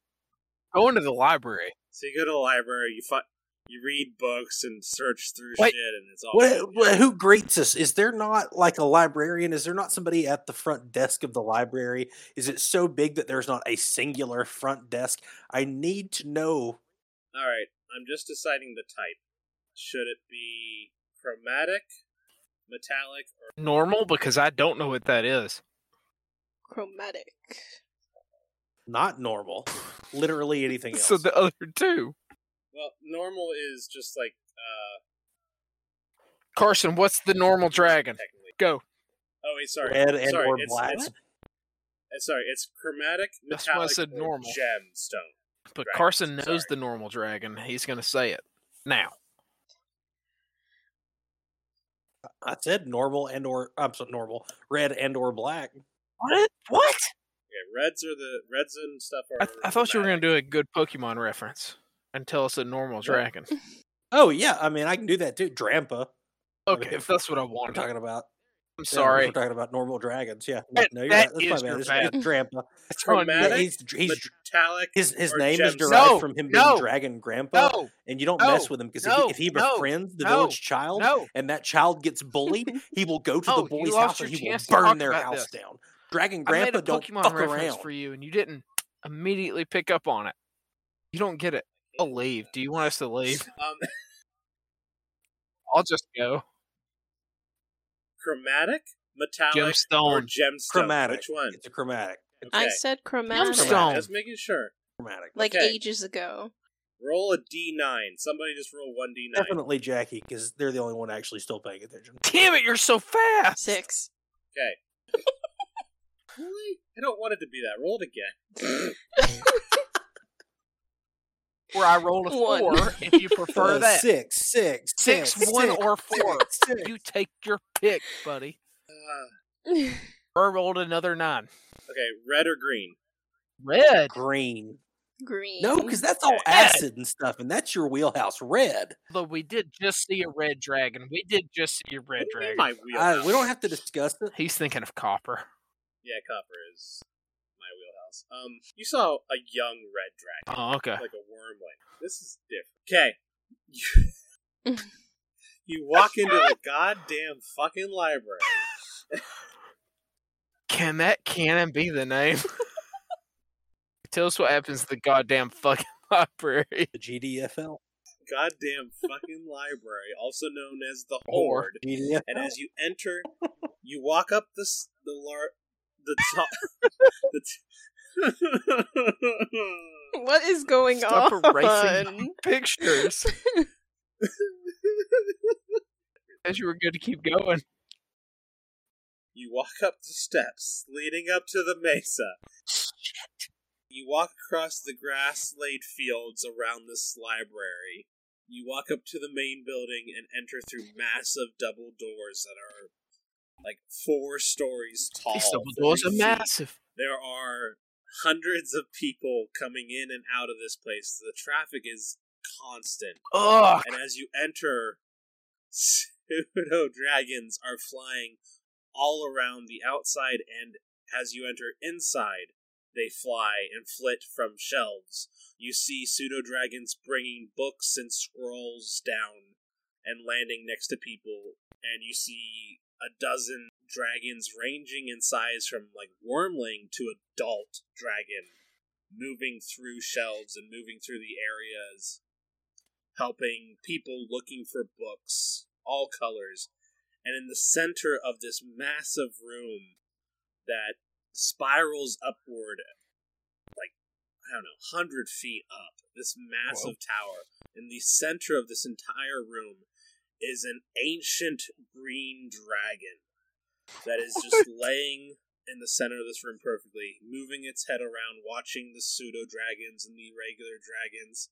D: going to the library.
B: So you go to the library, you find, you read books and search through
D: Wait.
B: shit, and it's all.
E: What, what- who greets us? Is there not like a librarian? Is there not somebody at the front desk of the library? Is it so big that there's not a singular front desk? I need to know.
B: All right, I'm just deciding the type. Should it be chromatic, metallic, or
D: Normal because I don't know what that is.
C: *laughs* Chromatic.
E: Not normal. Literally anything else.
D: So the other two.
B: well, normal is just like uh
D: Carson, what's the normal dragon?
B: technically.
D: Go.
B: Oh wait, sorry,
E: Red and
B: sorry,
E: or
B: it's,
E: black.
B: It's, it's- Uh, sorry, it's chromatic,
D: That's why I
B: metallic,
D: said
B: or
D: normal.
B: gemstone.
D: But
B: Dragons,
D: Carson knows
B: sorry.
D: the normal dragon. He's gonna say it now.
E: I said normal and or I'm sorry, normal. Red and or black.
D: What? What?
B: Okay, reds are the reds and stuff are.
D: I, th- I thought you were gonna
B: chromatic.
D: do a good Pokemon reference and tell us a normal
E: *laughs*
D: dragon.
E: Oh yeah, I mean I can do that too. Drampa.
D: Okay,
E: if
D: that's what I
E: We're
D: wanted.
E: talking about.
D: I'm
E: yeah,
D: sorry.
E: we're talking about normal dragons. Yeah. No,
D: That-
E: no, you're
D: that
E: right.
D: is
E: That's my
D: your
E: bad. It's- it's Drampa.
D: That's on me.
B: Chromatic?
E: He's, he's
B: metallic.
E: His his
B: or
E: name is
B: gemstone.
E: derived
D: No,
E: from him being
D: no,
E: Dragon Grandpa,
D: No,
E: and you don't
D: no,
E: mess with him because
D: no,
E: if, he
D: no,
E: befriends the
D: no,
E: village child
D: no.
E: and that child
D: *laughs*
E: gets bullied, he will go to
D: No,
E: the
D: you
E: boy's
D: lost
E: house and
D: your
E: he will
D: chance to
E: burn
D: talk
E: their
D: about
E: house
D: this.
E: down. Dragon
D: I made
E: Grandpa
D: a
E: don't
D: Pokemon
E: fuck
D: reference
E: around.
D: for you, and you didn't immediately pick up on it. You don't get it. I'll leave. Do you want us to leave?
B: Um,
D: *laughs* I'll just go.
B: chromatic, metallic, or
D: Gemstone.
B: gemstone.
E: Chromatic.
B: Which one?
E: It's a chromatic. It's
C: I
B: Okay.
C: said chromatic.
E: Gemstone.
B: Just making sure.
E: chromatic.
C: Like
B: Okay.
C: ages ago.
B: Roll a d9. Somebody just roll one d9.
E: Definitely Jackie because they're the only one actually still paying attention.
D: Damn it! You're so fast.
C: Six. *laughs*
B: Okay. really? I don't want it to be that. Roll it again.
D: Where I rolled a
C: One.
D: four. If you *laughs* prefer
E: Uh,
D: that,
E: six, six,
D: Six,
E: six,
D: one,
E: six,
D: or four. *laughs*
E: six, six.
D: You take your pick, buddy.
B: Uh,
D: I rolled another nine.
B: okay, red or green?
D: Red.
E: green.
C: Green.
E: No, because that's all acid and stuff, and that's your wheelhouse. Red.
D: Although we did just see a red dragon. We did just see a red dragon.
B: My wheelhouse.
E: I, we don't have to discuss it.
D: He's thinking of copper.
B: Yeah, copper is my wheelhouse. Um, you saw a young red dragon,
D: Oh, okay.
B: like a wormling. This is different. Okay, you walk into the goddamn fucking library.
D: Can that cannon be the name? *laughs* Tell us what happens to the goddamn fucking *laughs* library.
E: The GDFL.
B: Goddamn fucking library, also known as the
D: Or-
B: Horde.
E: GDFL.
B: And as you enter, you walk up the s- the lar- the top *laughs* the t- *laughs*
C: What is going
D: Stop
C: on?
D: erasing *laughs* Pictures. As you were good to keep going.
B: You walk up the steps leading up to the mesa. You walk across the grass laid fields around this library. You walk up to the main building and enter through massive double doors that are like four stories tall.
D: These double doors are
B: three feet.
D: massive.
B: There are hundreds of people coming in and out of this place. The traffic is constant.
D: Ugh.
B: And as you enter, *laughs* pseudo dragons are flying all around the outside, and as you enter inside, they fly and flit from shelves. You see pseudo dragons bringing books and scrolls down and landing next to people, and you see a dozen dragons ranging in size from like wormling to adult dragon moving through shelves and moving through the areas helping people looking for books, all colors. And in the center of this massive room that spirals upward, like, I don't know, 100 feet up, this massive tower, in the center of this entire room is an ancient green dragon that is just laying in the center of this room perfectly, moving its head around, watching the pseudo dragons and the regular dragons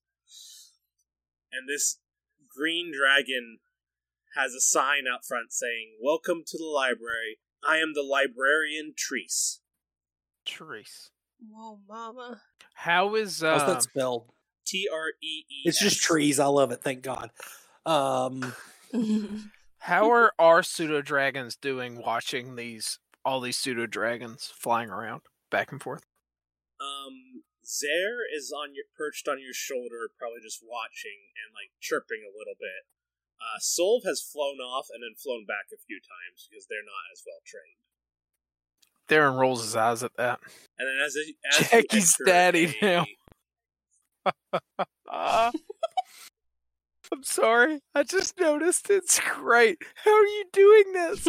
B: and this green dragon has a sign out front saying, "Welcome to the library. I am the librarian Treese."
D: Therese.
C: Whoa, mama.
D: How is
E: How's
D: uh
E: that spelled?
B: T R E E.
E: It's just trees. I love it. Thank God. Um, *laughs*
D: how are our pseudo dragons doing watching these all these pseudo dragons flying around back and forth?
B: Um, Zare is on your perched on your shoulder, probably just watching and like chirping a little bit. Uh, Solve has flown off and then flown back a few times because they're not as well trained.
D: Darren rolls his eyes at that.
B: And then as, as you
D: Jackie's
B: enter
D: daddy
B: a-
D: now. Ah. *laughs* I'm sorry. I just noticed it's great. How are you doing *laughs* this?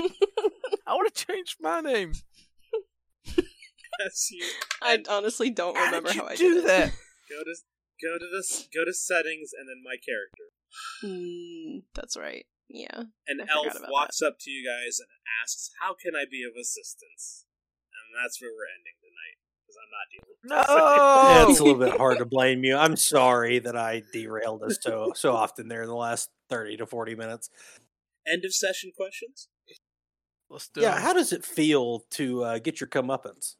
D: I want to change my name.
B: *laughs* as you
C: I honestly don't
D: How
C: remember
D: did you
C: how I
D: do
C: did it. *laughs*
D: that?
B: go to go to this go to settings and then my character.
C: Mm, that's right.
E: *laughs*
C: Yeah.
B: an
C: I forgot
B: elf
C: about
B: walks up to you guys and asks, "How can I be of assistance?" And that's where we're ending tonight because I'm not dealing. with this
E: yeah,
D: No.
E: it's a little bit hard to blame you. I'm sorry that I derailed us so so often there in the last thirty to forty minutes.
B: End of session
D: *laughs*
B: questions.
D: *laughs* Let's do
E: Yeah,
D: it.
E: how does it feel to uh, get your comeuppance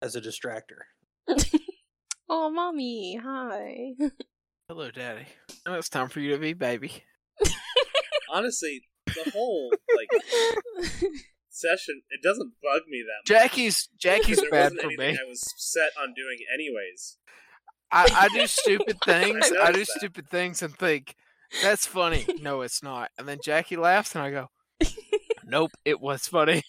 E: as a distractor?
C: Oh, mommy. Hi.
D: Hello, Daddy. Now it's time for you to be baby.
B: Honestly, the whole like session it doesn't bug me that much.
D: Jackie's *laughs* Jackie's
B: there
D: bad
B: wasn't
D: for
B: anything
D: me.
B: I was set on doing
D: *laughs*
B: anyways.
D: I, I do stupid things. *laughs* I, do
B: noticed that.
D: stupid things and think that's funny. *laughs* No, it's not. And then Jackie laughs, and I *laughs* go, "Nope, it was funny.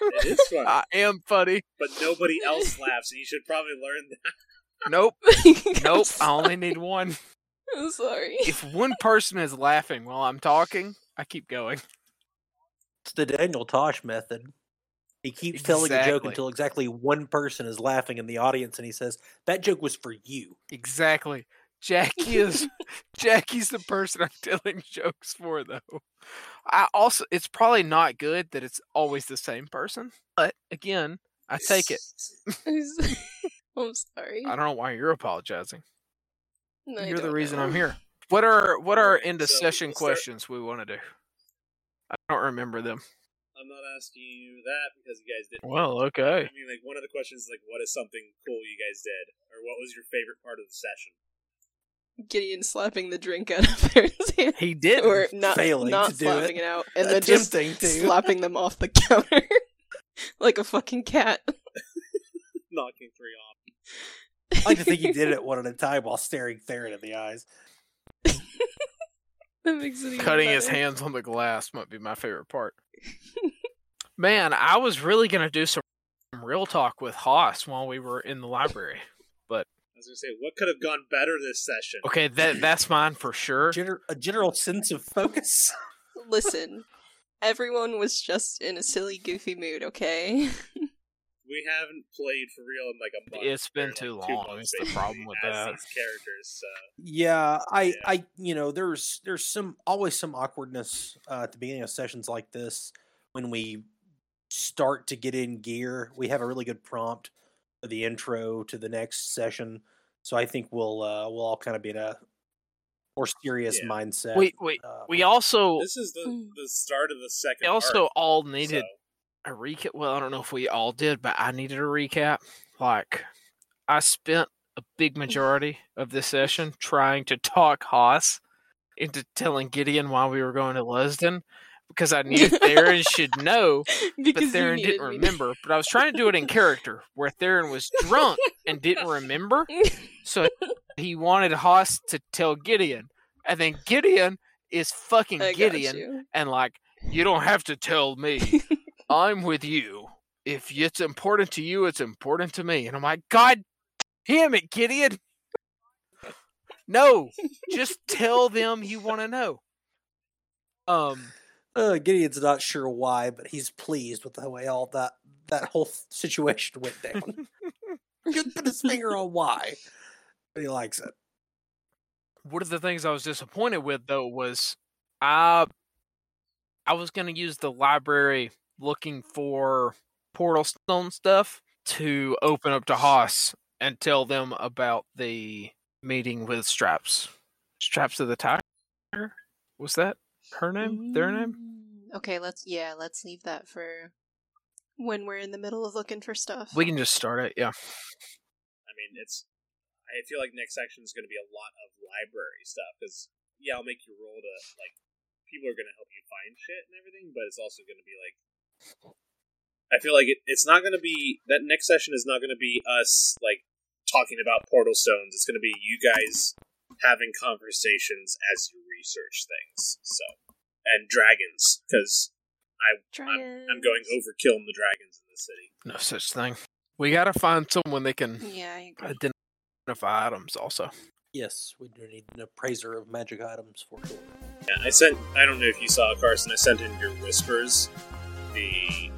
B: It is fun,
D: I am funny.
B: but nobody else laughs, and you should probably learn that.
D: Nope,
C: I'm
D: *laughs*
C: *laughs*
D: nope. I
C: so-
D: only need one.
C: I'm sorry. *laughs*
D: If one person is laughing while I'm talking, I keep going.
E: It's the Daniel Tosh method. He keeps telling a joke
D: Exactly.
E: until exactly one person is laughing in the audience, and he says, "That joke was for you."
D: Exactly. Jackie is *laughs* Jackie's the person I'm telling jokes for, though. I also it's probably not good that it's always the same person, but again, I take it.
C: I'm s- I'm sorry.
D: I don't know why you're apologizing.
C: No, I
D: You're the
C: don't
D: reason I'm
C: know.
D: here. What are what are
B: Alright,
D: end of
B: so
D: session
B: we'll start-
D: questions we want to do? I don't remember them.
B: *laughs* I'm not asking you that because you guys didn't.
D: Well, okay.
B: I mean, like one of the questions is like, what is something cool you guys did, or what was your favorite part of the session? *laughs*
C: Gideon slapping the drink out of *laughs* Aaron's hand.
D: He did.
C: Or not,
E: Failing
C: not
E: to do
C: slapping
E: it.
C: it. out, and then
E: *laughs*
C: just
E: Attempting to.
C: slapping them off the counter *laughs* like a fucking cat.
B: Knocking three off.
E: I like to think
C: *laughs*
E: he did it one at a time while staring Theron in the eyes.
C: That makes it even
D: Cutting his
C: better.
D: hands on the glass might be my favorite part.
C: *laughs*
D: Man, I was really gonna do some real talk with Haas while we were in the library.
B: I was gonna say, what could have gone better this session?
D: Okay, that that's mine for sure.
E: Gener- a general sense of focus.
C: Listen, everyone was just in a silly, goofy mood. Okay,
B: We haven't played for real in like a month.
D: It's been
B: or, like,
D: too
B: two
D: long
B: months,
D: is the
B: basically,
D: problem with
B: as
D: that.
B: These characters, so
E: Yeah, I,
B: Yeah.
E: I, you know, there's, there's some always some awkwardness uh, at the beginning of sessions like this when we start to get in gear. We have a really good prompt for the intro to the next session, so I think we'll, uh, we'll all kind of be in a more serious
B: Yeah.
E: mindset.
D: We we
E: uh,
D: we also
B: this is the the start of the second.
D: we also
B: arc,
D: all needed
B: so-
D: a recap. Well, I don't know if we all did, but I needed a recap. Like, I spent a big majority of this session trying to talk Haas into telling Gideon why we were going to Lesden because
C: *laughs*
D: I knew Theron should know, *laughs* but
C: because you
D: Theron
C: needed
D: didn't
C: me.
D: remember. But I was trying to do it in character where Theron was
C: *laughs*
D: drunk and didn't remember. So he wanted Haas to tell Gideon. And then Gideon is fucking
C: I got
D: Gideon
C: you.
D: and like you don't have to tell me i'm with you if it's important to you it's important to me and i'm like god damn it gideon no just tell them you want to know um
E: Uh, Gideon's not sure why, but he's pleased with the way all that that whole th- situation went down. Couldn't put his finger on why, but he likes it.
D: one of the things i was disappointed with though was i i was going to use the library looking for portal stone stuff to open up to Haas and tell them about the meeting with Straps. Straps of the Tiger? Was that her name? Their name?
C: Mm, Okay, let's yeah, let's leave that for when we're in the middle of looking for stuff.
D: We can just start it, yeah.
B: I mean, it's. I feel like next section is going to be a lot of library stuff because yeah, I'll make you roll to like people are going to help you find shit and everything, but it's also going to be like. I feel like it, it's not going to be that next session is not going to be us like talking about portal stones. It's going to be you guys having conversations as you research things. So and dragons because I'm going
C: Dragons.
B: overkill in the dragons in the city.
D: No such thing. We got to find someone that can
C: Yeah, I agree.
D: identify items also.
E: Yes, we do need an appraiser of magic items for sure.
B: Yeah, I sent. I don't know if you saw Carson. I sent in your whispers, the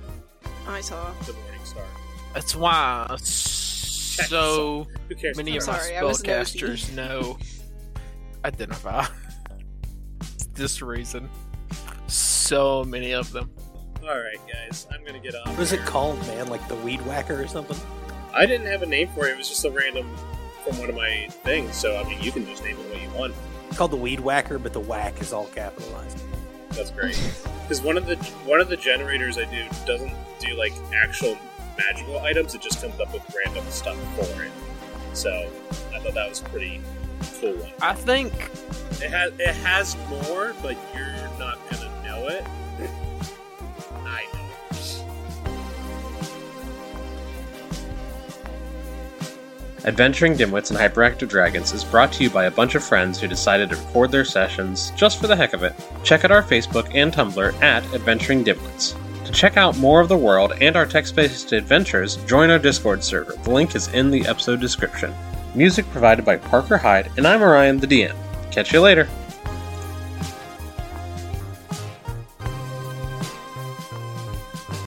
C: I saw.
B: the Morning Star.
D: That's why so
B: Who cares?
D: many
C: I'm
D: of my
C: sorry, I was nosy.
D: spellcasters know identify. *laughs* this reason. So many of them.
B: All right, guys. I'm gonna get off.
E: What is it called, man? Like the weed whacker or something?
B: I didn't have a name for it. It was just a random from one of my things. So I mean, you can just name it what you want.
E: It's called the weed whacker, but the whack is all capitalized.
B: That's great. Because one of the one of the generators I do doesn't do like actual magical items. It just comes up with random stuff for it. So I thought that was a pretty cool one.
D: I think
B: It has it has more, but you're not gonna know it. I know.
F: Adventuring Dimwits and Hyperactive Dragons is brought to you by a bunch of friends who decided to record their sessions just for the heck of it. Check out our Facebook and Tumblr at Adventuring Dimwits. To check out more of the world and our text based adventures, join our Discord server. The link is in the episode description. Music provided by Parker Hyde, and I'm Orion, the DM. Catch you later.